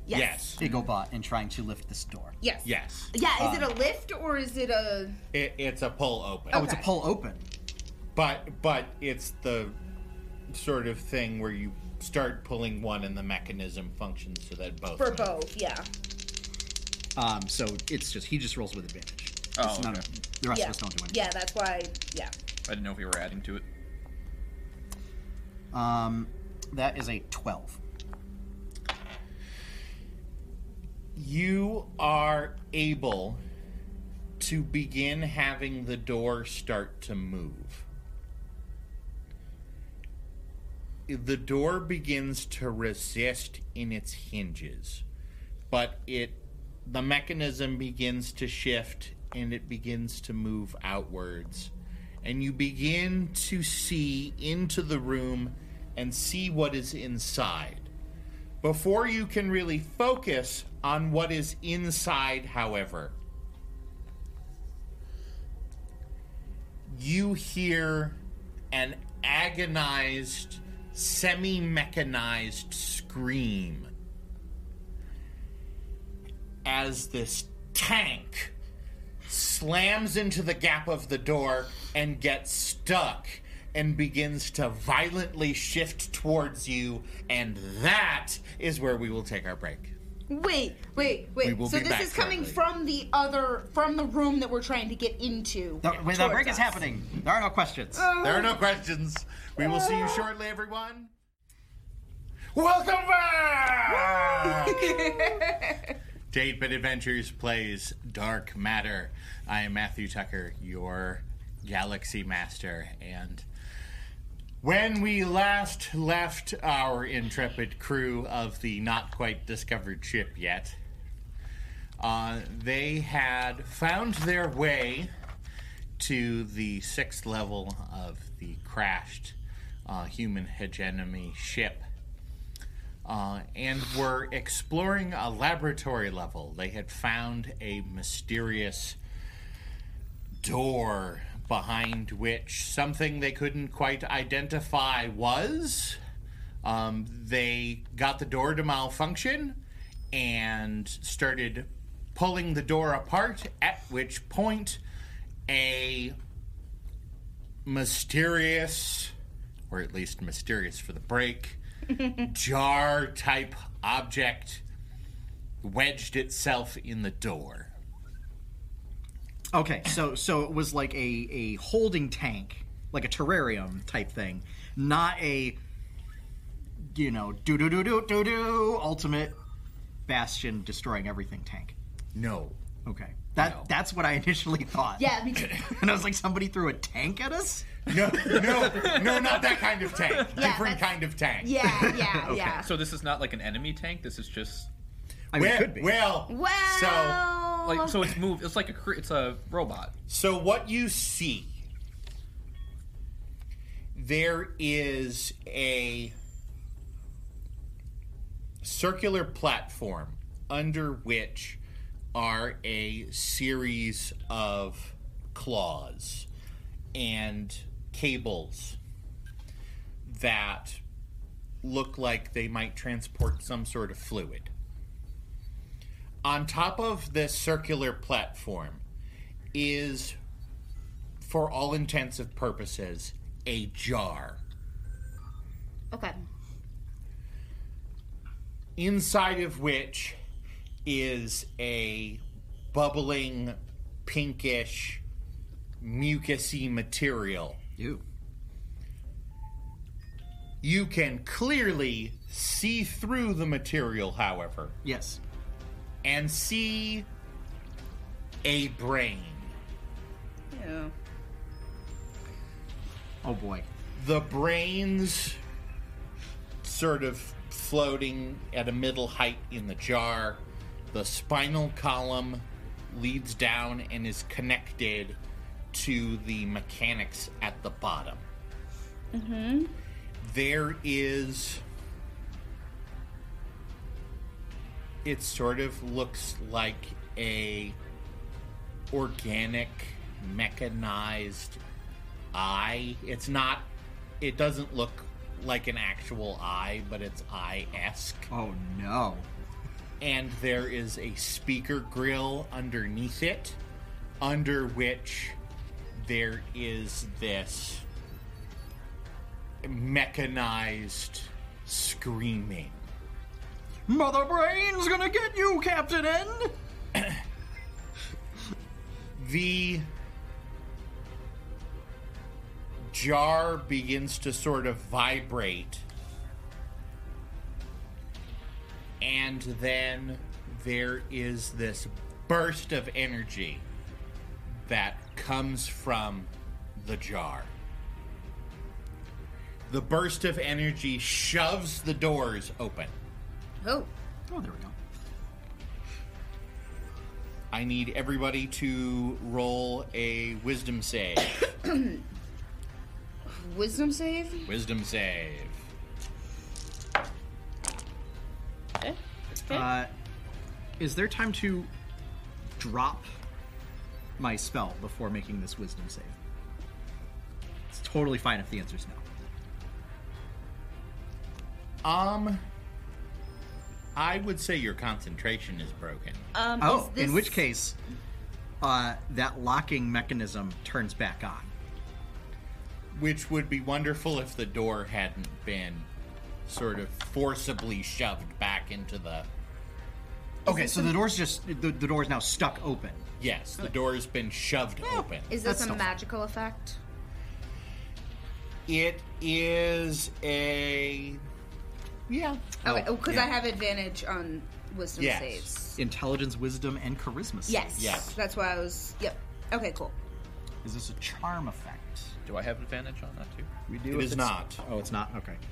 [SPEAKER 2] yes.
[SPEAKER 4] Igobot in trying to lift this door.
[SPEAKER 6] Yes.
[SPEAKER 2] Yes. Uh,
[SPEAKER 6] Yeah, is it a lift or is it a.
[SPEAKER 2] It, it's a pull open.
[SPEAKER 4] Oh, it's a
[SPEAKER 6] Okay.
[SPEAKER 4] pull open.
[SPEAKER 2] But but it's the sort of thing where you start pulling one and the mechanism functions so that both.
[SPEAKER 6] For both, yeah.
[SPEAKER 4] Um, so it's just he just rolls with advantage.
[SPEAKER 9] Oh,
[SPEAKER 4] It's not
[SPEAKER 9] okay.
[SPEAKER 4] the rest
[SPEAKER 6] Yeah.
[SPEAKER 4] of us don't do anything.
[SPEAKER 6] Yeah, that's why. Yeah.
[SPEAKER 9] I didn't know if we were adding to it.
[SPEAKER 4] Um, that is a twelve.
[SPEAKER 2] You are able to begin having the door start to move. The door begins to resist in its hinges, but it the mechanism begins to shift and it begins to move outwards. And you begin to see into the room and see what is inside. Before you can really focus on what is inside, however, you hear an agonized, semi mechanized scream as this tank slams into the gap of the door and gets stuck and begins to violently shift towards you, and that is where we will take our break.
[SPEAKER 6] Wait, wait,
[SPEAKER 2] We
[SPEAKER 6] wait.
[SPEAKER 2] will
[SPEAKER 6] So
[SPEAKER 2] be
[SPEAKER 6] this
[SPEAKER 2] back
[SPEAKER 6] is coming
[SPEAKER 2] shortly.
[SPEAKER 6] from the other, from the room that we're trying to get into.
[SPEAKER 4] The, when the
[SPEAKER 6] towards
[SPEAKER 4] break is
[SPEAKER 6] us.
[SPEAKER 4] happening. There are no questions.
[SPEAKER 6] Ah.
[SPEAKER 2] There are no questions. We will see you shortly, everyone. Welcome back! Date Bit Adventures plays Dark Matter. I am Matthew Tucker, your Galaxy Master, and when we last left our intrepid crew of the not quite discovered ship yet, uh, they had found their way to the sixth level of the crashed uh, human hegemony ship uh, and were exploring a laboratory level. They had found a mysterious door behind which something they couldn't quite identify was. Um, they got the door to malfunction and started pulling the door apart, at which point, a mysterious, or at least mysterious for the break, jar type object wedged itself in the door.
[SPEAKER 4] Okay, so so it was like a, a holding tank, like a terrarium type thing, not a you know do do do do do do ultimate bastion destroying everything tank.
[SPEAKER 2] No.
[SPEAKER 4] Okay, that
[SPEAKER 2] No.
[SPEAKER 4] that's what I initially thought.
[SPEAKER 6] Yeah, me too.
[SPEAKER 4] and I was like, somebody threw a tank at us.
[SPEAKER 2] No, no, no, not that kind of tank. Different
[SPEAKER 6] that's-
[SPEAKER 2] kind of tank.
[SPEAKER 6] Yeah, yeah, yeah.
[SPEAKER 9] So this is not like an enemy tank. This is just
[SPEAKER 4] I mean,
[SPEAKER 2] Well,
[SPEAKER 4] it could be.
[SPEAKER 2] well, so
[SPEAKER 6] Well,
[SPEAKER 9] like so it's moved. It's like a cr- it's a robot.
[SPEAKER 2] So, what you see, there is a circular platform under which are a series of claws and cables that look like they might transport some sort of fluid. On top of this circular platform, is, for all intents and purposes, a jar.
[SPEAKER 6] okay.
[SPEAKER 2] Inside of which is a bubbling, pinkish, mucusy material.
[SPEAKER 4] Ew.
[SPEAKER 2] You can clearly see through the material, however,
[SPEAKER 4] Yes.
[SPEAKER 2] and see a brain.
[SPEAKER 3] Yeah.
[SPEAKER 4] Oh boy.
[SPEAKER 2] The brain's sort of floating at a middle height in the jar. The spinal column leads down and is connected to the mechanics at the bottom. Mm-hmm. is. It sort of looks like a organic, mechanized eye. It's not. It doesn't look like an actual eye, but it's eye esque
[SPEAKER 4] Oh no.
[SPEAKER 2] and there is a speaker grill underneath it, under which there is this mechanized screaming.
[SPEAKER 4] Mother Brain's gonna get you, Captain N.
[SPEAKER 2] The jar begins to sort of vibrate, and then there is this burst of energy that comes from the jar. The burst of energy shoves the doors open.
[SPEAKER 6] Oh,
[SPEAKER 4] Oh, there we go.
[SPEAKER 2] I need everybody to roll a wisdom save.
[SPEAKER 6] wisdom save.
[SPEAKER 2] wisdom save.
[SPEAKER 3] Okay.
[SPEAKER 4] Uh, is there time to drop my spell before making this wisdom save? It's totally fine if the answer's no.
[SPEAKER 2] Um, I would say your concentration is broken.
[SPEAKER 3] Um, is
[SPEAKER 4] Oh,
[SPEAKER 3] this-
[SPEAKER 4] in which case, uh, that locking mechanism turns back on.
[SPEAKER 2] which would be wonderful if the door hadn't been sort of forcibly shoved back into the.
[SPEAKER 4] Okay, so the door's just the, the door's now stuck open.
[SPEAKER 2] Yes, the door's been shoved open.
[SPEAKER 6] Is this
[SPEAKER 4] That's
[SPEAKER 6] a
[SPEAKER 4] not-
[SPEAKER 6] magical effect?
[SPEAKER 2] It is a. Yeah.
[SPEAKER 4] Oh,
[SPEAKER 6] Okay, because
[SPEAKER 2] yeah.
[SPEAKER 6] I have advantage on wisdom
[SPEAKER 2] Yes.
[SPEAKER 6] saves.
[SPEAKER 4] Intelligence, wisdom, and charisma. save.
[SPEAKER 6] Yes. Oh,
[SPEAKER 2] Yes.
[SPEAKER 6] That's why I was. Yep. Okay. Cool.
[SPEAKER 4] Is this a charm effect?
[SPEAKER 9] Do I have advantage on that too?
[SPEAKER 1] We do.
[SPEAKER 2] It
[SPEAKER 1] if
[SPEAKER 2] is
[SPEAKER 1] it's-
[SPEAKER 2] not.
[SPEAKER 4] Oh, it's not. Okay.
[SPEAKER 9] Oh,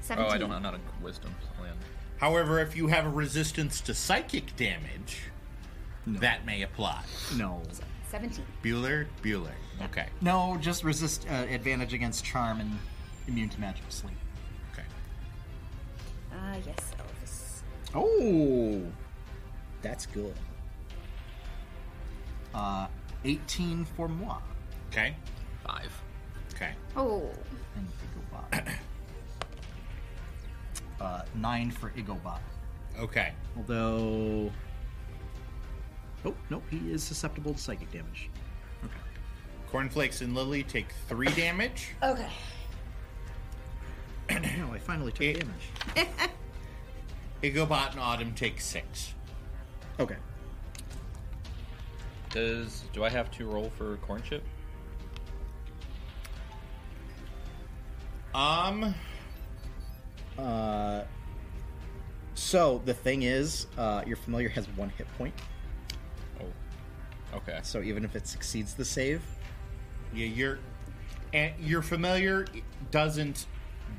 [SPEAKER 6] Seventeen.
[SPEAKER 9] I don't. I'm not a wisdom. it's only on-
[SPEAKER 2] However, if you have a resistance to psychic damage, that may apply.
[SPEAKER 4] No.
[SPEAKER 6] Seventeen.
[SPEAKER 2] Bueller, Bueller. Okay.
[SPEAKER 4] No, just resist uh, advantage against charm and immune to magic sleep.
[SPEAKER 2] Okay.
[SPEAKER 6] Ah, yes, Elvis.
[SPEAKER 4] Oh, that's good. Uh, 18 for moi.
[SPEAKER 2] Okay.
[SPEAKER 9] Five.
[SPEAKER 2] Okay.
[SPEAKER 6] Oh.
[SPEAKER 4] And Igobot. uh, 9 for Igobot.
[SPEAKER 2] Okay.
[SPEAKER 4] Although. Oh, nope, he is susceptible to psychic damage.
[SPEAKER 2] Cornflakes and Lily take three damage.
[SPEAKER 6] Okay.
[SPEAKER 4] no, I finally took
[SPEAKER 2] It-
[SPEAKER 4] damage.
[SPEAKER 2] Igobot and Autumn take six.
[SPEAKER 4] Okay.
[SPEAKER 9] Does do I have to roll for corn chip?
[SPEAKER 2] Um.
[SPEAKER 4] Uh, so the thing is, uh, your familiar has one hit point,
[SPEAKER 9] Oh. Okay.
[SPEAKER 4] so even if it succeeds the save,
[SPEAKER 2] Yeah, your and your familiar doesn't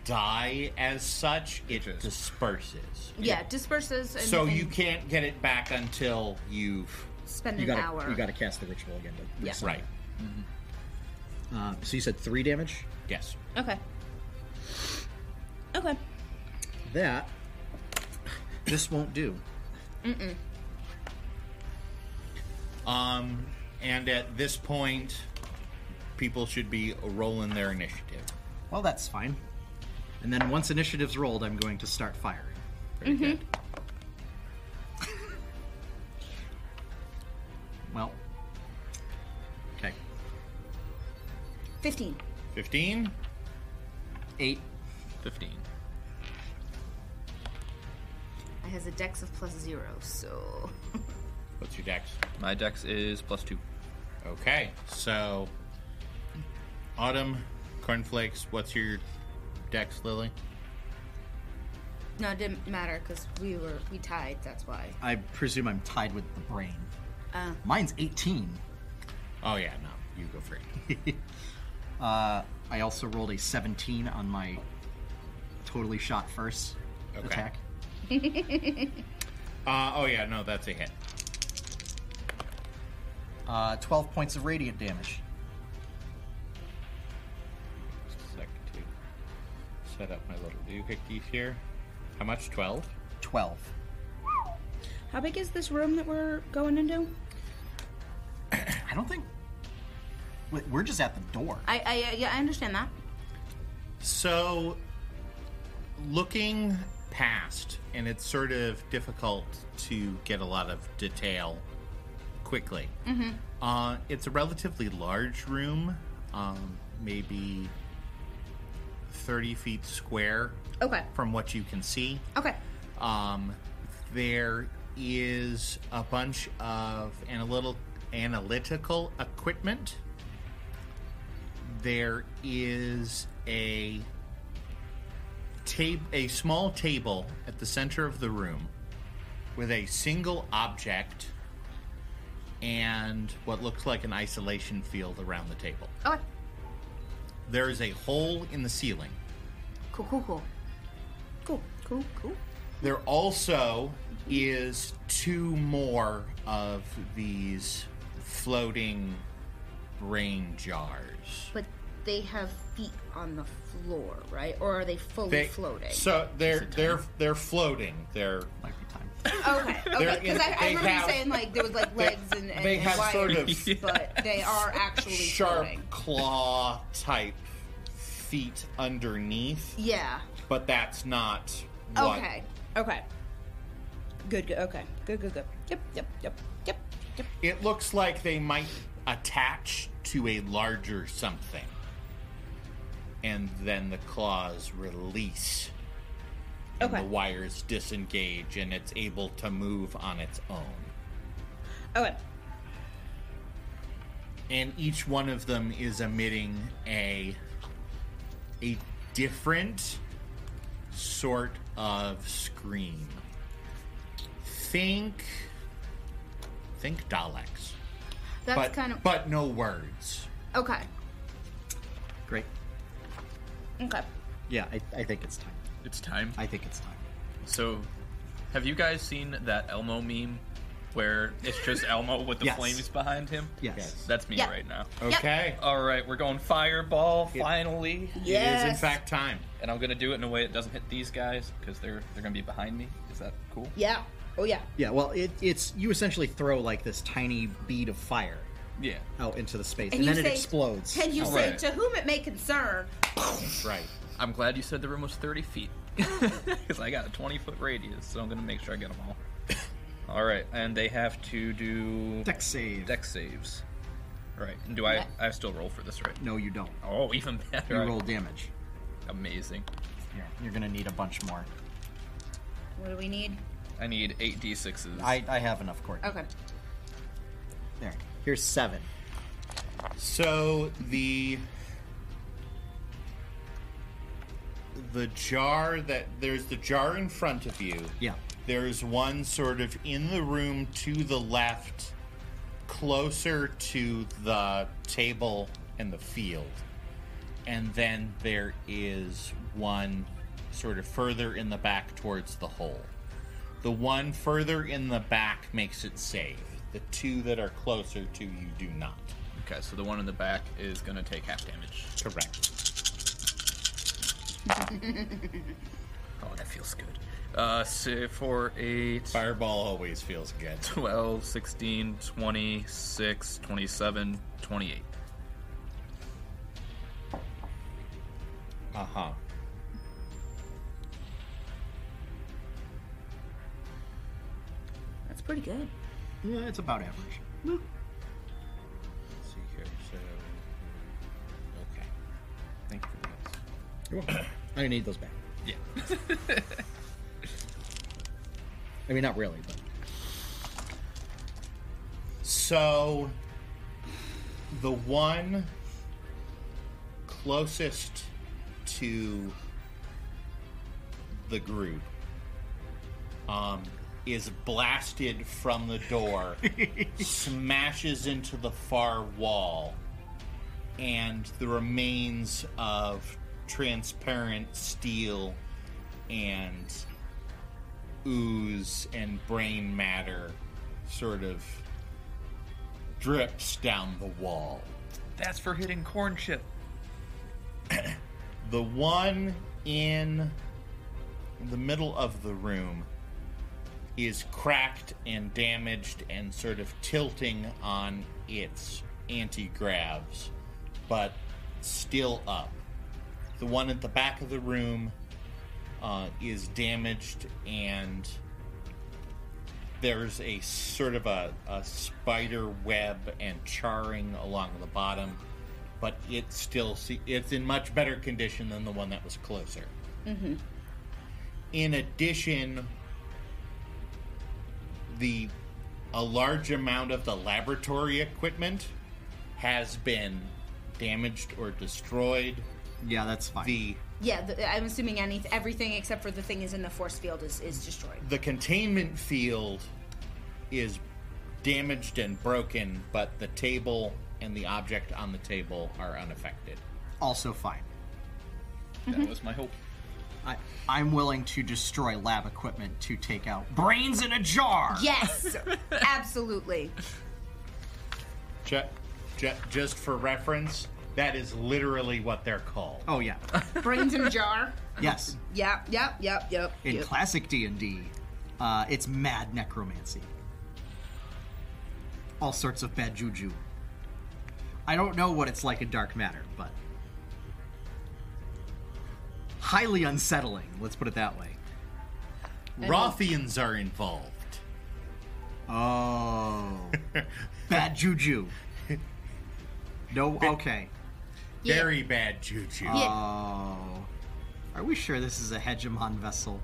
[SPEAKER 2] die as such. It
[SPEAKER 9] Just-
[SPEAKER 2] disperses,
[SPEAKER 6] Yeah, disperses and,
[SPEAKER 2] so
[SPEAKER 6] and
[SPEAKER 2] you can't get it back until you've
[SPEAKER 6] spend
[SPEAKER 4] you
[SPEAKER 6] an
[SPEAKER 4] gotta
[SPEAKER 6] hour.
[SPEAKER 4] you gotta cast the ritual again. To
[SPEAKER 6] Yeah.
[SPEAKER 2] right.
[SPEAKER 4] Uh, so you said three damage.
[SPEAKER 2] Yes.
[SPEAKER 6] Okay. Okay.
[SPEAKER 4] That this won't do.
[SPEAKER 2] Um, and at this point, people should be rolling their initiative.
[SPEAKER 4] Well, that's fine. And then once initiative's rolled, I'm going to start firing.
[SPEAKER 9] Very
[SPEAKER 6] Mm-hmm.
[SPEAKER 9] good.
[SPEAKER 4] Well, okay,
[SPEAKER 6] Fifteen.
[SPEAKER 2] Fifteen.
[SPEAKER 4] eight.
[SPEAKER 9] Fifteen.
[SPEAKER 6] It has a dex of plus zero, so
[SPEAKER 2] What's your dex?
[SPEAKER 9] My dex is plus two.
[SPEAKER 2] Okay, so Autumn, Cornflakes. What's your dex, Lily?
[SPEAKER 6] no, it didn't matter because we were we tied. That's why.
[SPEAKER 4] I presume I'm tied with the brain.
[SPEAKER 6] Uh.
[SPEAKER 4] Mine's 18.
[SPEAKER 2] Oh yeah, no, you go free.
[SPEAKER 4] Uh, I also rolled a 17 on my totally shot first
[SPEAKER 2] Okay.
[SPEAKER 4] attack.
[SPEAKER 2] Uh, oh yeah, no, that's a hit.
[SPEAKER 4] Uh, 12 points of radiant damage.
[SPEAKER 2] Just a sec to set up my little doohickeys here. How much? Twelve.
[SPEAKER 4] 12.
[SPEAKER 6] How big is this room that we're going into?
[SPEAKER 4] I don't think. Wait, We're just at the door.
[SPEAKER 6] I, I yeah, I understand that.
[SPEAKER 2] So, looking past, and it's sort of difficult to get a lot of detail quickly. Mm-hmm. Uh, it's a relatively large room, um, maybe 30 feet square
[SPEAKER 6] Okay.
[SPEAKER 2] from what you can see.
[SPEAKER 6] Okay.
[SPEAKER 2] Um, there is a bunch of analytical analytical equipment. There is a tab- a small table at the center of the room with a single object and what looks like an isolation field around the table.
[SPEAKER 6] Okay.
[SPEAKER 2] There is a hole in the ceiling.
[SPEAKER 6] Cool. Cool. Cool. Cool. Cool. Cool.
[SPEAKER 2] There also is two more of these floating brain jars.
[SPEAKER 6] But they have feet on the floor, right? Or are they fully
[SPEAKER 2] They-
[SPEAKER 6] floating?
[SPEAKER 2] So they're they're they're floating. They're
[SPEAKER 4] Might be time.
[SPEAKER 6] okay. Okay.
[SPEAKER 2] in-
[SPEAKER 6] Because I, I
[SPEAKER 2] they
[SPEAKER 6] remember
[SPEAKER 2] have-
[SPEAKER 6] you saying like there was like legs and, and,
[SPEAKER 2] they
[SPEAKER 6] and
[SPEAKER 2] have
[SPEAKER 6] wires,
[SPEAKER 2] sort of-
[SPEAKER 6] but they are actually
[SPEAKER 2] sharp
[SPEAKER 6] floating.
[SPEAKER 2] claw type feet underneath,
[SPEAKER 6] Yeah.
[SPEAKER 2] but that's not what
[SPEAKER 6] Okay. Okay. Good. Good. Okay. Good. Good. Good. Yep. Yep. Yep. Yep. Yep.
[SPEAKER 2] it looks like they might attach to a larger something. and then the claws release. And
[SPEAKER 10] Okay.
[SPEAKER 2] The wires disengage, and it's able to move on its own.
[SPEAKER 10] Okay.
[SPEAKER 2] and each one of them is emitting a a different sort of scream. Think think Daleks.
[SPEAKER 6] That's
[SPEAKER 2] but
[SPEAKER 6] kind of
[SPEAKER 2] but no words.
[SPEAKER 6] okay.
[SPEAKER 4] Great.
[SPEAKER 6] Okay.
[SPEAKER 4] Yeah, I, I think it's time.
[SPEAKER 5] It's time.
[SPEAKER 4] I think it's time.
[SPEAKER 5] So, have you guys seen that Elmo meme where it's just Elmo with the
[SPEAKER 4] Yes.
[SPEAKER 5] flames behind him?
[SPEAKER 4] Yes.
[SPEAKER 5] That's me
[SPEAKER 6] Yeah.
[SPEAKER 5] right now.
[SPEAKER 2] Okay.
[SPEAKER 5] All right, we're going fireball finally,
[SPEAKER 2] It is in
[SPEAKER 10] Yes.
[SPEAKER 2] fact time.
[SPEAKER 5] and I'm gonna do it in a way it doesn't hit these guys because they're they're gonna be behind me. Is that cool?
[SPEAKER 10] Yeah. Oh yeah.
[SPEAKER 4] Yeah. Well, it, it's you essentially throw like this tiny bead of fire
[SPEAKER 5] Yeah.
[SPEAKER 4] out into the space,
[SPEAKER 6] And
[SPEAKER 4] and,
[SPEAKER 6] you
[SPEAKER 4] then
[SPEAKER 6] say-
[SPEAKER 4] it explodes.
[SPEAKER 2] Oh,
[SPEAKER 6] Can you
[SPEAKER 5] All
[SPEAKER 6] say
[SPEAKER 5] right.
[SPEAKER 6] to whom it may concern?
[SPEAKER 2] Right.
[SPEAKER 5] I'm glad you said the room was 30 feet because I got a 20 foot radius, so I'm gonna make sure I get them all. all right, and they have to do
[SPEAKER 4] Dex save.
[SPEAKER 5] deck saves. Right, and do I? I still roll for this, right?
[SPEAKER 4] No, you don't.
[SPEAKER 5] Oh, even better.
[SPEAKER 4] You roll damage.
[SPEAKER 5] Amazing.
[SPEAKER 4] Yeah. You're gonna need a bunch more.
[SPEAKER 6] What do we need?
[SPEAKER 5] I need eight d6s.
[SPEAKER 4] I, I have enough cord.
[SPEAKER 6] Okay.
[SPEAKER 4] There. Here's seven.
[SPEAKER 2] So the the jar that there's the jar in front of you.
[SPEAKER 4] Yeah.
[SPEAKER 2] There's one sort of in the room to the left, closer to the table and the field. And then there is one sort of further in the back towards the hole. The one further in the back makes it safe. The two that are closer to you do not.
[SPEAKER 5] Okay, so the one in the back is gonna take half damage.
[SPEAKER 2] Correct.
[SPEAKER 5] Oh, that feels good. Uh, so for eight,
[SPEAKER 2] Fireball always feels good.
[SPEAKER 5] 12, 16, 26, 27, 28.
[SPEAKER 2] Uh huh.
[SPEAKER 6] That's pretty good.
[SPEAKER 4] Yeah, it's about average.
[SPEAKER 2] Let's see here. So, okay. Thank you for this.
[SPEAKER 4] I need those back.
[SPEAKER 5] Yeah.
[SPEAKER 4] I mean, not really, but
[SPEAKER 2] So, the one closest to the group um, is blasted from the door, smashes into the far wall, and the remains of transparent steel and ooze and brain matter sort of drips down the wall.
[SPEAKER 5] That's for hitting corn chip.
[SPEAKER 2] The one in the middle of the room is cracked and damaged and sort of tilting on its anti gravs, but still up. The one at the back of the room uh, is damaged and there's a sort of a, a spider web and charring along the bottom, but it still see it's in much better condition than the one that was closer. In addition, the a large amount of the laboratory equipment has been damaged or destroyed.
[SPEAKER 4] yeah, that's fine.
[SPEAKER 2] The
[SPEAKER 6] Yeah, the, I'm assuming any everything except for the thing is in the force field is, is destroyed.
[SPEAKER 2] the containment field is damaged and broken, but the table and the object on the table are unaffected.
[SPEAKER 4] also fine.
[SPEAKER 5] That was my hope.
[SPEAKER 4] I, I'm willing to destroy lab equipment to take out brains in a jar.
[SPEAKER 6] Yes, absolutely.
[SPEAKER 2] Ju- ju- just for reference, that is literally what they're called.
[SPEAKER 4] Oh yeah.
[SPEAKER 6] Brains in a jar.
[SPEAKER 4] yes.
[SPEAKER 6] Yep, yep, yep, yep.
[SPEAKER 4] In
[SPEAKER 6] yep.
[SPEAKER 4] classic D and D, uh, it's mad necromancy. All sorts of bad juju. I don't know what it's like in dark matter, but highly unsettling. Let's put it that way.
[SPEAKER 2] Rothians are involved.
[SPEAKER 4] Oh, bad juju. No, okay.
[SPEAKER 6] Yeah.
[SPEAKER 2] Very bad juju.
[SPEAKER 6] Yeah.
[SPEAKER 4] Oh. Are we sure this is a hegemon vessel?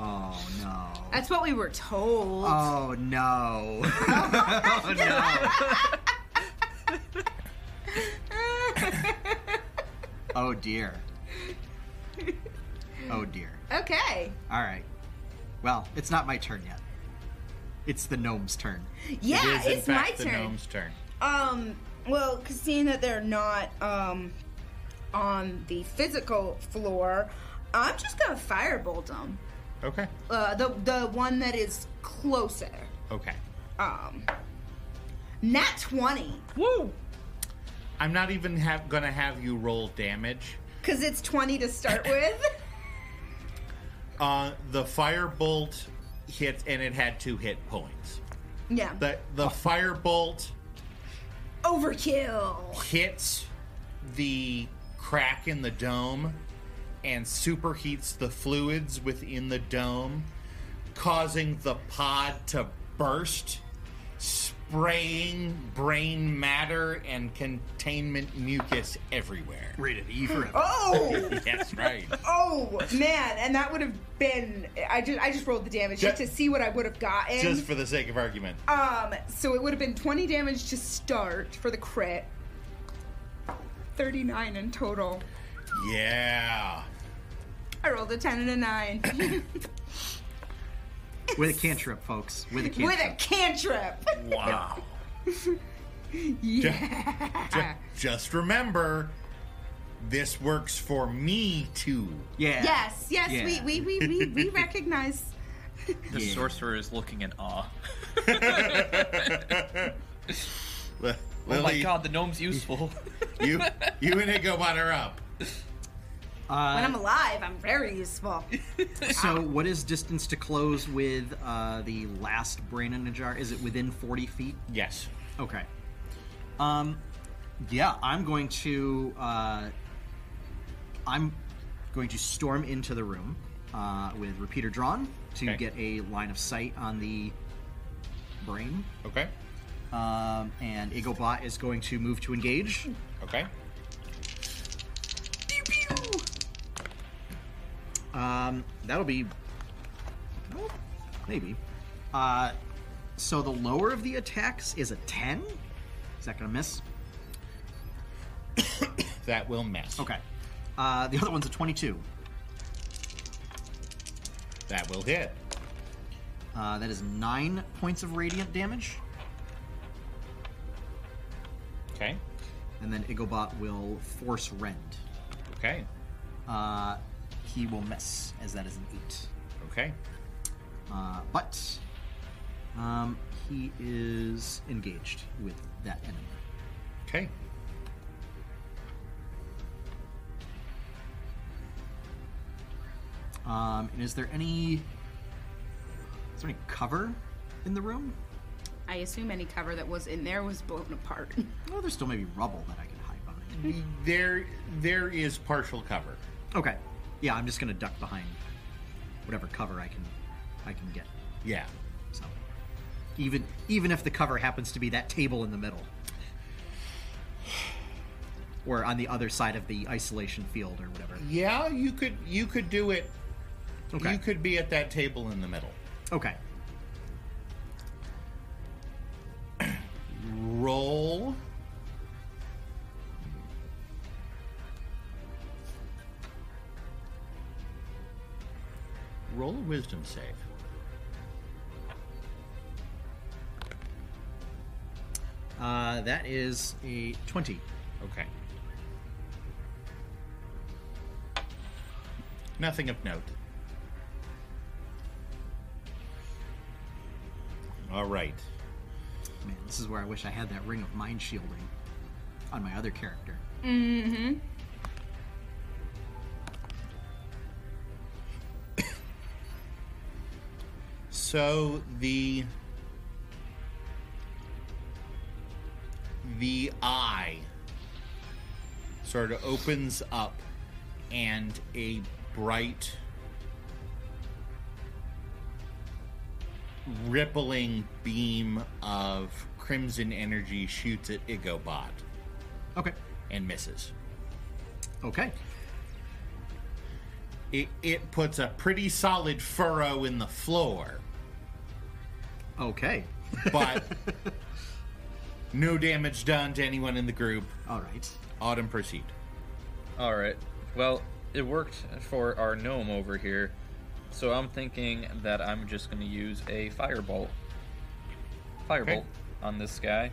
[SPEAKER 4] Oh no.
[SPEAKER 6] That's what we were told.
[SPEAKER 4] Oh no. oh no. Oh dear. Oh dear.
[SPEAKER 6] okay.
[SPEAKER 4] Alright. Well, it's not my turn yet. It's the gnome's turn.
[SPEAKER 2] It
[SPEAKER 6] Yeah,
[SPEAKER 2] is, in
[SPEAKER 6] it's
[SPEAKER 2] fact,
[SPEAKER 6] my
[SPEAKER 2] the
[SPEAKER 6] turn.
[SPEAKER 2] gnome's turn.
[SPEAKER 6] Um, well, 'cause seeing that they're not um on the physical floor, I'm just gonna firebolt them.
[SPEAKER 2] Okay.
[SPEAKER 6] Uh, the the one that is closer.
[SPEAKER 2] Okay.
[SPEAKER 6] Um, nat twenty,
[SPEAKER 2] Woo! I'm not even have, gonna have you roll damage.
[SPEAKER 6] cause it's twenty to start with.
[SPEAKER 2] Uh, the firebolt hit, and it had two hit points.
[SPEAKER 6] yeah,
[SPEAKER 2] The the firebolt
[SPEAKER 6] overkill.
[SPEAKER 2] hits the crack in the dome and superheats the fluids within the dome, causing the pod to burst, spraying brain matter and containment mucus everywhere.
[SPEAKER 4] Rated E for
[SPEAKER 6] Oh,
[SPEAKER 2] That's right.
[SPEAKER 6] oh man, and that would have been. I just I just rolled the damage just,
[SPEAKER 2] Just-
[SPEAKER 6] to see what I would have gotten.
[SPEAKER 2] Just for the sake of argument.
[SPEAKER 6] Um, so it would have been 20 damage to start for the crit. 39 in total.
[SPEAKER 2] Yeah.
[SPEAKER 6] I rolled a 10 and a 9.
[SPEAKER 4] With a cantrip, folks. With a cantrip.
[SPEAKER 6] With a cantrip!
[SPEAKER 2] Wow.
[SPEAKER 6] yeah!
[SPEAKER 2] Ju- Just remember, this works for me too.
[SPEAKER 4] Yeah.
[SPEAKER 6] Yes, yes,
[SPEAKER 4] Yeah.
[SPEAKER 6] we, we, we, we, we recognize.
[SPEAKER 9] The
[SPEAKER 4] Yeah.
[SPEAKER 9] sorcerer is looking in awe. Oh
[SPEAKER 2] Li-
[SPEAKER 9] oh my
[SPEAKER 2] Lily,
[SPEAKER 9] god, the gnome's useful.
[SPEAKER 2] you you and Igobot are up.
[SPEAKER 6] When
[SPEAKER 4] Uh,
[SPEAKER 6] I'm alive, I'm very useful.
[SPEAKER 4] so, what is distance to close with uh, the last brain in a jar? Is it within 40 feet?
[SPEAKER 2] Yes.
[SPEAKER 4] Okay. Um, yeah, I'm going to. Uh, I'm going to storm into the room uh, with repeater drawn to
[SPEAKER 2] Okay.
[SPEAKER 4] get a line of sight on the brain.
[SPEAKER 2] Okay.
[SPEAKER 4] Um, and Igobot is going to move to engage.
[SPEAKER 2] Okay.
[SPEAKER 4] Um, that'll be well, maybe. Uh, so the lower of the attacks is a ten. Is that gonna miss?
[SPEAKER 2] That will miss.
[SPEAKER 4] Okay. Uh, the other one's a twenty-two.
[SPEAKER 2] That will hit.
[SPEAKER 4] Uh, that is nine points of radiant damage,
[SPEAKER 2] Okay.
[SPEAKER 4] and then Igobot will force rend.
[SPEAKER 2] Okay.
[SPEAKER 4] Uh, he will miss, as that is an eight.
[SPEAKER 2] Okay.
[SPEAKER 4] Uh, but um, he is engaged with that enemy.
[SPEAKER 2] Okay.
[SPEAKER 4] Um, and is there any is there any cover in the room?
[SPEAKER 6] I assume any cover that was in there was blown apart.
[SPEAKER 4] Oh, there's still maybe rubble that I can hide behind.
[SPEAKER 2] There there is partial cover.
[SPEAKER 4] Okay. Yeah, I'm just gonna duck behind whatever cover I can I can get.
[SPEAKER 2] Yeah.
[SPEAKER 4] So even even if the cover happens to be that table in the middle. Or on the other side of the isolation field or whatever.
[SPEAKER 2] Yeah, you could you could do it.
[SPEAKER 4] Okay.
[SPEAKER 2] You could be at that table in the middle.
[SPEAKER 4] Okay.
[SPEAKER 2] Roll. Roll a wisdom save.
[SPEAKER 4] Uh, that is a twenty.
[SPEAKER 2] Okay. Nothing of note. All right.
[SPEAKER 4] Man, this is where I wish I had that ring of mind shielding on my other character.
[SPEAKER 2] So the the eye sort of opens up and a bright rippling beam of crimson energy shoots at Igobot
[SPEAKER 4] Okay.
[SPEAKER 2] and misses.
[SPEAKER 4] Okay.
[SPEAKER 2] It, it puts a pretty solid furrow in the floor,
[SPEAKER 4] Okay.
[SPEAKER 2] but no damage done to anyone in the group.
[SPEAKER 4] All right.
[SPEAKER 2] Autumn proceed.
[SPEAKER 5] All right. Well, it worked for our gnome over here, so I'm thinking that I'm just going to use a firebolt. Firebolt on this guy.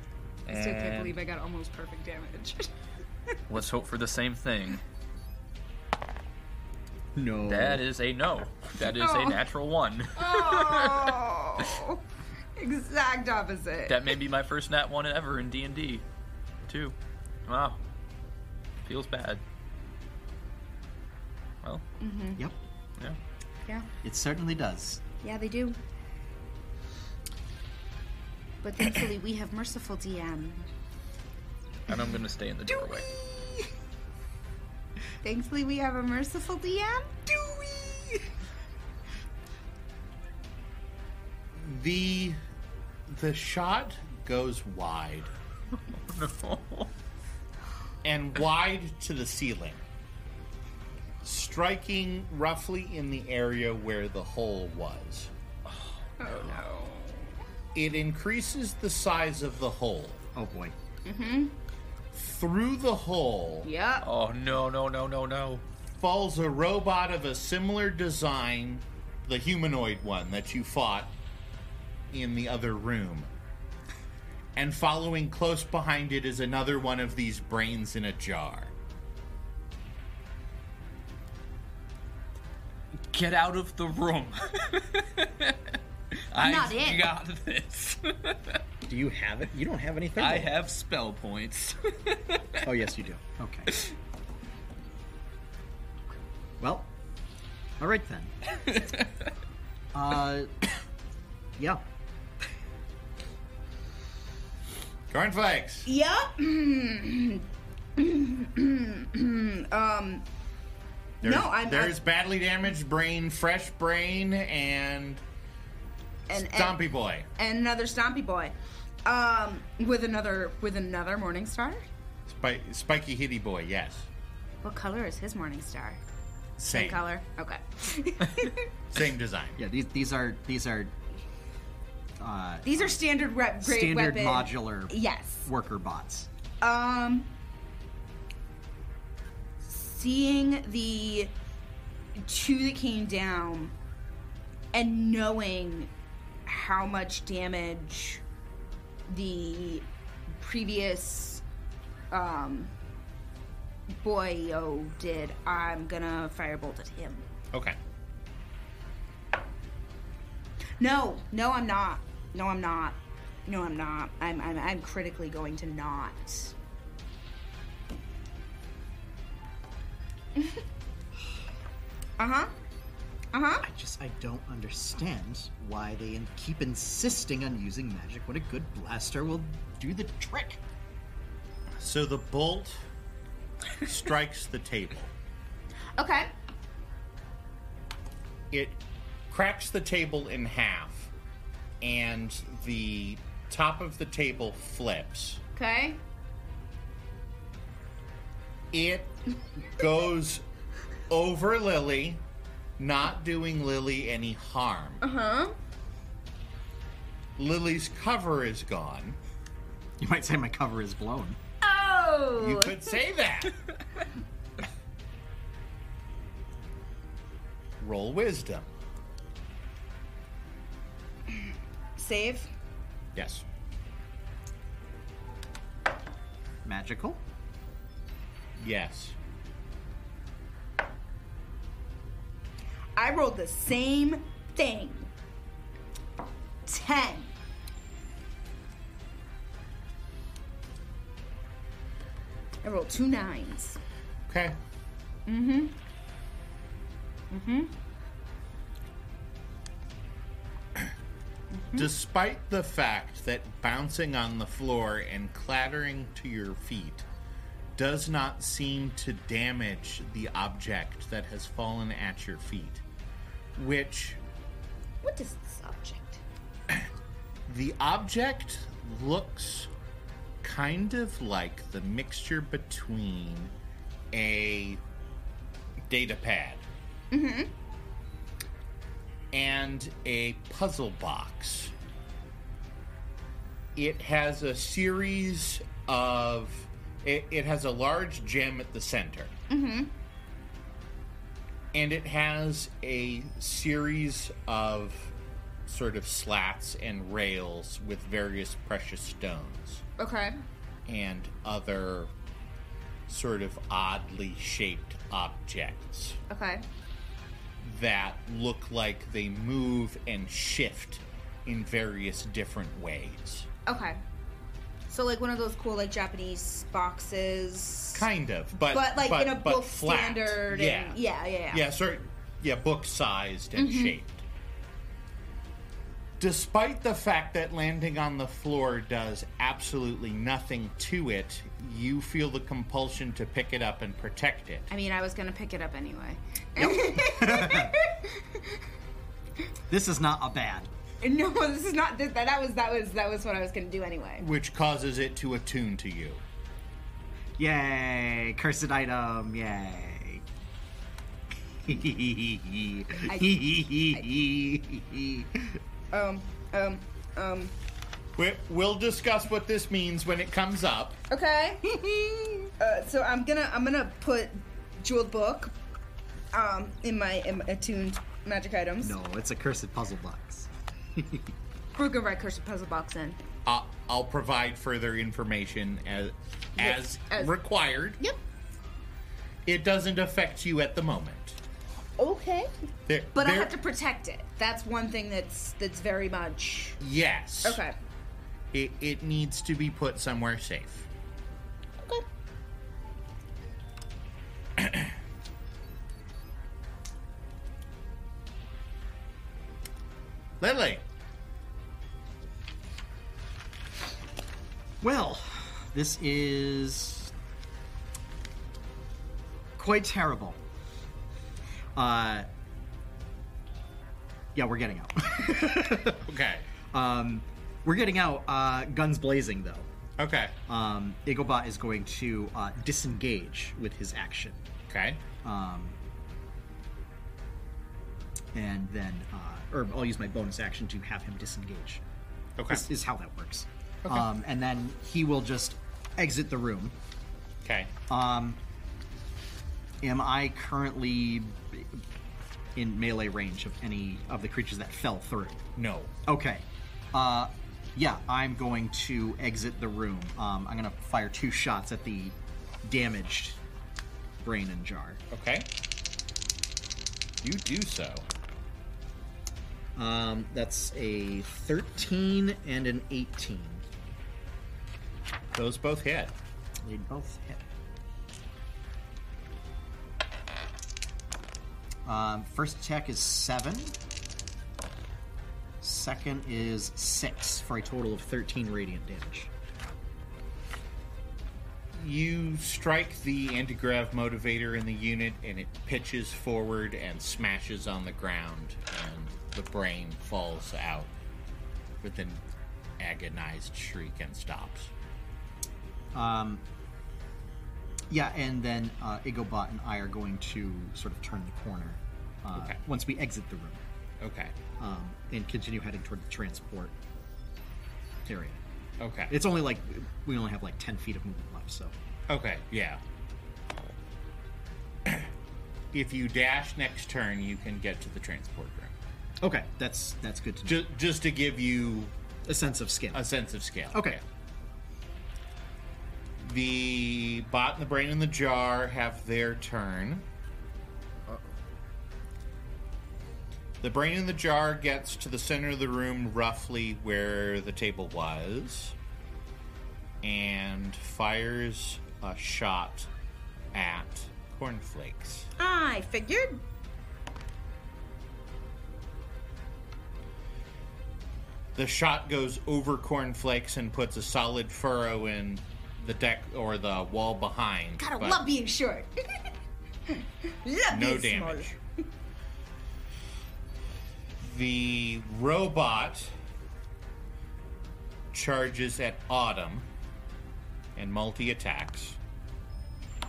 [SPEAKER 11] I still can't believe
[SPEAKER 5] And
[SPEAKER 11] I got almost perfect damage.
[SPEAKER 5] let's hope for the same thing.
[SPEAKER 4] No.
[SPEAKER 5] That is a no. That is a
[SPEAKER 11] Oh.
[SPEAKER 5] natural one.
[SPEAKER 11] oh, exact opposite.
[SPEAKER 5] that may be my first nat one ever in D and D. Two. Wow. Feels bad. Well,
[SPEAKER 4] Yep.
[SPEAKER 5] yeah.
[SPEAKER 12] Yeah.
[SPEAKER 4] It certainly does.
[SPEAKER 12] Yeah, they do. But thankfully, we have merciful DM.
[SPEAKER 5] And I'm gonna stay in the doorway.
[SPEAKER 12] Thankfully, we have a merciful DM.
[SPEAKER 11] do we?
[SPEAKER 2] The the shot goes wide and wide to the ceiling, striking roughly in the area where the hole was.
[SPEAKER 11] Oh no.
[SPEAKER 2] It increases the size of the hole.
[SPEAKER 4] Oh boy.
[SPEAKER 2] Through the hole
[SPEAKER 11] Yep.
[SPEAKER 5] oh no no no no no.
[SPEAKER 2] falls a robot of a similar design, the humanoid one that you fought in the other room. And following close behind it is another one of these brains in a jar.
[SPEAKER 5] Get out of the room. I
[SPEAKER 12] not it.
[SPEAKER 5] got this.
[SPEAKER 4] Do you have it? You don't have anything.
[SPEAKER 5] I have spell points.
[SPEAKER 4] Oh yes, you do. Okay. Well, all right then. Uh, yeah.
[SPEAKER 2] Cornflakes!
[SPEAKER 6] Yup. um.
[SPEAKER 2] There's,
[SPEAKER 6] no, I'm.
[SPEAKER 2] There's badly damaged brain, fresh brain, and,
[SPEAKER 6] I'm and, and,
[SPEAKER 2] Stompy Boy.
[SPEAKER 6] and another Stompy boy. Um, with another with another Morning Star.
[SPEAKER 2] Spike, spiky Hitty Boy, yes.
[SPEAKER 12] What color is his morning star?
[SPEAKER 2] Same.
[SPEAKER 12] Color. Okay.
[SPEAKER 2] Same design.
[SPEAKER 4] Yeah. These these are these are uh,
[SPEAKER 6] These are standard rep grade
[SPEAKER 4] standard
[SPEAKER 6] weapon.
[SPEAKER 4] modular
[SPEAKER 6] Yes.
[SPEAKER 4] worker bots.
[SPEAKER 6] Um, seeing the two that came down and knowing how much damage the previous um, boyo did, I'm gonna firebolt at him.
[SPEAKER 2] Okay.
[SPEAKER 6] No, no, I'm not. No, I'm not. No, I'm not. I'm, I'm, I'm critically going to not. uh huh. Uh huh.
[SPEAKER 4] I just I don't understand why they in- keep insisting on using magic when a good blaster will do the trick.
[SPEAKER 2] So the bolt strikes the table.
[SPEAKER 6] Okay.
[SPEAKER 2] it cracks the table in half and the top of the table flips
[SPEAKER 12] Okay.
[SPEAKER 2] it goes over lily not doing lily any harm
[SPEAKER 6] Oh.
[SPEAKER 2] uh-huh lily's cover is gone
[SPEAKER 4] You might say my cover is blown.
[SPEAKER 6] Oh.
[SPEAKER 2] you could say that roll wisdom
[SPEAKER 6] Save.
[SPEAKER 2] yes
[SPEAKER 4] Magical.
[SPEAKER 2] yes
[SPEAKER 6] I rolled the same thing. Ten. I rolled two nines.
[SPEAKER 2] okay Despite the fact that bouncing on the floor and clattering to your feet does not seem to damage the object that has fallen at your feet, which
[SPEAKER 12] What is this object?
[SPEAKER 2] the object looks kind of like the mixture between a data pad and a puzzle box. It has a series of. It, it has a large gem at the center. And it has a series of sort of slats and rails with various precious stones
[SPEAKER 6] Okay.
[SPEAKER 2] and other sort of oddly shaped objects
[SPEAKER 6] Okay.
[SPEAKER 2] that look like they move and shift in various different ways.
[SPEAKER 6] Okay. So like one of those cool like Japanese boxes.
[SPEAKER 2] Kind of, but
[SPEAKER 6] but like in a
[SPEAKER 2] but
[SPEAKER 6] book
[SPEAKER 2] flat.
[SPEAKER 6] standard.
[SPEAKER 2] Yeah.
[SPEAKER 6] And, yeah. Yeah. Yeah. Mm-hmm.
[SPEAKER 2] Yeah, sort yeah, book sized and shaped. Despite the fact that landing on the floor does absolutely nothing to it, you feel the compulsion to pick it up and protect it.
[SPEAKER 6] I mean, I was gonna pick it up anyway.
[SPEAKER 4] This is not a bad.
[SPEAKER 6] No, this is not. That, that was that was that was what I was gonna do anyway.
[SPEAKER 2] Which causes it to attune to you.
[SPEAKER 4] Yay! Cursed item! Yay!
[SPEAKER 6] Um. Um. Um.
[SPEAKER 2] We- We'll discuss what this means when it comes up.
[SPEAKER 6] Okay. uh, so I'm gonna I'm gonna put jeweled book, um, in my in my attuned magic items.
[SPEAKER 4] no, it's a cursed puzzle box.
[SPEAKER 6] We're gonna write cursive puzzle box in.
[SPEAKER 2] I- Uh, I'll provide further information as, as
[SPEAKER 6] as-
[SPEAKER 2] required.
[SPEAKER 6] Yep.
[SPEAKER 2] It doesn't affect you at the moment.
[SPEAKER 6] Okay.
[SPEAKER 2] There-
[SPEAKER 6] But I
[SPEAKER 2] there-
[SPEAKER 6] have to protect it. That's one thing that's that's very much
[SPEAKER 2] Yes.
[SPEAKER 6] okay.
[SPEAKER 2] It, it needs to be put somewhere safe.
[SPEAKER 6] Okay.
[SPEAKER 2] Lily,
[SPEAKER 4] Well, this is quite terrible. Uh, yeah, we're getting out.
[SPEAKER 2] okay.
[SPEAKER 4] um, we're getting out, uh, guns blazing though.
[SPEAKER 2] Okay.
[SPEAKER 4] Um, Igobot is going to uh, disengage with his action.
[SPEAKER 2] Okay.
[SPEAKER 4] Um, and then, uh, or I'll use my bonus action to have him disengage.
[SPEAKER 2] Okay.
[SPEAKER 4] This is how that works. Um, and then he will just exit the room.
[SPEAKER 2] Okay.
[SPEAKER 4] Um, am I currently in melee range of any of the creatures that fell through?
[SPEAKER 2] No.
[SPEAKER 4] Okay. Uh, yeah, I'm going to exit the room. Um, I'm going to fire two shots at the damaged brain and jar.
[SPEAKER 2] Okay. You do so.
[SPEAKER 4] Um, that's a 13 and an 18.
[SPEAKER 2] Those both hit.
[SPEAKER 4] They both hit. Um, first attack is seven. Second is six for a total of 13 radiant damage.
[SPEAKER 2] You strike the anti-grav motivator in the unit, and it pitches forward and smashes on the ground, and the brain falls out with an agonized shriek and stops.
[SPEAKER 4] Um, yeah, and then uh, Igobot and I are going to sort of turn the corner uh,
[SPEAKER 2] Okay.
[SPEAKER 4] once we exit the room
[SPEAKER 2] Okay.
[SPEAKER 4] um, and continue heading toward the transport area.
[SPEAKER 2] Okay.
[SPEAKER 4] It's only like we only have like 10 feet of movement left, so.
[SPEAKER 2] Okay, yeah. if you dash next turn, you can get to the transport room.
[SPEAKER 4] Okay, that's that's good to know.
[SPEAKER 2] Just, just to give you
[SPEAKER 4] a sense of skin.
[SPEAKER 2] a sense of scale.
[SPEAKER 4] Okay.
[SPEAKER 2] yeah. The bot in the brain in the jar have their turn. The brain in the jar gets to the center of the room, roughly where the table was, and fires a shot at cornflakes.
[SPEAKER 6] I figured.
[SPEAKER 2] The shot goes over cornflakes and puts a solid furrow in the deck or the wall behind.
[SPEAKER 6] Gotta
[SPEAKER 2] but
[SPEAKER 6] love being short. love
[SPEAKER 2] No
[SPEAKER 6] being small.
[SPEAKER 2] damage. the robot charges at Autumn and multi attacks.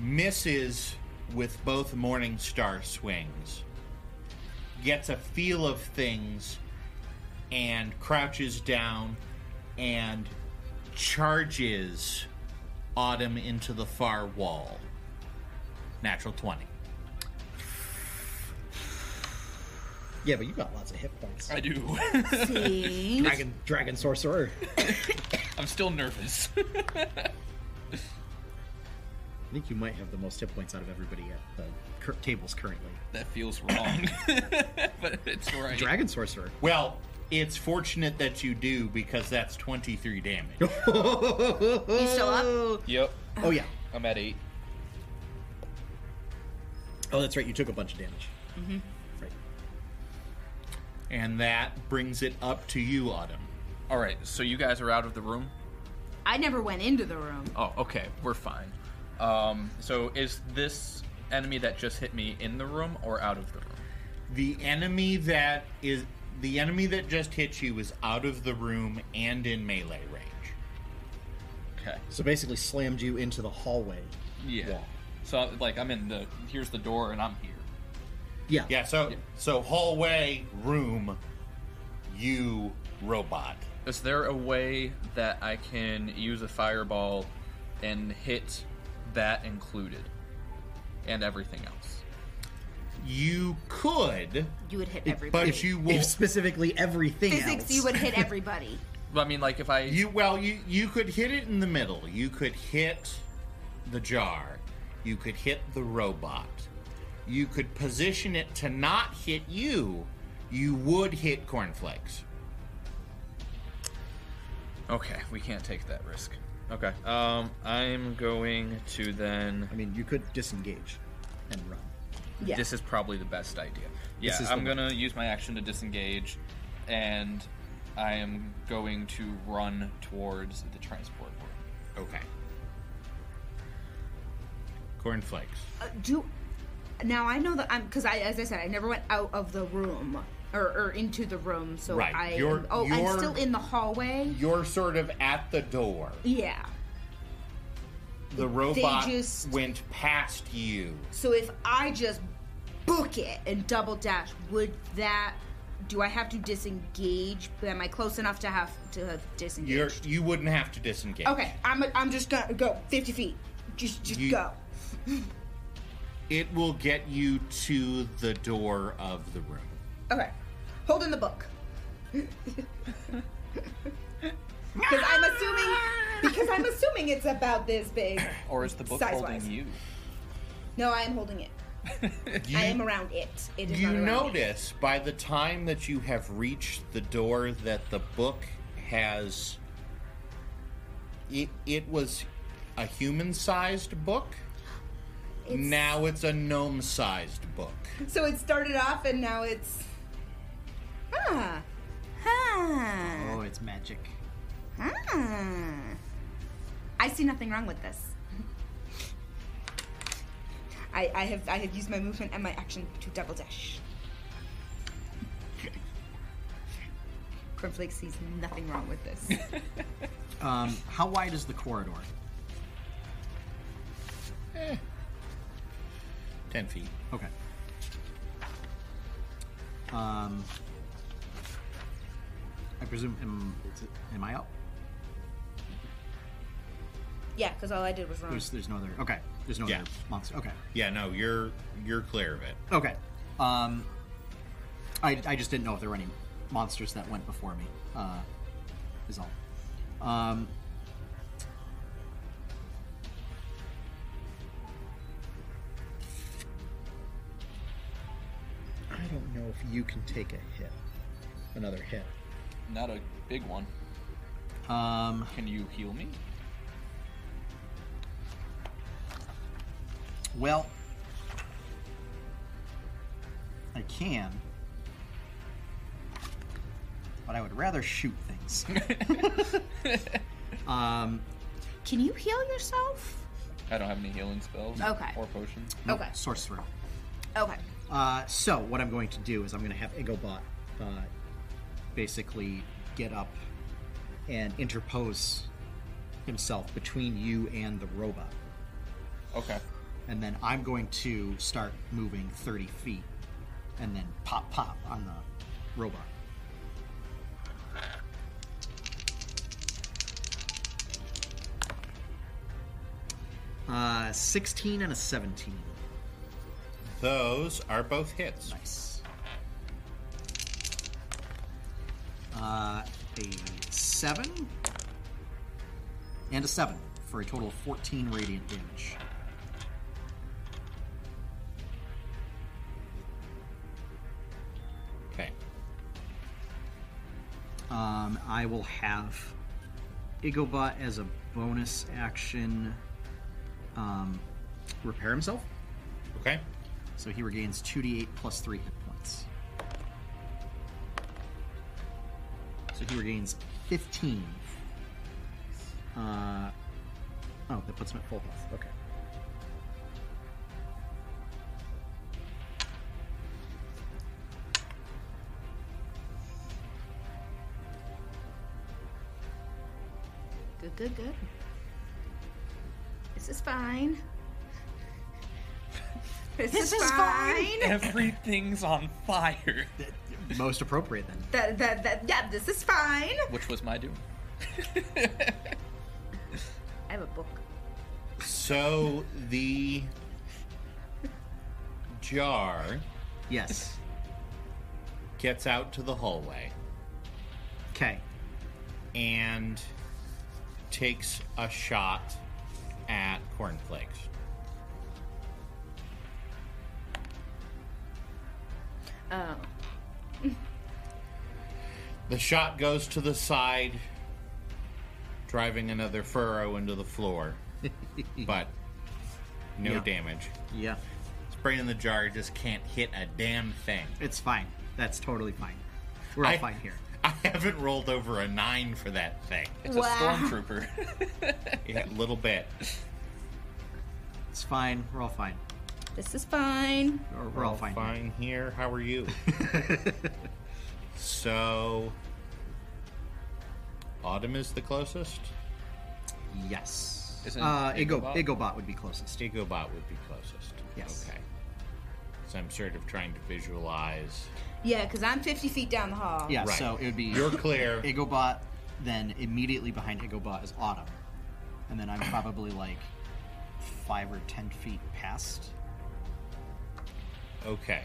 [SPEAKER 2] Misses with both Morning Star swings. Gets a feel of things and crouches down and charges Autumn into the far wall. Natural 20.
[SPEAKER 4] Yeah, but you got lots of hit points.
[SPEAKER 5] I do.
[SPEAKER 6] See?
[SPEAKER 4] Dragon, dragon sorcerer.
[SPEAKER 5] I'm still nervous.
[SPEAKER 4] I think you might have the most hit points out of everybody at the cur- tables currently.
[SPEAKER 5] that feels wrong, but it's all right.
[SPEAKER 4] Dragon sorcerer.
[SPEAKER 2] Well, it's fortunate that you do because that's 23 damage.
[SPEAKER 4] oh
[SPEAKER 13] You still up?
[SPEAKER 5] Yep,
[SPEAKER 4] yeah.
[SPEAKER 5] I'm at eight.
[SPEAKER 4] Oh, that's right. You took a bunch of damage.
[SPEAKER 6] Mm-hmm.
[SPEAKER 4] Right.
[SPEAKER 2] and that brings it up to you, Autumn.
[SPEAKER 5] All right, so you guys are out of the room.
[SPEAKER 6] I never went into the room.
[SPEAKER 5] Oh, okay, we're fine. Um, so is this enemy that just hit me in the room or out of the room?
[SPEAKER 2] The enemy that is the enemy that just hit you is out of the room and in melee range.
[SPEAKER 5] Okay.
[SPEAKER 4] So basically, slammed you into the hallway.
[SPEAKER 5] Yeah.
[SPEAKER 4] Yeah.
[SPEAKER 5] So like I'm in the here's the door and I'm here.
[SPEAKER 4] Yeah.
[SPEAKER 2] Yeah, so so hallway, room, you robot.
[SPEAKER 5] Is there a way that I can use a fireball and hit that included and everything else?
[SPEAKER 2] You could,
[SPEAKER 6] You would hit everybody.
[SPEAKER 2] but you will
[SPEAKER 4] If specifically everything
[SPEAKER 6] Physics,
[SPEAKER 4] else.
[SPEAKER 6] you would hit everybody.
[SPEAKER 5] Well, I mean, like if I
[SPEAKER 2] You well, you you could hit it in the middle. You could hit the jar. You could hit the robot. You could position it to not hit you. You would hit cornflakes.
[SPEAKER 5] okay, we can't take that risk. Okay. Um, I'm going to then.
[SPEAKER 4] I mean, you could disengage and run.
[SPEAKER 13] Yeah.
[SPEAKER 5] This is probably the best idea. Yeah,
[SPEAKER 4] This is the
[SPEAKER 5] I'm
[SPEAKER 4] one.
[SPEAKER 5] gonna use my action to disengage, and I am going to run towards the transport board.
[SPEAKER 2] Okay. Cornflakes.
[SPEAKER 6] Uh, Do now I know that I'm because I, as I said, I never went out of the room or, or into the room. So
[SPEAKER 2] Right,
[SPEAKER 6] I,
[SPEAKER 2] you're-
[SPEAKER 6] oh,
[SPEAKER 2] you're-
[SPEAKER 6] I'm still in the hallway.
[SPEAKER 2] You're sort of at the door.
[SPEAKER 6] Yeah.
[SPEAKER 2] The robot
[SPEAKER 6] just-
[SPEAKER 2] went past you.
[SPEAKER 6] So if I just book it and double dash, would that? Do I have to disengage? Am I close enough to have to have disengaged?
[SPEAKER 2] You're you wouldn't have to disengage.
[SPEAKER 6] Okay, I'm I'm just gonna go 50 feet. Just just
[SPEAKER 2] You-
[SPEAKER 6] go.
[SPEAKER 2] It will get you to the door of the room.
[SPEAKER 6] Okay, hold in the book. Because I'm assuming because I'm assuming it's about this big.
[SPEAKER 5] Or is the book
[SPEAKER 6] Size-wise.
[SPEAKER 5] holding you?
[SPEAKER 6] No, I am holding it. I am around it. It is
[SPEAKER 2] You
[SPEAKER 6] not around me.
[SPEAKER 2] notice by the time that you have reached the door that the book has. It, it was a human sized book. Now it's a gnome sized book.
[SPEAKER 6] So it started off and now it's ah. Ah.
[SPEAKER 4] Oh, it's magic.
[SPEAKER 6] Ah. I see nothing wrong with this. I, I have I have used my movement and my action to double dash. Cornflake sees nothing wrong with this.
[SPEAKER 4] Um, how wide is the corridor?
[SPEAKER 2] 10 feet.
[SPEAKER 4] Okay. Um, I presume am, am I up?
[SPEAKER 6] yeah, because all I did was wrong.
[SPEAKER 4] There's there's no other. Okay. There's no
[SPEAKER 2] Yeah.
[SPEAKER 4] other monster. Okay.
[SPEAKER 2] Yeah, no, you're you're clear of it.
[SPEAKER 4] Okay. Um, I, I just didn't know if there were any monsters that went before me. Uh, is all. Um, I don't know if you can take a hit, another hit.
[SPEAKER 5] Not a big one.
[SPEAKER 4] Um,
[SPEAKER 5] Can you heal me?
[SPEAKER 4] well, I can, but I would rather shoot things. um,
[SPEAKER 6] Can you heal yourself?
[SPEAKER 5] I don't have any healing spells.
[SPEAKER 6] Okay.
[SPEAKER 5] Or potions.
[SPEAKER 4] No,
[SPEAKER 6] Okay.
[SPEAKER 4] Sorcerer.
[SPEAKER 6] Okay.
[SPEAKER 4] Uh, so what I'm going to do is I'm going to have Igobot uh, basically get up and interpose himself between you and the robot,
[SPEAKER 5] Okay.
[SPEAKER 4] and then I'm going to start moving 30 feet, and then pop pop on the robot. Uh, 16 and a 17.
[SPEAKER 2] Those are both hits.
[SPEAKER 4] Nice. Uh, a seven and a seven for a total of fourteen radiant damage.
[SPEAKER 2] Okay.
[SPEAKER 4] Um, I will have Igobot as a bonus action um, repair himself,
[SPEAKER 2] Okay.
[SPEAKER 4] so he regains two d8 plus three hit points. So he regains fifteen. Uh, oh, that puts him at full health. Okay.
[SPEAKER 6] Good, good, good. This is fine.
[SPEAKER 14] This, is, fine.
[SPEAKER 5] Everything's on fire.
[SPEAKER 4] Most appropriate then.
[SPEAKER 14] That, that, that, yeah, this is fine.
[SPEAKER 5] Which was my doing.
[SPEAKER 6] I have a book.
[SPEAKER 2] So the jar
[SPEAKER 4] Yes.
[SPEAKER 2] gets out to the hallway
[SPEAKER 4] Okay.
[SPEAKER 2] and takes a shot at cornflakes.
[SPEAKER 6] Oh.
[SPEAKER 2] The shot goes to the side, driving another furrow into the floor, but no
[SPEAKER 4] Yeah.
[SPEAKER 2] damage.
[SPEAKER 4] Yeah.
[SPEAKER 2] Spray in the jar just can't hit a damn thing.
[SPEAKER 4] It's fine. That's totally fine. We're all
[SPEAKER 2] I-
[SPEAKER 4] fine here.
[SPEAKER 2] I haven't rolled over a nine for that thing.
[SPEAKER 5] It's a stormtrooper.
[SPEAKER 2] Yeah, a little bit.
[SPEAKER 4] It's fine. We're all fine.
[SPEAKER 6] This is fine.
[SPEAKER 4] We're, we're all fine. here.
[SPEAKER 2] Fine here. How are you? so, Autumn is the closest.
[SPEAKER 4] Yes.
[SPEAKER 5] Isn't
[SPEAKER 4] Uh, Igobot?
[SPEAKER 5] Igobot-
[SPEAKER 4] Igobot would be closest.
[SPEAKER 2] Digobot would be closest.
[SPEAKER 4] Yes.
[SPEAKER 2] Okay. So I'm sort of trying to visualize.
[SPEAKER 6] Yeah, because I'm 50 feet down the hall.
[SPEAKER 4] Yeah.
[SPEAKER 2] Right.
[SPEAKER 4] So it would be
[SPEAKER 2] You're clear.
[SPEAKER 4] Igobot. Then immediately behind Igobot is Autumn, and then I'm probably like five or ten feet past.
[SPEAKER 2] Okay.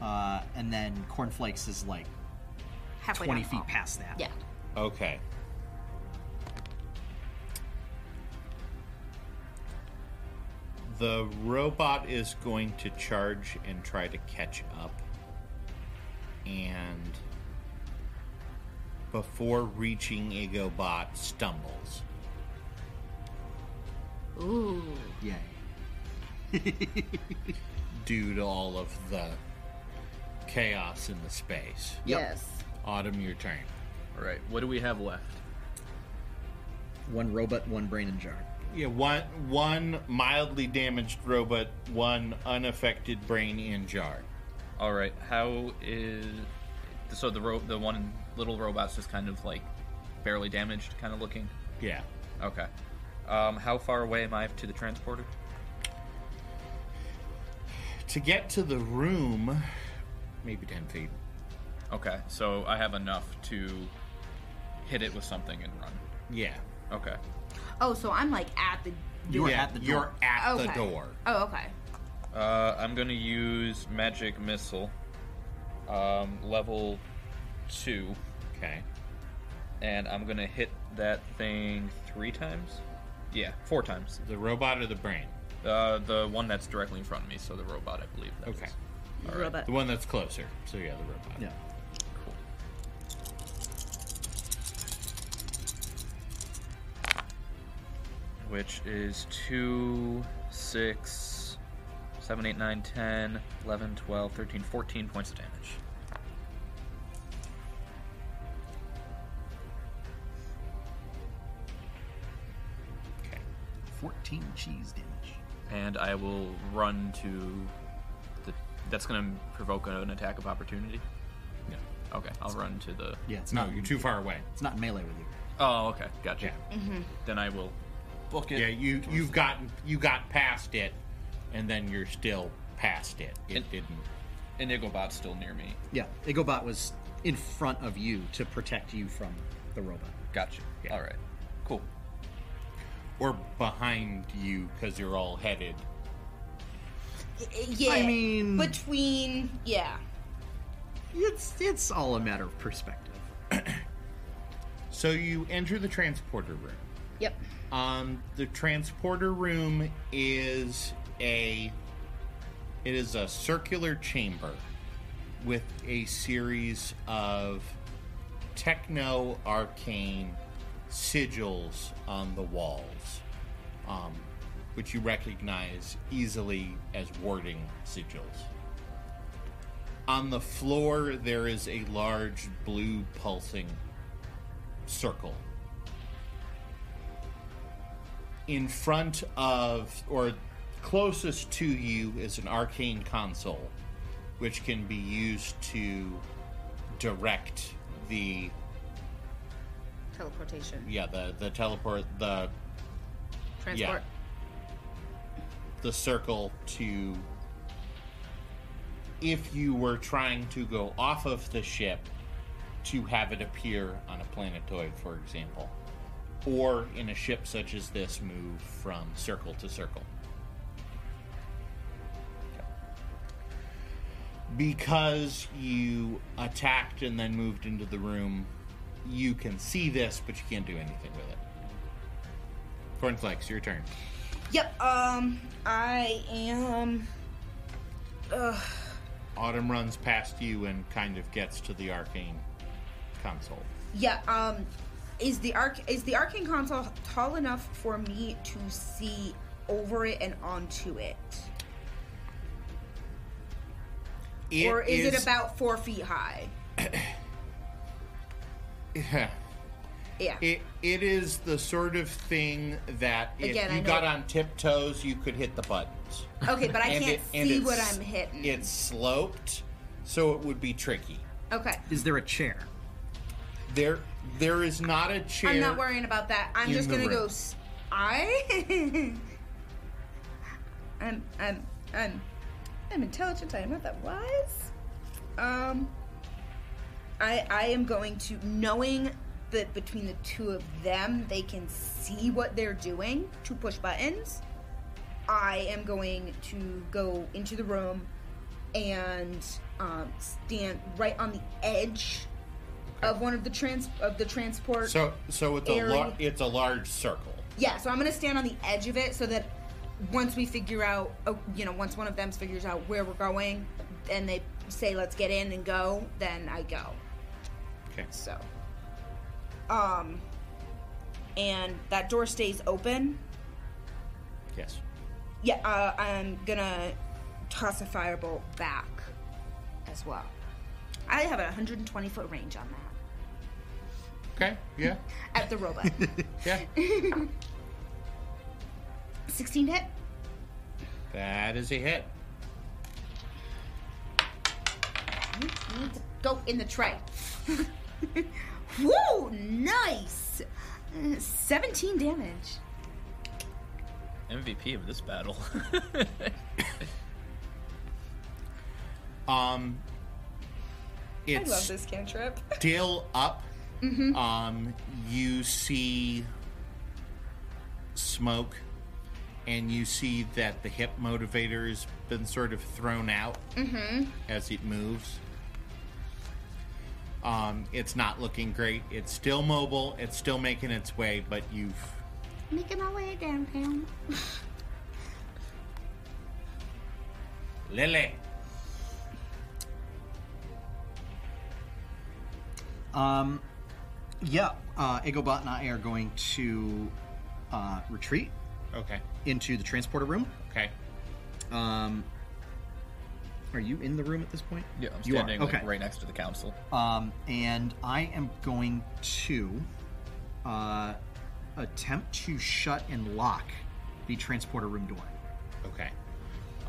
[SPEAKER 4] Uh, and then Cornflakes is like
[SPEAKER 6] Halfway
[SPEAKER 4] twenty
[SPEAKER 6] down
[SPEAKER 4] feet
[SPEAKER 6] the hall.
[SPEAKER 4] past that.
[SPEAKER 6] Yeah.
[SPEAKER 2] Okay. The robot is going to charge and try to catch up. And before reaching Igobot, stumbles.
[SPEAKER 6] Ooh.
[SPEAKER 4] Yay.
[SPEAKER 2] due to all of the chaos in the space.
[SPEAKER 6] Yes.
[SPEAKER 2] Autumn, your turn.
[SPEAKER 15] All right, what do we have left?
[SPEAKER 4] One robot, one brain and jar.
[SPEAKER 2] Yeah, one one mildly damaged robot, one unaffected brain in jar.
[SPEAKER 5] All right. How is so the ro- the one little robot's just kind of like barely damaged, kind of looking.
[SPEAKER 2] Yeah.
[SPEAKER 5] Okay. Um, how far away am I to the transporter?
[SPEAKER 2] To get to the room, maybe ten feet.
[SPEAKER 5] Okay, so I have enough to hit it with something and run.
[SPEAKER 2] Yeah.
[SPEAKER 5] Okay.
[SPEAKER 6] Oh, so I'm like at the.
[SPEAKER 4] You're
[SPEAKER 2] yeah,
[SPEAKER 4] at the door.
[SPEAKER 2] You're at the
[SPEAKER 6] Okay.
[SPEAKER 2] door.
[SPEAKER 6] Oh, okay.
[SPEAKER 5] Uh, I'm gonna use magic missile, um, level two,
[SPEAKER 2] Okay.
[SPEAKER 5] and I'm gonna hit that thing three times. Yeah, four times.
[SPEAKER 2] The robot or the brain?
[SPEAKER 5] Uh, the one that's directly in front of me, so the robot, I believe. That
[SPEAKER 2] Okay.
[SPEAKER 5] is.
[SPEAKER 6] Robot.
[SPEAKER 2] The one that's closer. So yeah, the robot.
[SPEAKER 4] Yeah.
[SPEAKER 5] which is 2, 6, 7, 8, 9, 10, 11, 12, 13, 14 points of damage.
[SPEAKER 2] Okay.
[SPEAKER 4] Fourteen cheese damage.
[SPEAKER 5] And I will run to the That's gonna provoke an attack of opportunity. Yeah. Okay, I'll run to the.
[SPEAKER 4] Yeah, it's
[SPEAKER 2] No,
[SPEAKER 4] not.
[SPEAKER 2] you're too far away.
[SPEAKER 4] It's not in melee with you.
[SPEAKER 5] Oh, okay, gotcha.
[SPEAKER 2] Yeah,
[SPEAKER 5] Then I will.
[SPEAKER 16] Book it.
[SPEAKER 2] yeah. You you've gotten you got past it, and then you're still past it. It
[SPEAKER 16] And-
[SPEAKER 2] didn't.
[SPEAKER 16] And Igobot's still near me.
[SPEAKER 4] Yeah, Igobot was in front of you to protect you from the robot.
[SPEAKER 16] Gotcha.
[SPEAKER 2] Yeah.
[SPEAKER 16] All right. Cool.
[SPEAKER 2] Or behind you because you're all headed.
[SPEAKER 6] Yeah.
[SPEAKER 4] I mean-
[SPEAKER 6] between yeah.
[SPEAKER 4] It's it's all a matter of perspective.
[SPEAKER 2] So you enter the transporter room.
[SPEAKER 6] Yep.
[SPEAKER 2] Um, the transporter room is a it is a circular chamber with a series of techno arcane sigils on the walls, um, which you recognize easily as warding sigils. On the floor, there is a large blue pulsing circle in front of or closest to you is an arcane console which can be used to direct the
[SPEAKER 6] Teleportation.
[SPEAKER 2] yeah the the teleport the
[SPEAKER 6] Transport.
[SPEAKER 2] the circle to if you were trying to go off of the ship to have it appear on a planetoid for example or in a ship such as this move from circle to circle because you attacked and then moved into the room you can see this but you can't do anything with it cornflakes your turn
[SPEAKER 6] Yep. Um, I am. Ugh.
[SPEAKER 2] Autumn runs past you and kind of gets to the arcane console.
[SPEAKER 6] Yeah. Um, is the arc is the arcane console tall enough for me to see over it and onto it, or is, it about four feet high?
[SPEAKER 2] about?
[SPEAKER 6] Yeah.
[SPEAKER 2] It it is the sort of thing that if
[SPEAKER 6] Again, I
[SPEAKER 2] you
[SPEAKER 6] know-
[SPEAKER 2] got on tiptoes, you could hit the buttons.
[SPEAKER 6] okay, but I can't
[SPEAKER 2] and
[SPEAKER 6] see
[SPEAKER 2] it's-
[SPEAKER 6] what I'm hitting.
[SPEAKER 2] It's sloped, so it would be tricky.
[SPEAKER 6] okay.
[SPEAKER 4] Is there a chair?
[SPEAKER 2] There there is not a chair.
[SPEAKER 6] I'm not worrying about that. I'm
[SPEAKER 2] in
[SPEAKER 6] just
[SPEAKER 2] the
[SPEAKER 6] gonna go.
[SPEAKER 2] room.
[SPEAKER 6] s- I. I'm I'm I'm I'm intelligent. I am not that wise. Um. I I am going to knowing that between the two of them they can see what they're doing to push buttons. I am going to go into the room and um, stand right on the edge of one of the trans of the transport.
[SPEAKER 2] So so it's a lar-
[SPEAKER 6] Airy.
[SPEAKER 2] it's a large circle.
[SPEAKER 6] Yeah, so I'm gonna stand on the edge of it so that once we figure out, oh, you know, once one of them figures out where we're going, and they say let's get in and go, then I go.
[SPEAKER 2] Okay.
[SPEAKER 6] So, um, and that door stays open.
[SPEAKER 2] Yes.
[SPEAKER 6] Yeah, uh, I'm gonna toss a firebolt back as well. I have a 120 foot range on that
[SPEAKER 2] Okay. Yeah.
[SPEAKER 6] at the robot.
[SPEAKER 2] Yeah.
[SPEAKER 6] 16 hit.
[SPEAKER 2] that is a hit.
[SPEAKER 6] You need to go in the tray. Woo! Nice! Uh, 17 damage.
[SPEAKER 5] MVP of this battle.
[SPEAKER 2] Um
[SPEAKER 6] I
[SPEAKER 2] it's
[SPEAKER 6] love this cantrip.
[SPEAKER 2] still up. Um, you see smoke, and you see that the hip motivator has been sort of thrown out as it moves. Um, it's not looking great. It's still mobile. It's still making its way, but you've
[SPEAKER 17] Making my way downtown.
[SPEAKER 2] Lily.
[SPEAKER 4] Um, yeah, uh, Igobot and I are going to uh, retreat
[SPEAKER 2] Okay.
[SPEAKER 4] into the transporter room.
[SPEAKER 2] Okay.
[SPEAKER 4] Um, are you in the room at this point?
[SPEAKER 16] Yeah, I'm
[SPEAKER 4] You are,
[SPEAKER 16] standing
[SPEAKER 4] okay.
[SPEAKER 16] like, right next to the council.
[SPEAKER 4] Um, and I am going to uh, attempt to shut and lock the transporter room door.
[SPEAKER 2] Okay.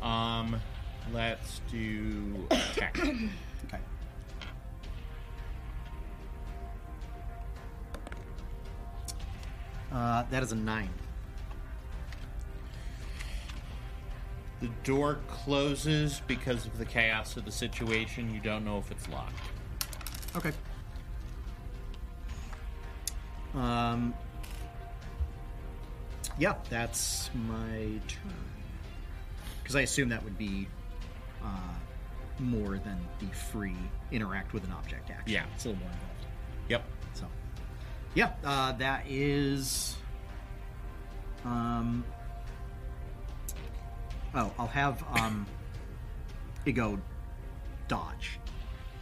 [SPEAKER 2] Um, Let's do attack.
[SPEAKER 4] Okay. Uh, that is a nine.
[SPEAKER 2] the door closes because of the chaos of the situation. You don't know if it's locked.
[SPEAKER 4] Okay. Um. Yeah, that's my turn. Because I assume that would be uh, more than the free interact with an object action.
[SPEAKER 2] Yeah.
[SPEAKER 4] it's a little more involved.
[SPEAKER 2] Yep.
[SPEAKER 4] So, yeah, uh, that is. Um. Oh, I'll have um. Igo dodge.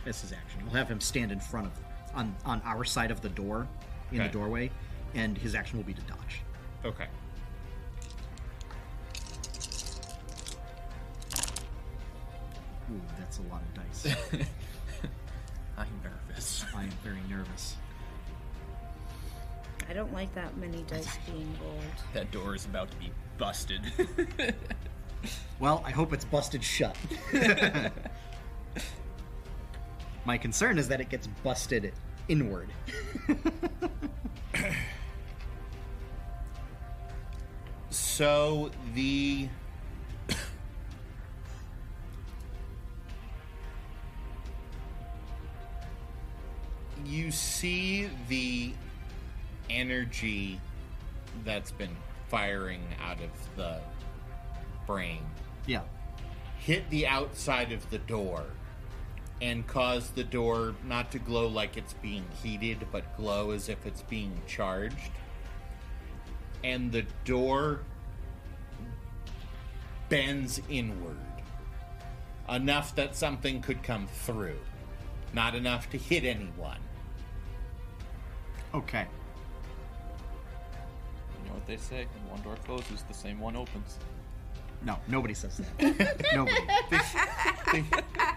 [SPEAKER 4] That's his action. We'll have him stand in front of on on our side of the door, in
[SPEAKER 2] Okay.
[SPEAKER 4] the doorway, and his action will be to dodge.
[SPEAKER 2] Okay.
[SPEAKER 4] Ooh, that's a lot of dice.
[SPEAKER 5] I'm nervous.
[SPEAKER 4] I am very nervous.
[SPEAKER 6] I don't like that many dice being rolled.
[SPEAKER 5] That door is about to be busted.
[SPEAKER 4] Well, I hope it's busted shut. My concern is that it gets busted inward.
[SPEAKER 2] So the you see the energy that's been firing out of the brain
[SPEAKER 4] Yeah.
[SPEAKER 2] hit the outside of the door and cause the door not to glow like it's being heated, but glow as if it's being charged. And the door bends inward enough that something could come through, not enough to hit anyone.
[SPEAKER 4] Okay.
[SPEAKER 5] You know what they say? When one door closes, the same one opens.
[SPEAKER 4] No, nobody says that. nobody.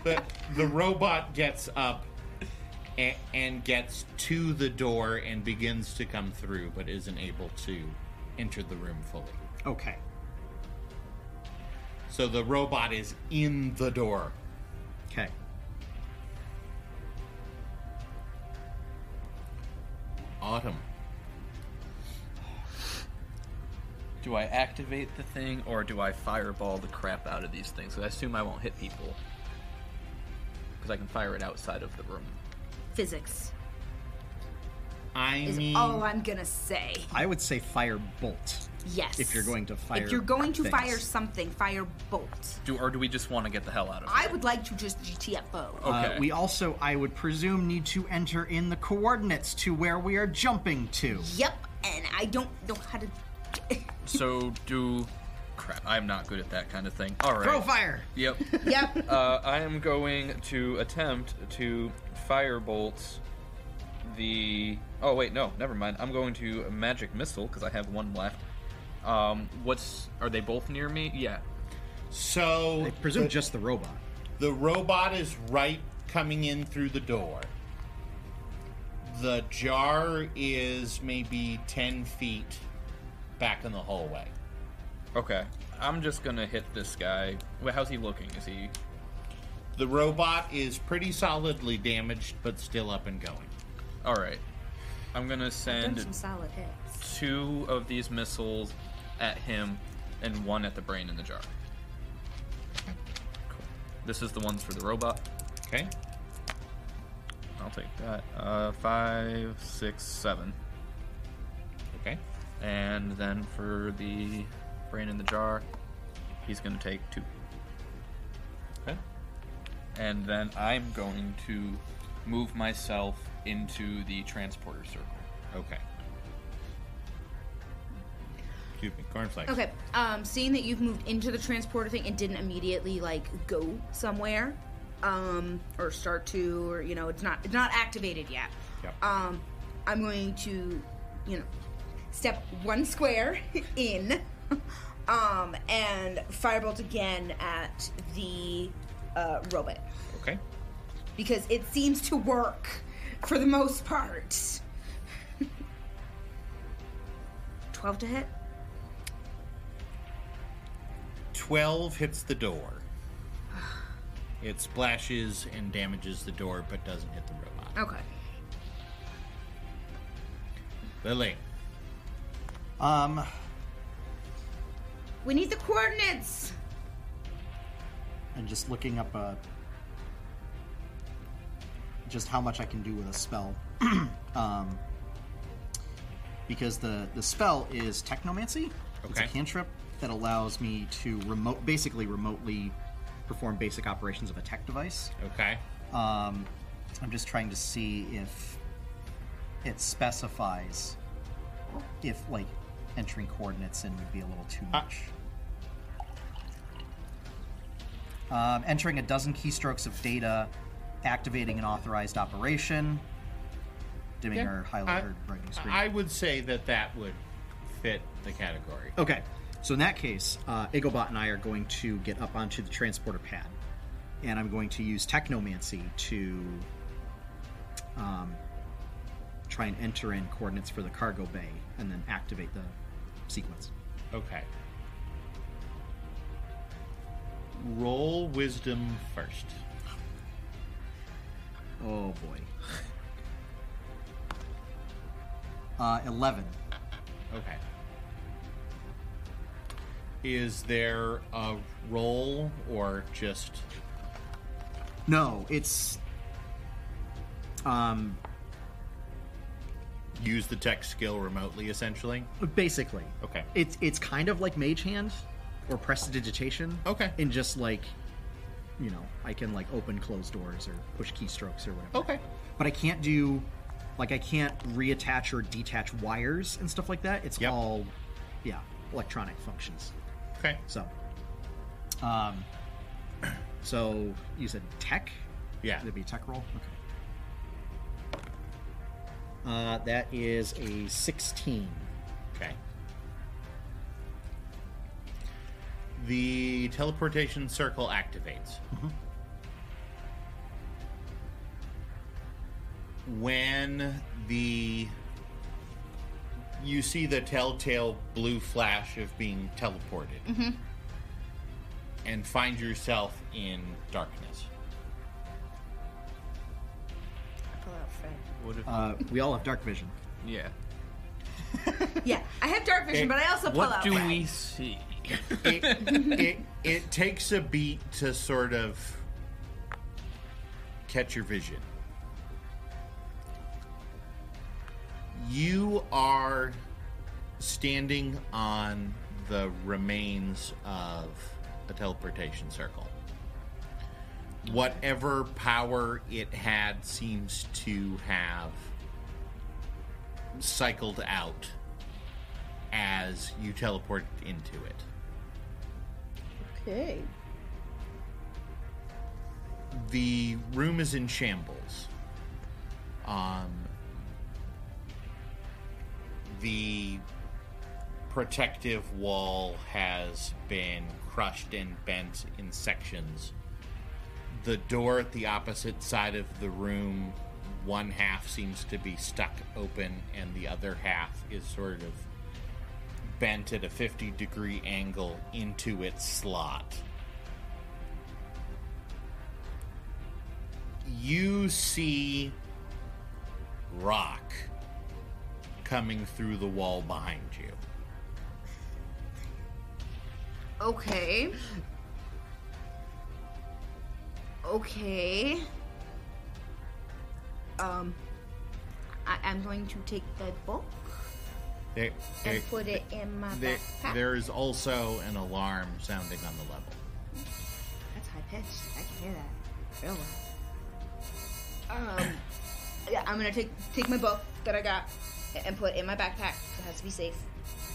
[SPEAKER 2] the, the robot gets up and, and gets to the door and begins to come through, but isn't able to enter the room fully.
[SPEAKER 4] Okay.
[SPEAKER 2] So the robot is in the door.
[SPEAKER 4] Okay.
[SPEAKER 2] Autumn.
[SPEAKER 5] Do I activate the thing or do I fireball the crap out of these things? 'Cause I assume I won't hit people. Because I can fire it outside of the room.
[SPEAKER 6] Physics
[SPEAKER 2] I
[SPEAKER 6] is
[SPEAKER 2] mean,
[SPEAKER 6] all I'm gonna say.
[SPEAKER 4] I would say fire bolt.
[SPEAKER 6] Yes.
[SPEAKER 4] If you're going to fire
[SPEAKER 6] if you're going to
[SPEAKER 4] things.
[SPEAKER 6] fire something, fire bolt.
[SPEAKER 5] Do or do we just want to get the hell out of it?
[SPEAKER 6] I would like to just GTFO.
[SPEAKER 4] Uh,
[SPEAKER 5] Okay.
[SPEAKER 4] we also, I would presume, need to enter in the coordinates to where we are jumping to.
[SPEAKER 6] Yep, and I don't know how to.
[SPEAKER 5] So do crap. I'm not good at that kind of thing. All right.
[SPEAKER 4] Throw fire.
[SPEAKER 5] Yep.
[SPEAKER 6] Yep.
[SPEAKER 5] uh, I am going to attempt to firebolt the. Oh wait, no, never mind. I'm going to magic missile because I have one left. Um, what's are they both near me? Yeah.
[SPEAKER 2] so
[SPEAKER 4] I presume just the robot.
[SPEAKER 2] the robot is right coming in through the door. The jar is maybe 10 feet back in the hallway.
[SPEAKER 5] Okay. I'm just gonna hit this guy. Wait, how's he looking? Is he?
[SPEAKER 2] The robot is pretty solidly damaged, but still up and going.
[SPEAKER 5] All right. I'm gonna send
[SPEAKER 6] some solid hits.
[SPEAKER 5] two of these missiles at him and one at the brain in the jar. Cool. This is the ones for the robot.
[SPEAKER 2] Okay.
[SPEAKER 5] I'll take that. Uh, five, six, seven.
[SPEAKER 2] Okay.
[SPEAKER 5] And then for the brain in the jar, he's going to take two.
[SPEAKER 2] Okay.
[SPEAKER 5] And then I'm going to move myself into the transporter circle.
[SPEAKER 2] Okay. Excuse me, cornflakes.
[SPEAKER 6] Okay, um, seeing that you've moved into the transporter thing and didn't immediately like go somewhere, um, or start to, or you know, it's not it's not activated yet.
[SPEAKER 2] Yep.
[SPEAKER 6] Um, I'm going to, you know, step one square in, um, and firebolt again at the uh, robot
[SPEAKER 2] Okay.
[SPEAKER 6] because it seems to work for the most part. Twelve to hit.
[SPEAKER 2] 12 hits the door. It splashes and damages the door, but doesn't hit the robot.
[SPEAKER 6] Okay.
[SPEAKER 2] Lily,
[SPEAKER 4] Um,
[SPEAKER 6] We need the coordinates.
[SPEAKER 4] and just looking up uh, just how much I can do with a spell. um, because the, the spell is Technomancy. It's a
[SPEAKER 2] Okay.
[SPEAKER 4] cantrip that allows me to remote, basically remotely perform basic operations of a tech device.
[SPEAKER 2] okay.
[SPEAKER 4] Um, I'm just trying to see if it specifies if like entering coordinates in would be a little too much. Um, entering a dozen keystrokes of data, activating an authorized operation, dimming or
[SPEAKER 2] I,
[SPEAKER 4] highlighting or brightening screen.
[SPEAKER 2] I would say that that would fit the category.
[SPEAKER 4] Okay. So in that case, uh, Igobot and I are going to get up onto the transporter pad, and I'm going to use Technomancy to um, try and enter in coordinates for the cargo bay, and then activate the sequence.
[SPEAKER 2] Okay. Roll wisdom first.
[SPEAKER 4] Oh boy. Uh, Eleven.
[SPEAKER 2] Okay. Is there a roll or just
[SPEAKER 4] No, it's um,
[SPEAKER 2] use the tech skill remotely, essentially?
[SPEAKER 4] basically
[SPEAKER 2] Okay.
[SPEAKER 4] It's it's kind of like Mage Hand or Prestidigitation.
[SPEAKER 2] Okay.
[SPEAKER 4] And just like, you know, I can like open closed doors or push keystrokes or whatever.
[SPEAKER 2] Okay.
[SPEAKER 4] But I can't do, like, I can't reattach or detach wires and stuff like that. It's
[SPEAKER 2] Yep.
[SPEAKER 4] all, yeah, electronic functions.
[SPEAKER 2] Okay.
[SPEAKER 4] So, um, so you said tech.
[SPEAKER 2] Yeah.
[SPEAKER 4] That'd be a tech roll. Okay. Uh, that is a sixteen.
[SPEAKER 2] Okay. The teleportation circle activates. When the you see the telltale blue flash of being teleported and find yourself in darkness.
[SPEAKER 5] What if,
[SPEAKER 4] Uh, we all have dark vision.
[SPEAKER 5] yeah.
[SPEAKER 6] Yeah, I have dark vision,
[SPEAKER 2] Okay.
[SPEAKER 6] but I also pull
[SPEAKER 5] What
[SPEAKER 6] out.
[SPEAKER 5] do
[SPEAKER 6] Fred.
[SPEAKER 5] we see?
[SPEAKER 2] it, it, it takes a beat to sort of catch your vision. You are standing on the remains of a teleportation circle. Whatever power it had seems to have cycled out as you teleported into it.
[SPEAKER 18] Okay.
[SPEAKER 2] the room is in shambles. Um, the protective wall has been crushed and bent in sections. The door at the opposite side of the room, one half seems to be stuck open, and the other half is sort of bent at a 50 degree angle into its slot. you see rock coming through the wall behind you.
[SPEAKER 6] Okay. Okay. Um, I, I'm going to take that book
[SPEAKER 2] There,
[SPEAKER 6] and
[SPEAKER 2] there-
[SPEAKER 6] put it in my
[SPEAKER 2] there-
[SPEAKER 6] backpack.
[SPEAKER 2] there is also an alarm sounding on the level.
[SPEAKER 6] That's high pitched. I can hear that real well. Um, yeah, I'm gonna take take my book that I got a- and put it in my backpack. It has to be safe.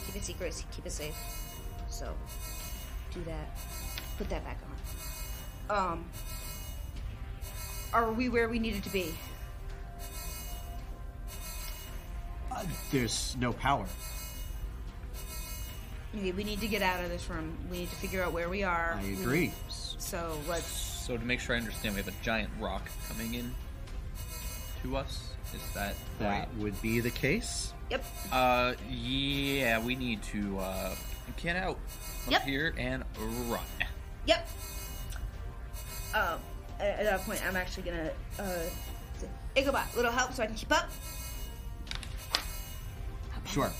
[SPEAKER 6] Keep it secret. Keep it safe. So do that. Put that back on. Um, are we where we needed to be?
[SPEAKER 4] Uh, there's no power.
[SPEAKER 6] We we need to get out of this room. We need to figure out where we are.
[SPEAKER 4] I
[SPEAKER 6] We need-
[SPEAKER 4] agree.
[SPEAKER 6] So let's.
[SPEAKER 9] So to make sure I understand, we have a giant rock coming in to us. Is that right?
[SPEAKER 4] That would be the case.
[SPEAKER 6] Yep.
[SPEAKER 9] Uh, yeah, we need to uh, get out up
[SPEAKER 6] Yep.
[SPEAKER 9] here and run.
[SPEAKER 6] Yep. Um,
[SPEAKER 3] at at that point, I'm actually gonna. Uh, say, Ichabod, little help so I can keep up.
[SPEAKER 4] Sure.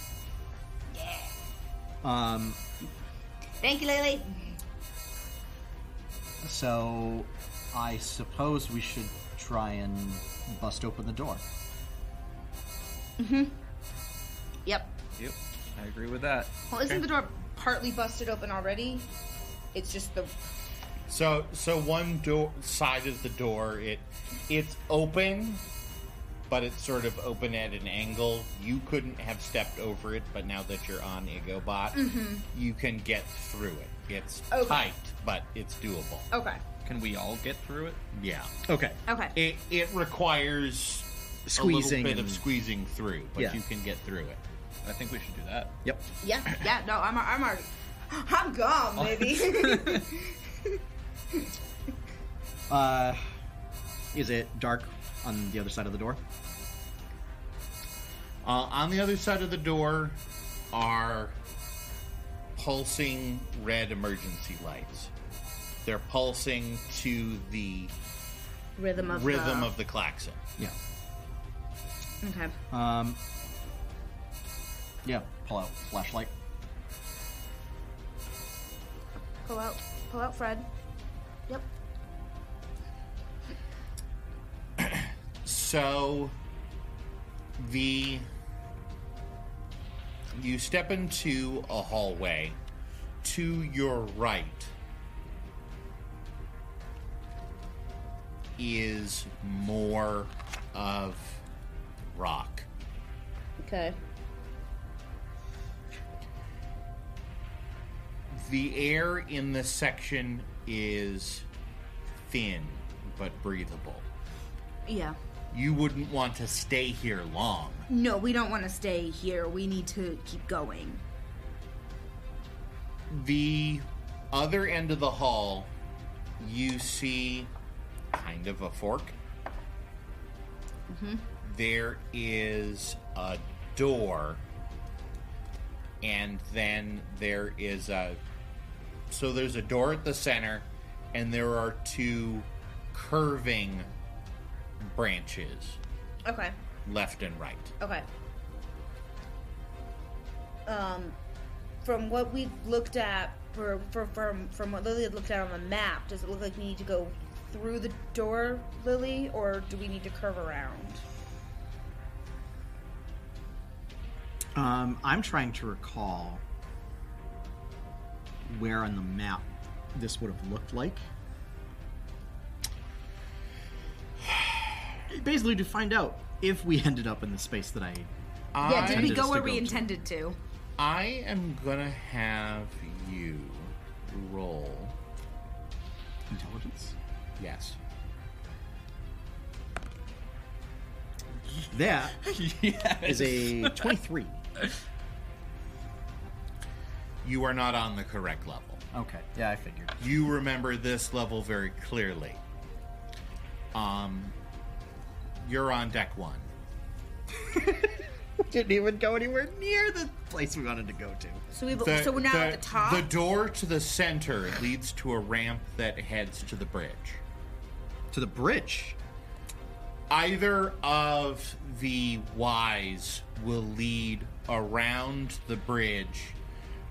[SPEAKER 4] Um,
[SPEAKER 3] Thank you, Lily.
[SPEAKER 4] so I suppose we should try and bust open the door.
[SPEAKER 3] Yep.
[SPEAKER 9] Yep, I agree with that.
[SPEAKER 3] Well, isn't the door partly busted open already? It's just the.
[SPEAKER 2] So so one door side of the door it it's open, but it's sort of open at an angle. You couldn't have stepped over it, but now that you're on Igobot, you can get through it. It's
[SPEAKER 3] Okay.
[SPEAKER 2] tight, but it's doable.
[SPEAKER 6] Oh.
[SPEAKER 3] Okay.
[SPEAKER 9] Can we all get through it?
[SPEAKER 2] Yeah.
[SPEAKER 4] Okay.
[SPEAKER 3] Okay.
[SPEAKER 2] It it requires
[SPEAKER 4] Squeezing
[SPEAKER 2] a little bit
[SPEAKER 4] and-
[SPEAKER 2] of squeezing through, but
[SPEAKER 4] Yeah.
[SPEAKER 2] you can get through it.
[SPEAKER 9] I think we should do that.
[SPEAKER 4] Yep.
[SPEAKER 3] Yeah, yeah, no, I'm, I'm already. I'm
[SPEAKER 2] Oh.
[SPEAKER 3] gone, baby.
[SPEAKER 4] Uh, is it dark on the other side of the door?
[SPEAKER 2] Uh, on the other side of the door are pulsing red emergency lights. They're pulsing to the
[SPEAKER 3] rhythm of
[SPEAKER 2] rhythm
[SPEAKER 3] the,
[SPEAKER 2] of the klaxon.
[SPEAKER 4] Yeah.
[SPEAKER 3] Okay.
[SPEAKER 4] Um, yeah. Pull out flashlight.
[SPEAKER 6] Pull out, pull out, Fred. Yep.
[SPEAKER 2] So the you step into a hallway to your right is more of rock.
[SPEAKER 3] Okay.
[SPEAKER 2] The air in this section is thin but breathable.
[SPEAKER 3] Yeah.
[SPEAKER 2] You wouldn't want to stay here long.
[SPEAKER 3] No, we don't want to stay here. We need to keep going.
[SPEAKER 2] The other end of the hall, you see kind of a fork. There is a door, and then there is a. So there's a door at the center, and there are two curving branches
[SPEAKER 3] Okay.
[SPEAKER 2] left and right.
[SPEAKER 3] Okay. Um, from what we've looked at, for, for, from from what Lily had looked at on the map, does it look like we need to go through the door, Lily, or do we need to curve around?
[SPEAKER 4] Um, I'm trying to recall where on the map this would have looked like. Basically, to find out if we ended up in the space that I.
[SPEAKER 6] Yeah, did
[SPEAKER 2] I-
[SPEAKER 6] we
[SPEAKER 4] Intended
[SPEAKER 6] go
[SPEAKER 4] us to
[SPEAKER 6] where
[SPEAKER 4] go
[SPEAKER 6] we
[SPEAKER 4] to.
[SPEAKER 6] intended to?
[SPEAKER 2] I am gonna have you roll.
[SPEAKER 4] Intelligence?
[SPEAKER 2] Yes.
[SPEAKER 4] That
[SPEAKER 9] yes.
[SPEAKER 4] is a 23.
[SPEAKER 2] You are not on the correct level.
[SPEAKER 4] Okay. Yeah, I figured.
[SPEAKER 2] You remember this level very clearly. Um, you're on deck one.
[SPEAKER 4] Didn't even go anywhere near the place we wanted to go to.
[SPEAKER 6] So we, so we're now at the top.
[SPEAKER 2] The door to the center leads to a ramp that heads to the bridge.
[SPEAKER 4] To the bridge.
[SPEAKER 2] Either of the Ys will lead around the bridge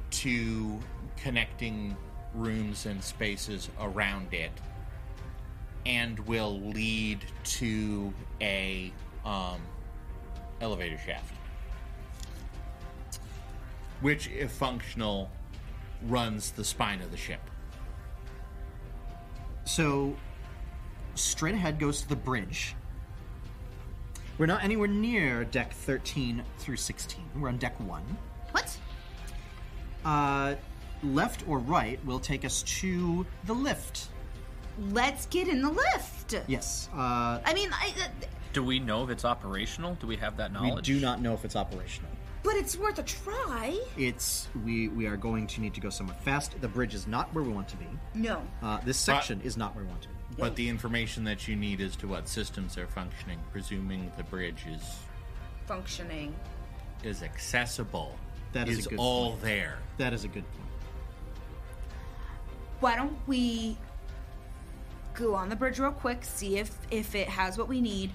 [SPEAKER 2] to connecting rooms and spaces around it and will lead to a um, elevator shaft which if functional runs the spine of the ship
[SPEAKER 4] So, straight ahead goes to the bridge. We're not anywhere near deck 13 through 16. We're on deck 1.
[SPEAKER 3] What?
[SPEAKER 4] Uh, left or right will take us to the lift.
[SPEAKER 6] Let's get in the lift.
[SPEAKER 4] Yes. Uh,
[SPEAKER 6] I mean, I, uh,
[SPEAKER 9] Do we know if it's operational? Do we have that
[SPEAKER 4] we
[SPEAKER 9] knowledge?
[SPEAKER 4] do not know if it's operational.
[SPEAKER 6] but it's worth a try.
[SPEAKER 4] It's we we are going to need to go somewhere fast. The bridge is not where we want to be.
[SPEAKER 3] No.
[SPEAKER 4] Uh, this section is not where we want to be.
[SPEAKER 2] but the information that you need as to what systems are functioning presuming the bridge is
[SPEAKER 3] Functioning.
[SPEAKER 2] is accessible
[SPEAKER 4] That is a good
[SPEAKER 2] all there.
[SPEAKER 4] That is a good point.
[SPEAKER 6] Why don't we go on the bridge real quick, see if if it has what we need.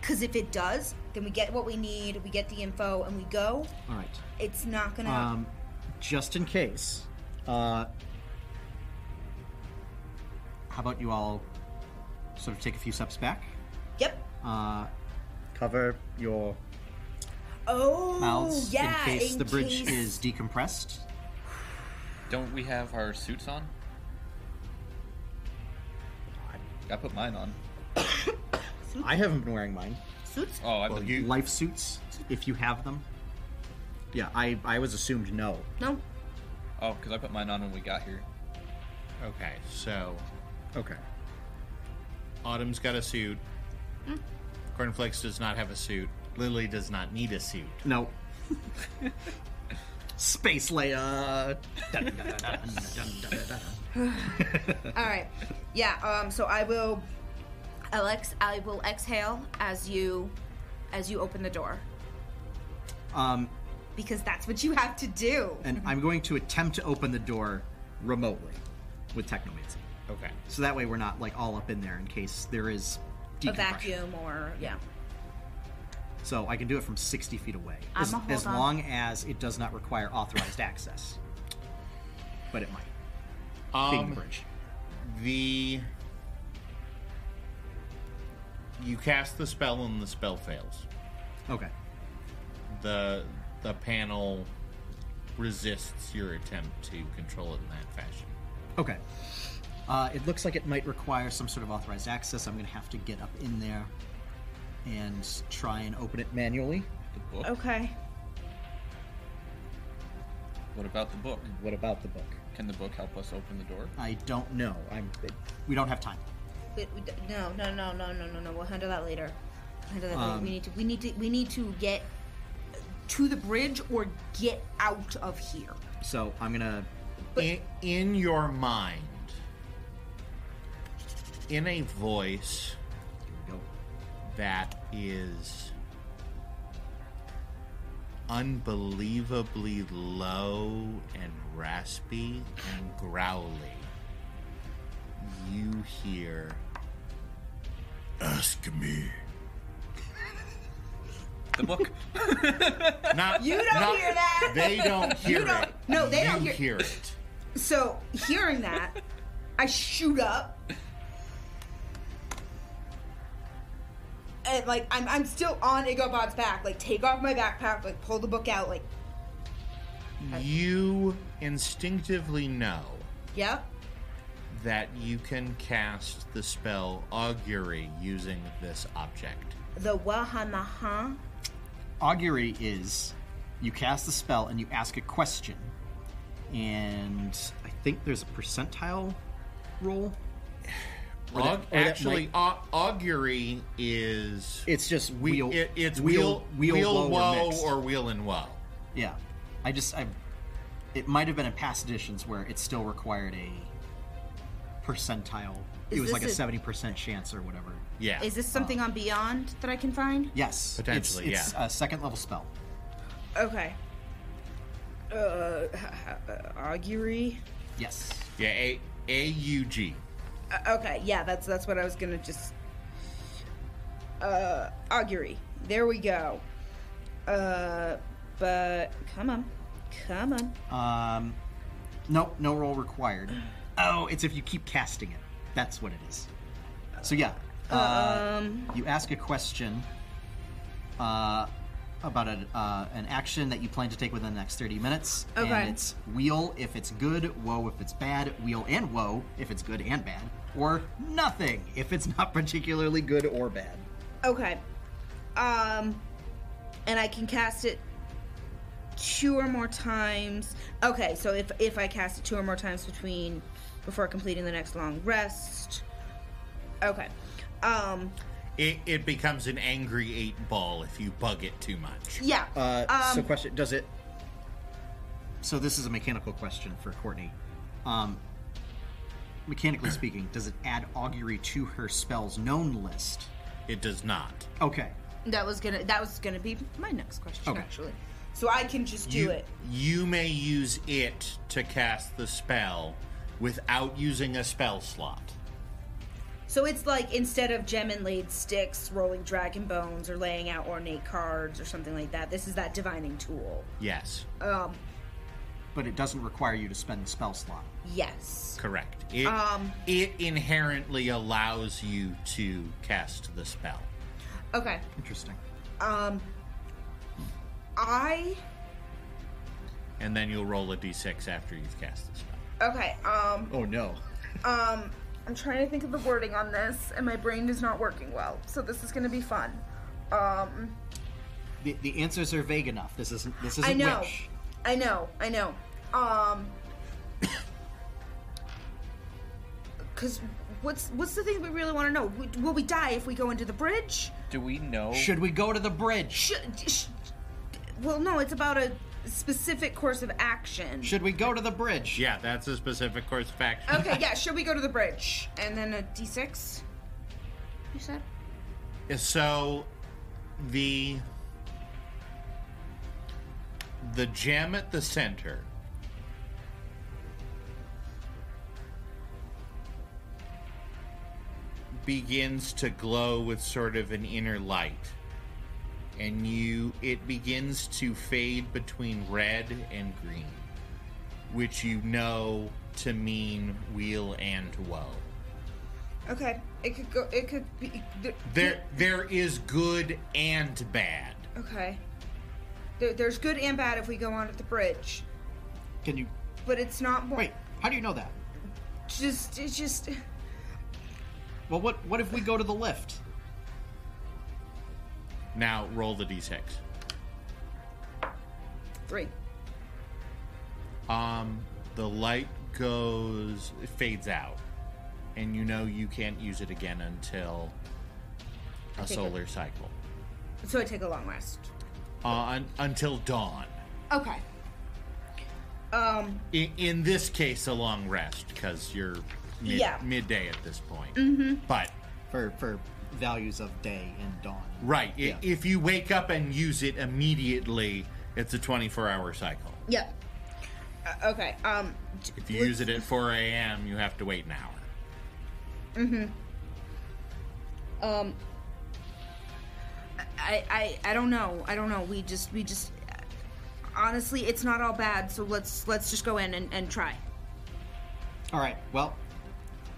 [SPEAKER 6] Cause if it does, then we get what we need, we get the info, and we go.
[SPEAKER 4] All right.
[SPEAKER 6] It's not gonna.
[SPEAKER 4] Um, just in case, uh, how about you all sort of take a few steps back,
[SPEAKER 6] yep.
[SPEAKER 4] uh, cover your
[SPEAKER 6] Oh,
[SPEAKER 4] mouths
[SPEAKER 6] yeah.
[SPEAKER 4] in case
[SPEAKER 6] in
[SPEAKER 4] the bridge
[SPEAKER 6] case-
[SPEAKER 4] is decompressed.
[SPEAKER 5] Don't we have our suits on? I put mine on.
[SPEAKER 4] I haven't been wearing mine.
[SPEAKER 6] Suits?
[SPEAKER 5] Oh, I've
[SPEAKER 2] Well,
[SPEAKER 5] been
[SPEAKER 2] you
[SPEAKER 4] Life suits, if you have them. Yeah, I, I was assumed no.
[SPEAKER 6] No.
[SPEAKER 5] Oh, because I put mine on when we got here.
[SPEAKER 2] okay? So
[SPEAKER 4] Okay.
[SPEAKER 2] Autumn's got a suit. Cornflakes does not have a suit. Lily does not need a suit.
[SPEAKER 4] No. Space Leia.
[SPEAKER 6] All right. Yeah. Um. So I will. Alex, I will exhale as you, as you open the door
[SPEAKER 4] Um,
[SPEAKER 6] because that's what you have to do.
[SPEAKER 4] and I'm going to attempt to open the door remotely with technomancy.
[SPEAKER 2] Okay.
[SPEAKER 4] So that way we're not like all up in there in case there is
[SPEAKER 6] A
[SPEAKER 4] decompression.
[SPEAKER 6] vacuum or yeah.
[SPEAKER 4] So I can do it from 60 feet away.
[SPEAKER 6] I'ma
[SPEAKER 4] as
[SPEAKER 6] hold
[SPEAKER 4] as
[SPEAKER 6] on.
[SPEAKER 4] long as it does not require authorized access. But it might. Being the
[SPEAKER 2] Um,
[SPEAKER 4] bridge.
[SPEAKER 2] the you cast the spell and the spell fails.
[SPEAKER 4] Okay.
[SPEAKER 2] The the panel resists your attempt to control it in that fashion.
[SPEAKER 4] Okay. Uh, it looks like it might require some sort of authorized access. I'm going to have to get up in there and try and open it manually.
[SPEAKER 5] The book?
[SPEAKER 19] Okay.
[SPEAKER 5] What about the book?
[SPEAKER 4] What about the book?
[SPEAKER 5] Can the book help us open the door?
[SPEAKER 4] I don't know. I'm. It, we don't have time.
[SPEAKER 6] We, we, d- no, no, no, no, no, no, no. We'll handle that later. We'll Handle that later.
[SPEAKER 4] Um,
[SPEAKER 6] We need to. We need to. We need to get to the bridge or get out of here.
[SPEAKER 4] So I'm gonna.
[SPEAKER 2] in, in your mind, in a voice
[SPEAKER 4] Here we go.
[SPEAKER 2] that is unbelievably low and raspy and growly, you hear, Ask me.
[SPEAKER 5] The book.
[SPEAKER 2] Not,
[SPEAKER 6] You don't
[SPEAKER 2] not-
[SPEAKER 6] hear that.
[SPEAKER 2] They don't hear
[SPEAKER 6] don't-
[SPEAKER 2] it.
[SPEAKER 6] no, they
[SPEAKER 2] You
[SPEAKER 6] don't hear-
[SPEAKER 2] it.
[SPEAKER 6] So hearing that, I shoot up. And like I'm, I'm still on Igobod's back. Like take off my backpack, like pull the book out, like
[SPEAKER 2] You instinctively know
[SPEAKER 6] yeah.
[SPEAKER 2] that you can cast the spell Augury using this object.
[SPEAKER 6] The Wahamaha.
[SPEAKER 4] Augury is you cast the spell and you ask a question, and I think there's a percentile roll. Or that-
[SPEAKER 2] Aug-
[SPEAKER 4] or that
[SPEAKER 2] actually, au- augury is
[SPEAKER 4] It's just
[SPEAKER 2] we.
[SPEAKER 4] wheel.
[SPEAKER 2] it- it's wheel, wheel,
[SPEAKER 4] woe
[SPEAKER 2] woe
[SPEAKER 4] mixed.
[SPEAKER 2] or, wheel and woe.
[SPEAKER 4] yeah. I just I. It might have been in past editions where it still required a percentile.
[SPEAKER 6] Is
[SPEAKER 4] it was like a
[SPEAKER 6] this a-
[SPEAKER 4] seventy percent chance or whatever.
[SPEAKER 2] Yeah.
[SPEAKER 6] Is this something on Beyond that I can find?
[SPEAKER 4] Yes,
[SPEAKER 2] Potentially,
[SPEAKER 4] It's, it's
[SPEAKER 2] yeah.
[SPEAKER 4] a second level spell.
[SPEAKER 6] Okay. Uh, augury.
[SPEAKER 4] Yes.
[SPEAKER 2] yeah? A A U G.
[SPEAKER 6] Uh, okay, yeah, that's that's what I was gonna just. Uh, augury. There we go. Uh, but come on, come on.
[SPEAKER 4] Um, nope, no roll required. Oh, it's if you keep casting it. That's what it is. So yeah, uh, you ask a question uh, about a, uh, an action that you plan to take within the next thirty minutes,
[SPEAKER 6] Okay.
[SPEAKER 4] and it's wheel if it's good, woe if it's bad, wheel and woe if it's good and bad, or nothing if it's not particularly good or bad.
[SPEAKER 6] Okay. Um, and I can cast it two or more times. Okay, so if if I cast it two or more times between before completing the next long rest. Okay. Um.
[SPEAKER 2] It, it becomes an angry eight ball if you bug it too much.
[SPEAKER 6] Yeah.
[SPEAKER 4] Uh, so
[SPEAKER 6] Um,
[SPEAKER 4] question does it so this is a mechanical question for courtney um, mechanically speaking does it add augury to her spells known list
[SPEAKER 2] It does not.
[SPEAKER 4] okay
[SPEAKER 6] That was gonna that was gonna be my next question
[SPEAKER 4] Okay.
[SPEAKER 6] actually. So I can just do
[SPEAKER 2] you,
[SPEAKER 6] it.
[SPEAKER 2] You may use it to cast the spell without using a spell slot.
[SPEAKER 6] So it's like instead of gem inlaid sticks, rolling dragon bones, or laying out ornate cards or something like that, this is that divining tool.
[SPEAKER 2] Yes,
[SPEAKER 6] Um,
[SPEAKER 4] but it doesn't require you to spend the spell slot.
[SPEAKER 6] yes.
[SPEAKER 2] correct. It,
[SPEAKER 6] Um,
[SPEAKER 2] it inherently allows you to cast the spell.
[SPEAKER 6] Okay.
[SPEAKER 4] Interesting.
[SPEAKER 6] Um, I
[SPEAKER 2] And then you'll roll a d6 after you've cast the spell.
[SPEAKER 6] okay. Um,
[SPEAKER 2] Oh no.
[SPEAKER 6] um, I'm trying to think of the wording on this, and my brain is not working well. So this is gonna be fun. Um,
[SPEAKER 4] The, the answers are vague enough. This isn't this isn't
[SPEAKER 6] I know.
[SPEAKER 4] wish.
[SPEAKER 6] I know. I know. Um, because what's what's the thing we really want to know? W- Will we die if we go into the bridge?
[SPEAKER 5] Do we know?
[SPEAKER 4] Should we go to the bridge?
[SPEAKER 6] Sh- sh- well, no. It's about a specific course of action.
[SPEAKER 4] Should we go to the bridge?
[SPEAKER 2] Yeah, that's a specific course of action.
[SPEAKER 6] okay. Yeah. Should we go to the bridge and then a d6? You said.
[SPEAKER 2] So the the gem at the center begins to glow with sort of an inner light and you it begins to fade between red and green which you know to mean wheel and woe
[SPEAKER 6] Okay. It could go. It could be. th-
[SPEAKER 2] There, there is good and bad.
[SPEAKER 6] Okay. There, there's good and bad if we go on at the bridge,
[SPEAKER 4] Can you
[SPEAKER 6] but it's not. More,
[SPEAKER 4] wait? How do you know that?
[SPEAKER 6] Just. It's just.
[SPEAKER 4] Well, what what if we go to the lift?
[SPEAKER 2] Now roll the d6.
[SPEAKER 6] Three.
[SPEAKER 2] Um, the light goes, it fades out, and you know you can't use it again until a
[SPEAKER 6] think
[SPEAKER 2] solar cycle,
[SPEAKER 6] So I take a long rest.
[SPEAKER 2] uh, un- until dawn.
[SPEAKER 6] Okay. Um.
[SPEAKER 2] In, in this case, a long rest because you're mid-
[SPEAKER 6] Yeah.
[SPEAKER 2] midday at this point. Mm-hmm. But
[SPEAKER 4] for for values of day and dawn.
[SPEAKER 2] right, i-
[SPEAKER 4] Yeah.
[SPEAKER 2] if you wake up and use it immediately, it's a 24-hour cycle.
[SPEAKER 6] Yeah. Uh, okay. Um. d-
[SPEAKER 2] If you
[SPEAKER 6] let's-
[SPEAKER 2] use it at 4 a.m., you have to wait an hour.
[SPEAKER 6] Um. I, I I don't know. I don't know. We just we just honestly, it's not all bad. So let's let's just go in and, and try.
[SPEAKER 4] All right. Well,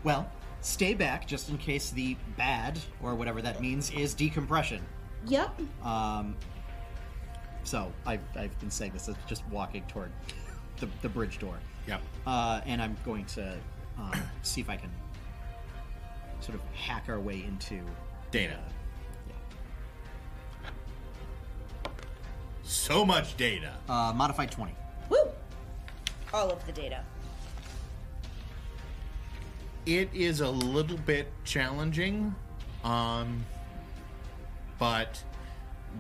[SPEAKER 4] well, stay back just in case the bad or whatever that means is decompression.
[SPEAKER 6] Yep.
[SPEAKER 4] Um, so I've I've been saying this. I'm just walking toward the the bridge door.
[SPEAKER 2] Yep.
[SPEAKER 4] Uh, and I'm going to um, see if I can sort of hack our way into.
[SPEAKER 2] Data. So much data.
[SPEAKER 4] Uh, modified twenty.
[SPEAKER 6] Woo. All of the data.
[SPEAKER 2] It is a little bit challenging, um, but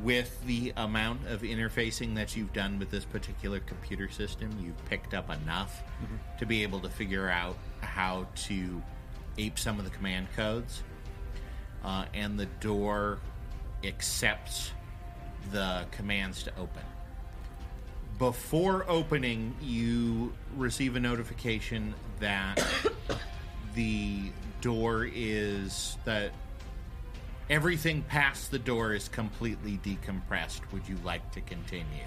[SPEAKER 2] with the amount of interfacing that you've done with this particular computer system, you've picked up enough to be able to figure out how to ape some of the command codes. Uh, and the door accepts the commands to open. Before opening, you receive a notification that the door is that everything past the door is completely decompressed. Would you like to continue?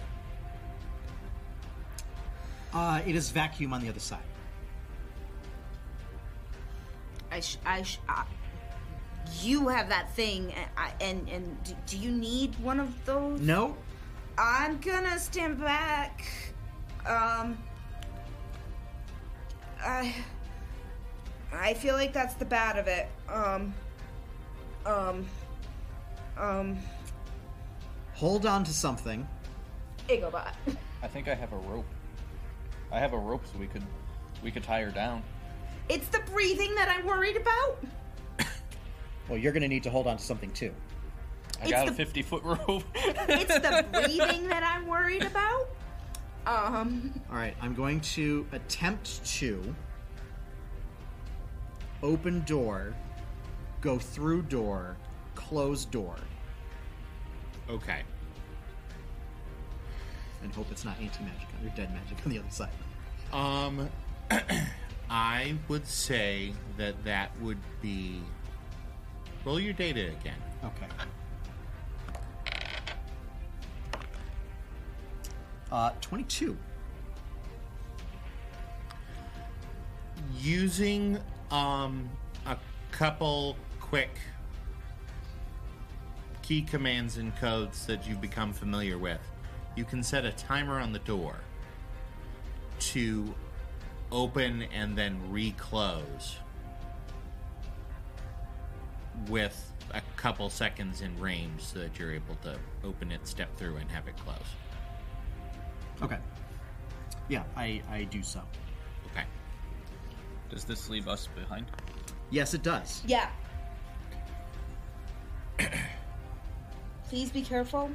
[SPEAKER 4] Uh, it is vacuum on the other side.
[SPEAKER 6] I sh- I sh- I- you have that thing, and I, and, and do, do you need one of those?
[SPEAKER 4] No.
[SPEAKER 6] I'm gonna stand back. Um, I I feel like that's the bad of it. Um, um, um,
[SPEAKER 4] Hold on to something.
[SPEAKER 6] Igobot.
[SPEAKER 5] I think I have a rope. I have a rope, so we could we could tie her down.
[SPEAKER 6] It's the breathing that I'm worried about.
[SPEAKER 4] Well, you're going to need to hold on to something too.
[SPEAKER 5] I
[SPEAKER 6] It's
[SPEAKER 5] got
[SPEAKER 6] the-
[SPEAKER 5] a fifty foot rope.
[SPEAKER 6] It's the breathing that I'm worried about. Um,
[SPEAKER 4] All right, I'm going to attempt to open door, go through door, close door,
[SPEAKER 2] Okay.
[SPEAKER 4] and hope it's not anti magic or dead magic on the other side.
[SPEAKER 2] Um I would say that that would be Roll your data again.
[SPEAKER 4] Okay. Uh, 22.
[SPEAKER 2] Using um, a couple quick key commands and codes that you've become familiar with, you can set a timer on the door to open and then reclose with a couple seconds in range so that you're able to open it, step through, and have it close.
[SPEAKER 4] Okay. Yeah, I, I do so.
[SPEAKER 2] Okay.
[SPEAKER 9] Does this leave us behind?
[SPEAKER 4] Yes, it does.
[SPEAKER 3] Yeah. Please be careful.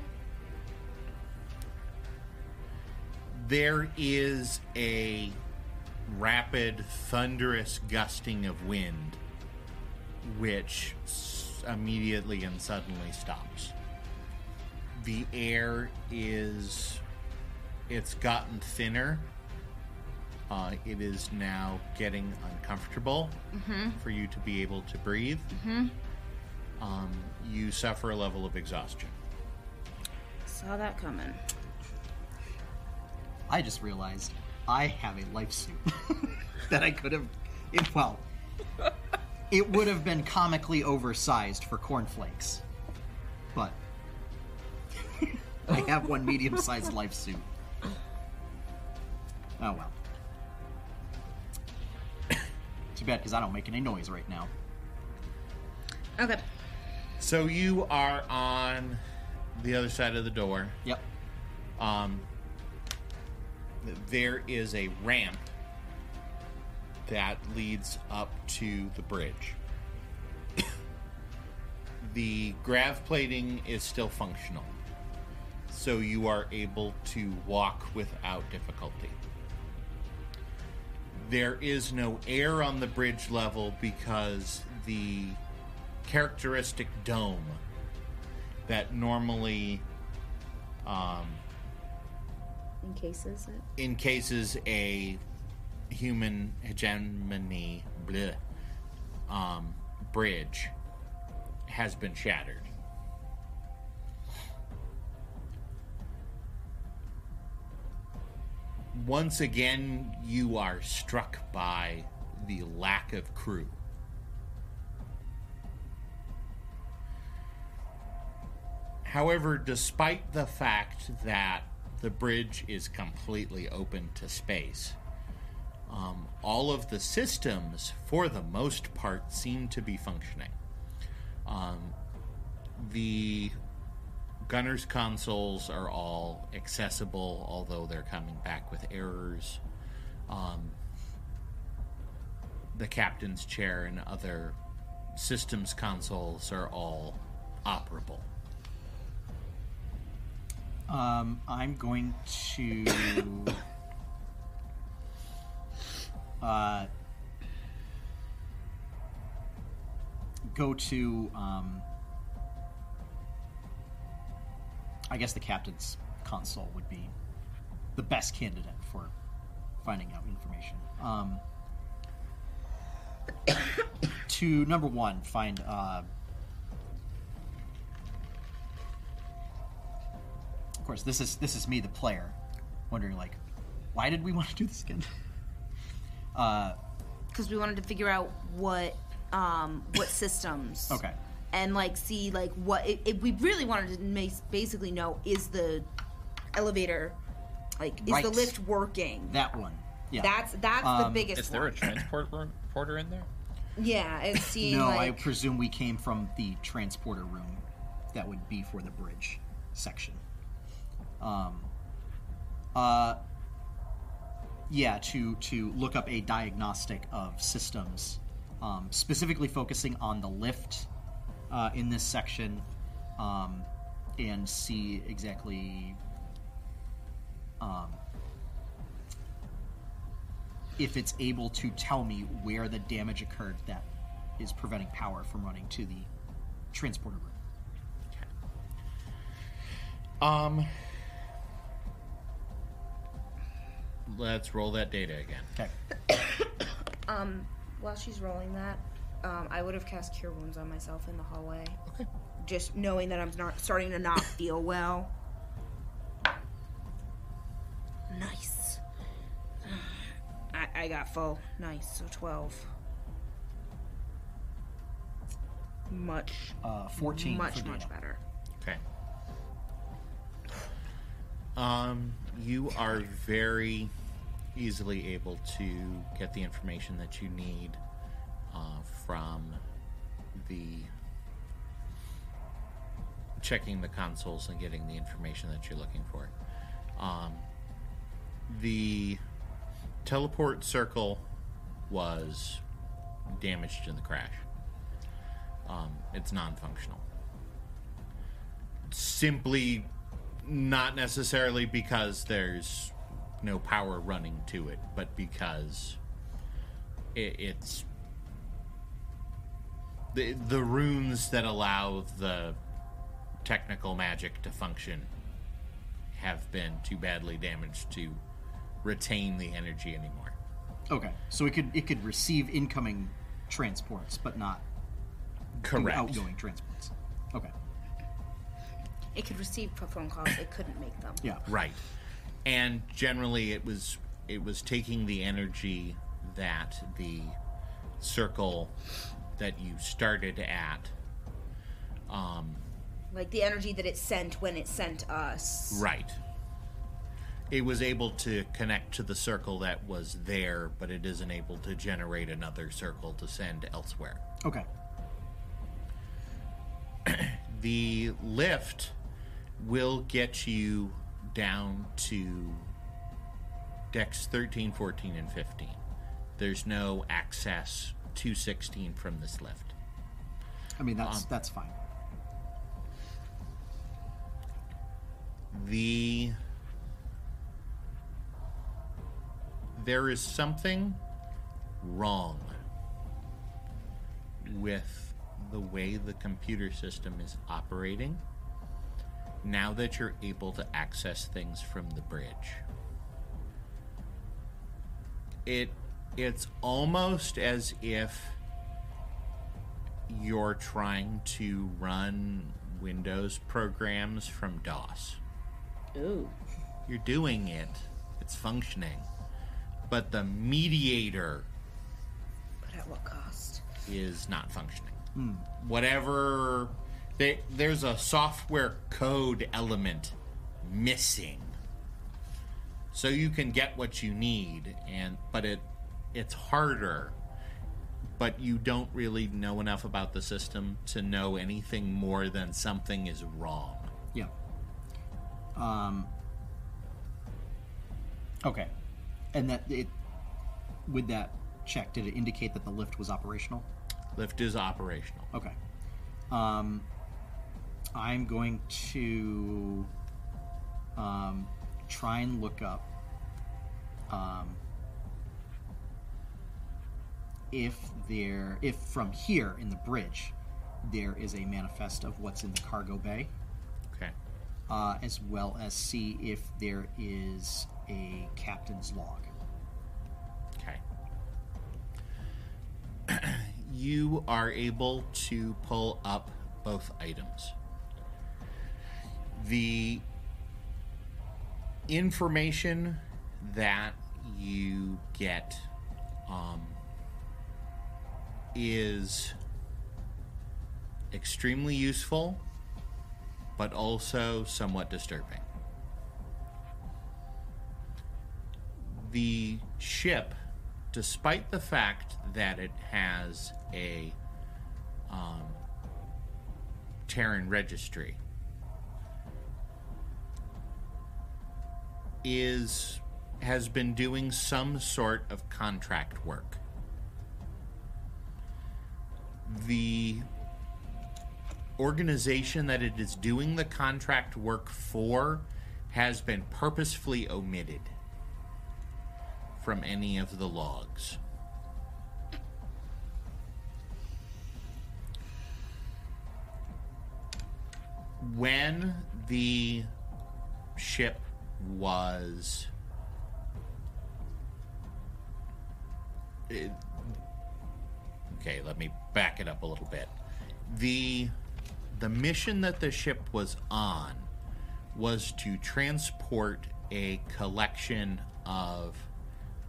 [SPEAKER 2] there is a rapid, thunderous gusting of wind, which s- immediately and suddenly stops. The air is. It's gotten thinner. Uh, it is now getting uncomfortable for you to be able to breathe. Um, you suffer a level of exhaustion.
[SPEAKER 6] Saw that coming.
[SPEAKER 4] I just realized I have a life suit that I could have. It, well, it would have been comically oversized for cornflakes, but I have one medium-sized life suit. Oh well. Too bad because I don't make any noise right now.
[SPEAKER 6] Okay.
[SPEAKER 2] So you are on the other side of the door.
[SPEAKER 4] Yep.
[SPEAKER 2] Um, there is a ramp that leads up to the bridge. the grav plating is still functional, so you are able to walk without difficulty. There is no air on the bridge level because the characteristic dome that normally um,
[SPEAKER 6] Encases it.
[SPEAKER 2] encases a human hegemony bleh, um, bridge has been shattered. Once again, you are struck by the lack of crew. However, despite the fact that the bridge is completely open to space, um, all of the systems, for the most part, seem to be functioning. Um, the gunner's consoles are all accessible, although they're coming back with errors. Um, the captain's chair and other systems consoles are all operable.
[SPEAKER 4] Um, I'm going to. uh, go to. Um, I guess the captain's console would be the best candidate for finding out information. Um, to number one, find. Uh, of course this is this is me the player wondering like why did we want to do this again uh
[SPEAKER 6] Because we wanted to figure out what um what systems.
[SPEAKER 4] okay
[SPEAKER 6] And like see like what it, it, we really wanted to ma- basically know is the elevator like is
[SPEAKER 4] Right.
[SPEAKER 6] the lift working?
[SPEAKER 4] that one yeah
[SPEAKER 6] That's that's the
[SPEAKER 4] Um,
[SPEAKER 6] biggest.
[SPEAKER 9] Is there a
[SPEAKER 6] one.
[SPEAKER 9] transport room- porter in there?
[SPEAKER 6] Yeah, and seeing
[SPEAKER 4] no i
[SPEAKER 6] like
[SPEAKER 4] presume we came from the transporter room that would be for the bridge section um uh yeah to to look up a diagnostic of systems um, specifically focusing on the lift uh, in this section um, and see exactly um, if it's able to tell me where the damage occurred that is preventing power from running to the transporter room.
[SPEAKER 2] Um, let's roll that data again.
[SPEAKER 4] Okay.
[SPEAKER 6] um while she's rolling that, um, I would have cast Cure Wounds on myself in the hallway. Okay. Just knowing that I'm not starting to not feel well. Nice. I, I got full. Nice. So 12. Much,
[SPEAKER 4] Uh, 14.
[SPEAKER 6] much,
[SPEAKER 4] for Dino.
[SPEAKER 6] much better.
[SPEAKER 2] Okay. Um, you are very easily able to get the information that you need uh, from the checking the consoles and getting the information that you're looking for. Um, the teleport circle was damaged in the crash. Um, it's non-functional simply not necessarily because there's no power running to it, but because it, it's the the runes that allow the technical magic to function have been too badly damaged to retain the energy anymore.
[SPEAKER 4] Okay, so it could it could receive incoming transports, but not outgoing transports. Okay,
[SPEAKER 6] It could receive p- phone calls, it couldn't make them.
[SPEAKER 4] yeah,
[SPEAKER 2] Right. And generally it was it was taking the energy that the circle that you started at
[SPEAKER 6] Like the energy that it sent when it sent us.
[SPEAKER 2] right. It was able to connect to the circle that was there, but it isn't able to generate another circle to send elsewhere.
[SPEAKER 4] okay,
[SPEAKER 2] the lift will get you down to decks 13, 14, and 15. There's no access to 16 from this lift.
[SPEAKER 4] I mean that's that's fine.
[SPEAKER 2] The. There is something wrong with the way the computer system is operating now that you're able to access things from the bridge. It it's almost as if you're trying to run Windows programs from DOS.
[SPEAKER 3] Ooh.
[SPEAKER 2] You're doing it. It's functioning. But the mediator
[SPEAKER 6] But at what cost?
[SPEAKER 2] is not functioning. Whatever they, there's a software code element missing. So you can get what you need and but it it's harder. But you don't really know enough about the system to know anything more than something is wrong.
[SPEAKER 4] Yeah. Um. Okay, and that it with that check did it indicate that the lift was operational?
[SPEAKER 2] Lift is operational.
[SPEAKER 4] Okay. Um, I'm going to um, try and look up um, if there, if from here in the bridge, there is a manifest of what's in the cargo bay,
[SPEAKER 2] Okay.
[SPEAKER 4] uh, as well as see if there is a captain's log.
[SPEAKER 2] Okay. you are able to pull up both items. The information that you get um, is extremely useful, but also somewhat disturbing. the ship, despite the fact that it has a um, Terran registry, is has been doing some sort of contract work. The organization that it is doing the contract work for has been purposefully omitted from any of the logs. When the ship was. it- okay, let me back it up a little bit. The the mission that the ship was on was to transport a collection of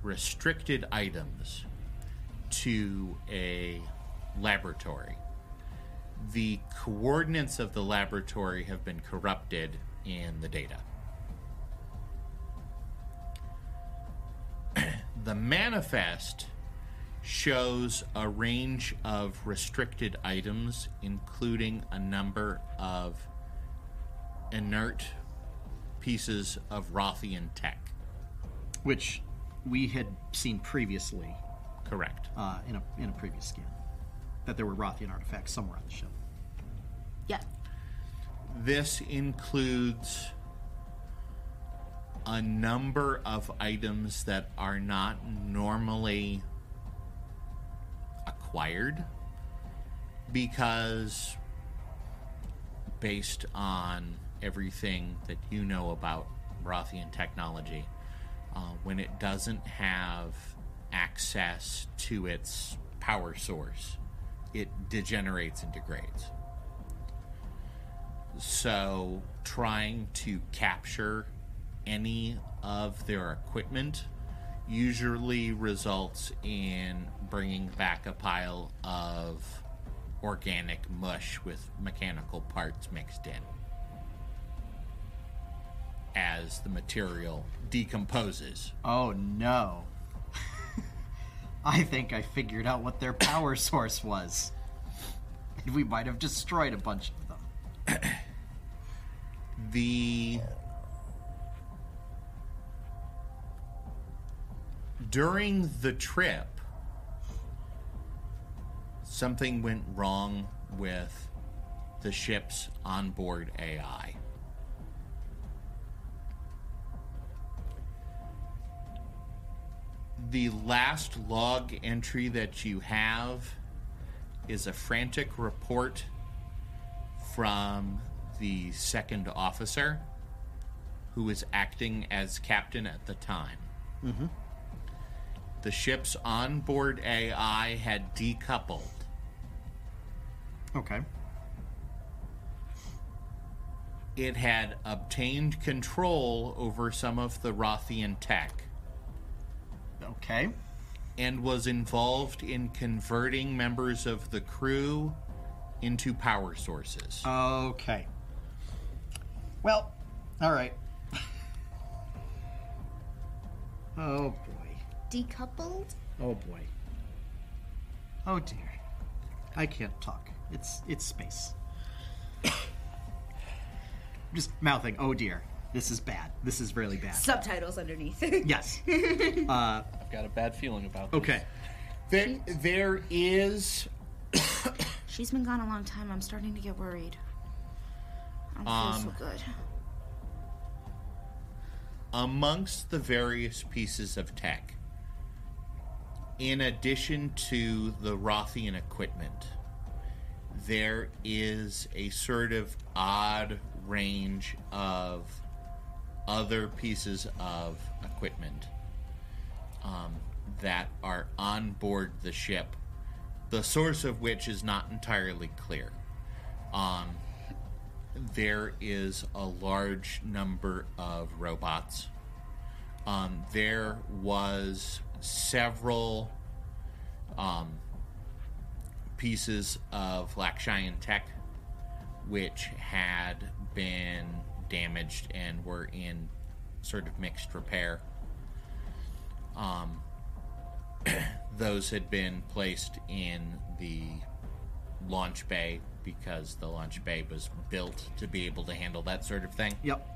[SPEAKER 2] restricted items to a laboratory. The coordinates of the laboratory have been corrupted in the data. the manifest shows a range of restricted items, including a number of inert pieces of Rothian tech.
[SPEAKER 4] which we had seen previously
[SPEAKER 2] Correct.
[SPEAKER 4] uh, in a in a previous scan. That there were Rothian artifacts somewhere on the ship.
[SPEAKER 3] Yeah.
[SPEAKER 2] This includes a number of items that are not normally acquired because based on everything that you know about Rothian technology, uh, when it doesn't have access to its power source, it degenerates and degrades. So, trying to capture any of their equipment usually results in bringing back a pile of organic mush with mechanical parts mixed in. As the material decomposes,
[SPEAKER 4] Oh no. I think I figured out what their power source was. And we might have destroyed a bunch of them.
[SPEAKER 2] the during the trip something went wrong with the ship's onboard AI. The last log entry that you have is a frantic report from the second officer who was acting as captain at the time. Mm-hmm. The ship's onboard AI had decoupled.
[SPEAKER 4] Okay.
[SPEAKER 2] It had obtained control over some of the Rothian tech
[SPEAKER 4] Okay.
[SPEAKER 2] and was involved in converting members of the crew into power sources.
[SPEAKER 4] Okay. Well, all right. oh boy.
[SPEAKER 6] Decoupled?
[SPEAKER 4] Oh boy. Oh dear. I can't talk. It's it's space. I'm just mouthing, "Oh dear. This is bad. This is really bad."
[SPEAKER 3] Subtitles underneath.
[SPEAKER 4] yes.
[SPEAKER 9] I've got a bad feeling about this.
[SPEAKER 4] Okay.
[SPEAKER 2] There, there is
[SPEAKER 6] She's been gone a long time. I'm starting to get worried. I don't feel so good.
[SPEAKER 2] amongst the various pieces of tech, in addition to the Rothian equipment, there is a sort of odd range of other pieces of equipment um, that are on board the ship, the source of which is not entirely clear. Um, there is a large number of robots. Um, there was several um, pieces of Lakshayan tech which had been damaged and were in sort of mixed repair. Um, those had been placed in the launch bay because the launch bay was built to be able to handle that sort of thing.
[SPEAKER 4] Yep.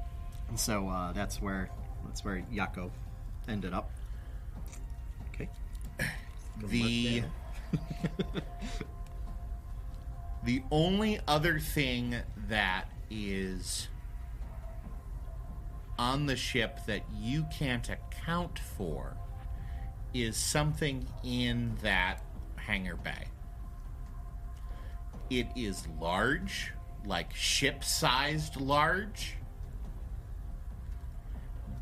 [SPEAKER 4] And so uh, that's where that's where Yako ended up. Okay.
[SPEAKER 2] The the only other thing that is on the ship that you can't account for is something in that hangar bay. It is large, like ship sized large,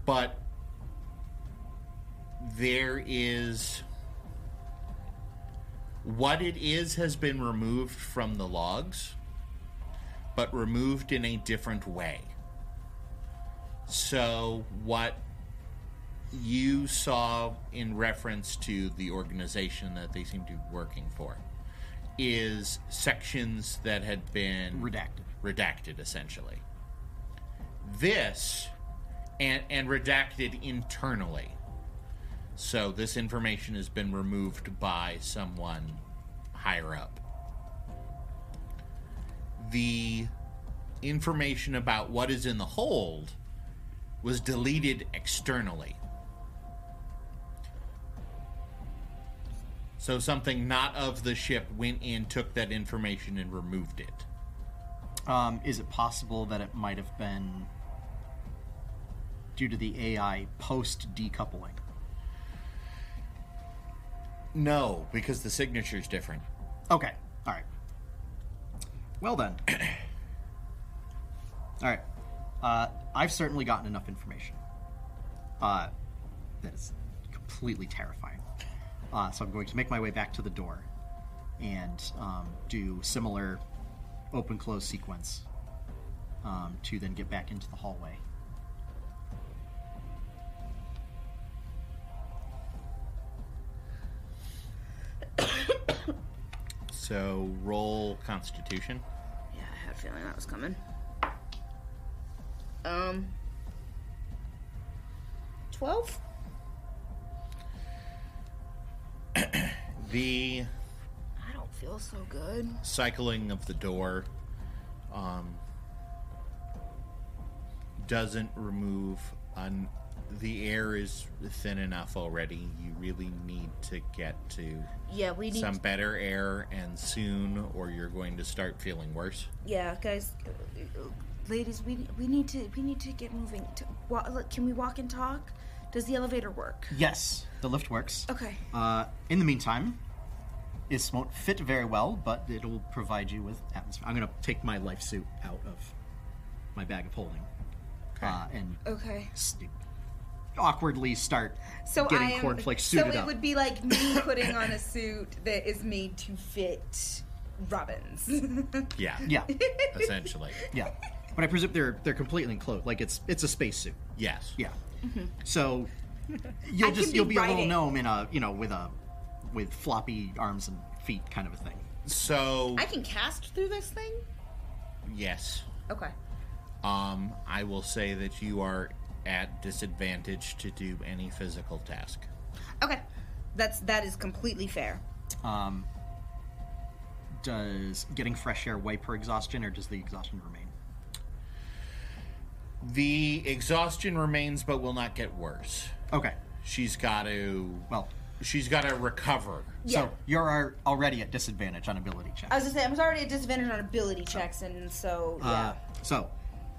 [SPEAKER 2] but there is What it is has been removed from the logs, but removed in a different way. So, what you saw in reference to the organization that they seem to be working for is sections that had been
[SPEAKER 4] Redacted.
[SPEAKER 2] redacted essentially this and and redacted internally so this information has been removed by someone higher up the information about what is in the hold was deleted externally so something not of the ship went in took that information and removed it
[SPEAKER 4] Um, is it possible that it might have been due to the AI post decoupling?
[SPEAKER 2] No, because the signature's different.
[SPEAKER 4] Okay. All right. Well then. All right. Uh, I've certainly gotten enough information. Uh, that is completely terrifying. Uh, so I'm going to make my way back to the door and um, do similar open close sequence um, to then get back into the hallway.
[SPEAKER 2] So roll Constitution.
[SPEAKER 3] Yeah, I had a feeling that was coming. Um. 12?
[SPEAKER 2] The
[SPEAKER 3] I don't feel so good.
[SPEAKER 2] cycling of the door um, doesn't remove. Un- the air is thin enough already. You really need to get to
[SPEAKER 3] Yeah, we need.
[SPEAKER 2] some better air and soon, or you're going to start feeling worse.
[SPEAKER 3] yeah, guys. uh, uh, Ladies, we we need to we need to get moving. To, wa- look, can we walk and talk? Does the elevator work?
[SPEAKER 4] Yes, the lift works.
[SPEAKER 3] Okay.
[SPEAKER 4] Uh, in the meantime, this won't fit very well, but it'll provide you with atmosphere. I'm going to take my life suit out of my bag of holding uh, and
[SPEAKER 6] Okay.
[SPEAKER 4] st- awkwardly start
[SPEAKER 6] So
[SPEAKER 4] getting
[SPEAKER 6] I am.
[SPEAKER 4] cornflakes
[SPEAKER 6] so
[SPEAKER 4] suited
[SPEAKER 6] it
[SPEAKER 4] up.
[SPEAKER 6] would be like me putting on a suit that is made to fit Robin's.
[SPEAKER 2] Yeah,
[SPEAKER 4] yeah,
[SPEAKER 2] essentially.
[SPEAKER 4] yeah. But I presume they're they're completely enclosed. Like it's it's a spacesuit.
[SPEAKER 2] Yes.
[SPEAKER 4] Yeah. So you'll
[SPEAKER 6] Mm-hmm. can
[SPEAKER 4] just
[SPEAKER 6] be
[SPEAKER 4] you'll be a little
[SPEAKER 6] riding.
[SPEAKER 4] gnome in a you know with a with floppy arms and feet kind of a thing.
[SPEAKER 2] So
[SPEAKER 3] I can cast through this thing.
[SPEAKER 2] yes.
[SPEAKER 3] Okay.
[SPEAKER 2] Um, I will say that you are at disadvantage to do any physical task.
[SPEAKER 3] Okay. That's that is completely fair.
[SPEAKER 4] Um, does getting fresh air wipe her exhaustion, or does the exhaustion remain?
[SPEAKER 2] The exhaustion remains, but will not get worse.
[SPEAKER 4] Okay.
[SPEAKER 2] She's got to.
[SPEAKER 4] Well,
[SPEAKER 2] she's got to recover.
[SPEAKER 3] Yeah.
[SPEAKER 4] so you're ar- already at disadvantage on ability checks.
[SPEAKER 3] I was gonna say I was already at disadvantage on ability checks, and so yeah.
[SPEAKER 4] Uh, so,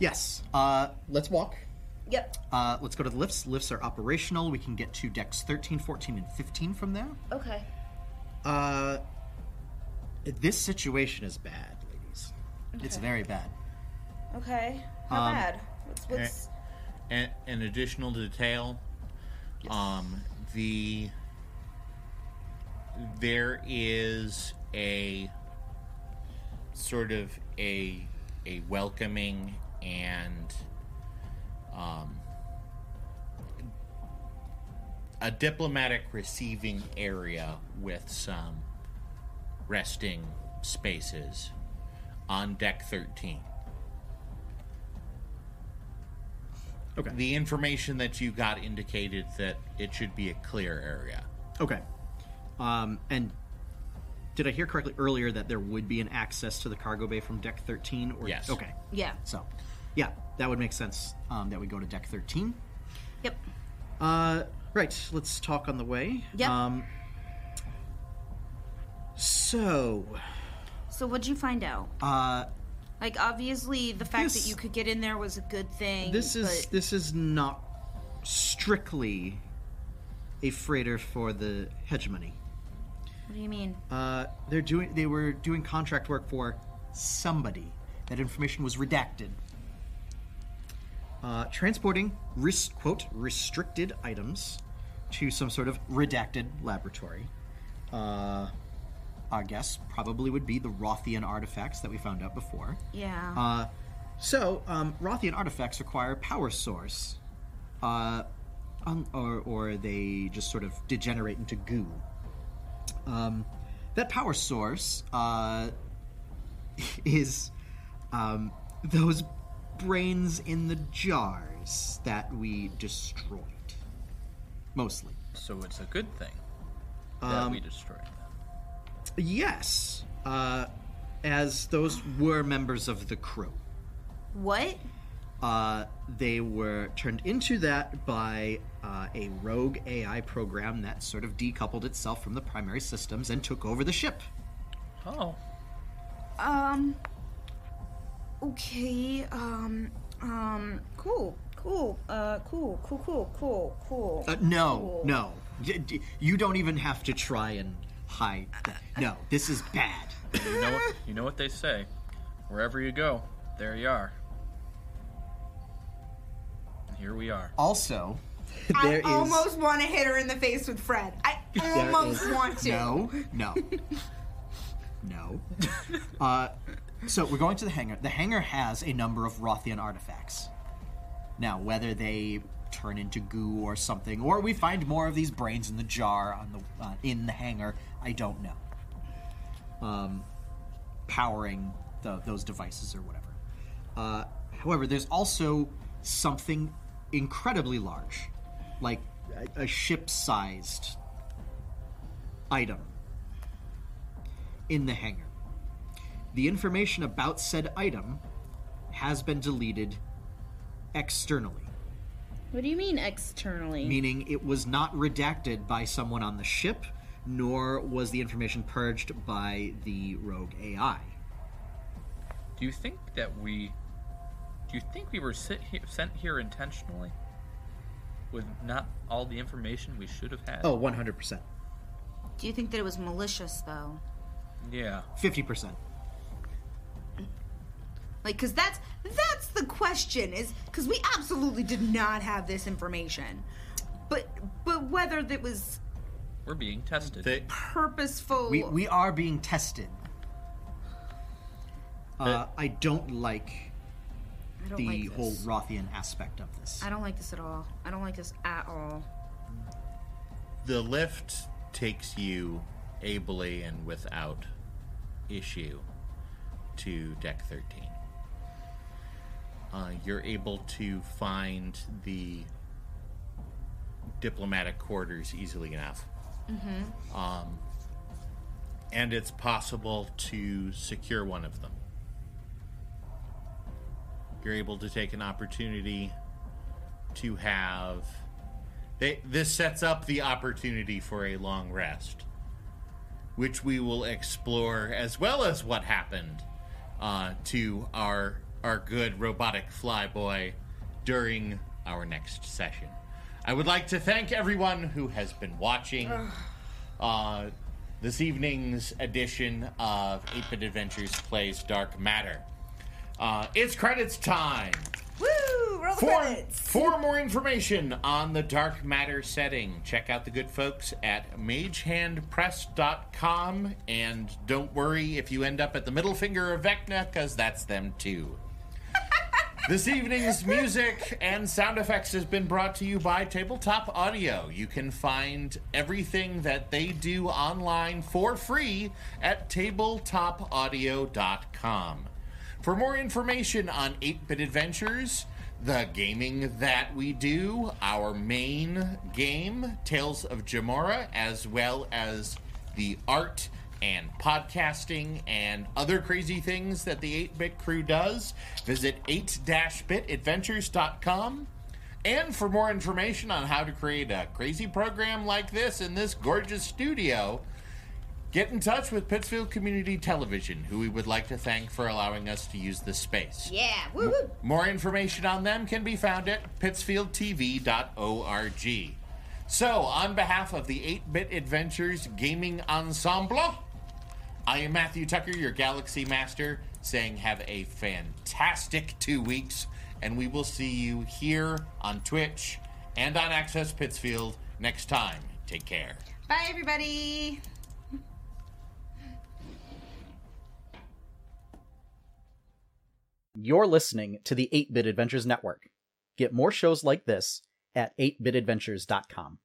[SPEAKER 4] yes. Uh, let's walk.
[SPEAKER 3] yep.
[SPEAKER 4] Uh, let's go to the lifts. Lifts are operational. We can get to decks 13, 14, and 15 from there.
[SPEAKER 3] Okay.
[SPEAKER 4] Uh, this situation is bad, ladies. It's very bad.
[SPEAKER 3] Okay. How
[SPEAKER 4] Um,
[SPEAKER 3] bad? What's what's
[SPEAKER 2] An, an additional detail. Um, the there is a sort of a a welcoming and um, a diplomatic receiving area with some resting spaces on deck 13
[SPEAKER 4] Okay.
[SPEAKER 2] The information that you got indicated that it should be a clear area.
[SPEAKER 4] Okay. Um, and did I hear correctly earlier that there would be an access to the cargo bay from deck 13? Or,
[SPEAKER 2] Yes.
[SPEAKER 4] Okay.
[SPEAKER 3] yeah.
[SPEAKER 4] So, yeah, that would make sense um, that we go to deck 13.
[SPEAKER 3] Yep.
[SPEAKER 4] Uh, right, let's talk on the way.
[SPEAKER 3] Yep.
[SPEAKER 4] Um, so,
[SPEAKER 3] So what'd you find out?
[SPEAKER 4] uh,
[SPEAKER 3] Like obviously the fact
[SPEAKER 4] This-
[SPEAKER 3] that you could get in there was a good thing.
[SPEAKER 4] this is
[SPEAKER 3] but-
[SPEAKER 4] this is not strictly a freighter for the hegemony.
[SPEAKER 3] what do you mean?
[SPEAKER 4] Uh, they're doing they were doing contract work for somebody. That information was redacted. Uh, transporting res- quote restricted items to some sort of redacted laboratory. Uh, our guess probably would be the Rothian artifacts that we found out before.
[SPEAKER 6] Yeah.
[SPEAKER 4] Uh, so, um, Rothian artifacts require a power source, uh, un- or, or they just sort of degenerate into goo. Um, that power source uh, is um, those brains in the jars that we destroyed, mostly.
[SPEAKER 9] So it's a good thing that we destroyed them.
[SPEAKER 4] Yes, uh, as those were members of the crew.
[SPEAKER 6] what?
[SPEAKER 4] Uh, they were turned into that by uh, a rogue AI program that sort of decoupled itself from the primary systems and took over the ship.
[SPEAKER 9] Oh.
[SPEAKER 6] Um. Okay. Um. Um. Cool. Cool. Uh. Cool. Cool. Cool. Cool. Cool.
[SPEAKER 4] Uh, no, no. D- d- you don't even have to try and hide that. No, this is bad.
[SPEAKER 9] You know, what- you know what they say. Wherever you go, there you are. And here we are.
[SPEAKER 4] Also,
[SPEAKER 18] I
[SPEAKER 4] there is
[SPEAKER 18] almost want to hit her in the face with Fred. I
[SPEAKER 4] There
[SPEAKER 18] almost
[SPEAKER 4] is-
[SPEAKER 18] want to.
[SPEAKER 4] No, no, no. Uh, so we're going to the hangar. The hangar has a number of Rothian artifacts. Now, whether they turn into goo or something, or we find more of these brains in the jar on the uh, in the hangar, I don't know. Um, powering the, those devices or whatever. Uh, however, there's also something incredibly large, like a, a ship-sized item in the hangar. The information about said item has been deleted externally,
[SPEAKER 6] What do you mean externally?
[SPEAKER 4] meaning it was not redacted by someone on the ship, nor was the information purged by the rogue AI.
[SPEAKER 9] Do you think that we? Do you think we were sit here, sent here intentionally? With not all the information we should have had.
[SPEAKER 4] Oh, 100%.
[SPEAKER 6] do you think that it was malicious though?
[SPEAKER 9] Yeah.
[SPEAKER 4] 50%.
[SPEAKER 18] Like, cause that's that's the question is because we absolutely did not have this information, but but whether that was
[SPEAKER 9] We're being tested.
[SPEAKER 2] They,
[SPEAKER 18] purposeful.
[SPEAKER 4] We, we are being tested. Uh, I don't like
[SPEAKER 6] I don't
[SPEAKER 4] the
[SPEAKER 6] like this.
[SPEAKER 4] whole Rothian aspect of this.
[SPEAKER 6] I don't like this at all. I don't like this at all.
[SPEAKER 2] the lift takes you ably and without issue to deck 13. Uh, you're able to find the diplomatic quarters easily enough. Um, and it's possible to secure one of them. You're able to take an opportunity to have they, this sets up the opportunity for a long rest, which we will explore as well as what happened uh, to our our good robotic flyboy during our next session. I would like to thank everyone who has been watching uh, this evening's edition of 8-Bit Adventures Plays Dark Matter. Uh, it's credits time.
[SPEAKER 18] Woo! Roll the
[SPEAKER 2] For,
[SPEAKER 18] credits.
[SPEAKER 2] for more information on the dark matter setting, check out the good folks at magehandpress.com. And don't worry if you end up at the middle finger of Vecna, because that's them too. this evening's music and sound effects has been brought to you by Tabletop Audio. You can find everything that they do online for free at tabletopaudio.com. For more information on 8 Bit Adventures, the gaming that we do, our main game, Tales of Jamora, as well as the art and podcasting and other crazy things that the 8 Bit crew does, visit 8 bitadventures.com. And for more information on how to create a crazy program like this in this gorgeous studio, Get in touch with Pittsfield Community Television, who we would like to thank for allowing us to use this space.
[SPEAKER 18] yeah. Woo woo.
[SPEAKER 2] More information on them can be found at pittsfieldtv.org. So, on behalf of the 8 Bit Adventures Gaming Ensemble, I am Matthew Tucker, your Galaxy Master, saying have a fantastic two weeks, and we will see you here on Twitch and on Access Pittsfield next time. Take care.
[SPEAKER 18] Bye, everybody.
[SPEAKER 4] You're listening to the 8 Bit Adventures Network. Get more shows like this at 8bitadventures.com.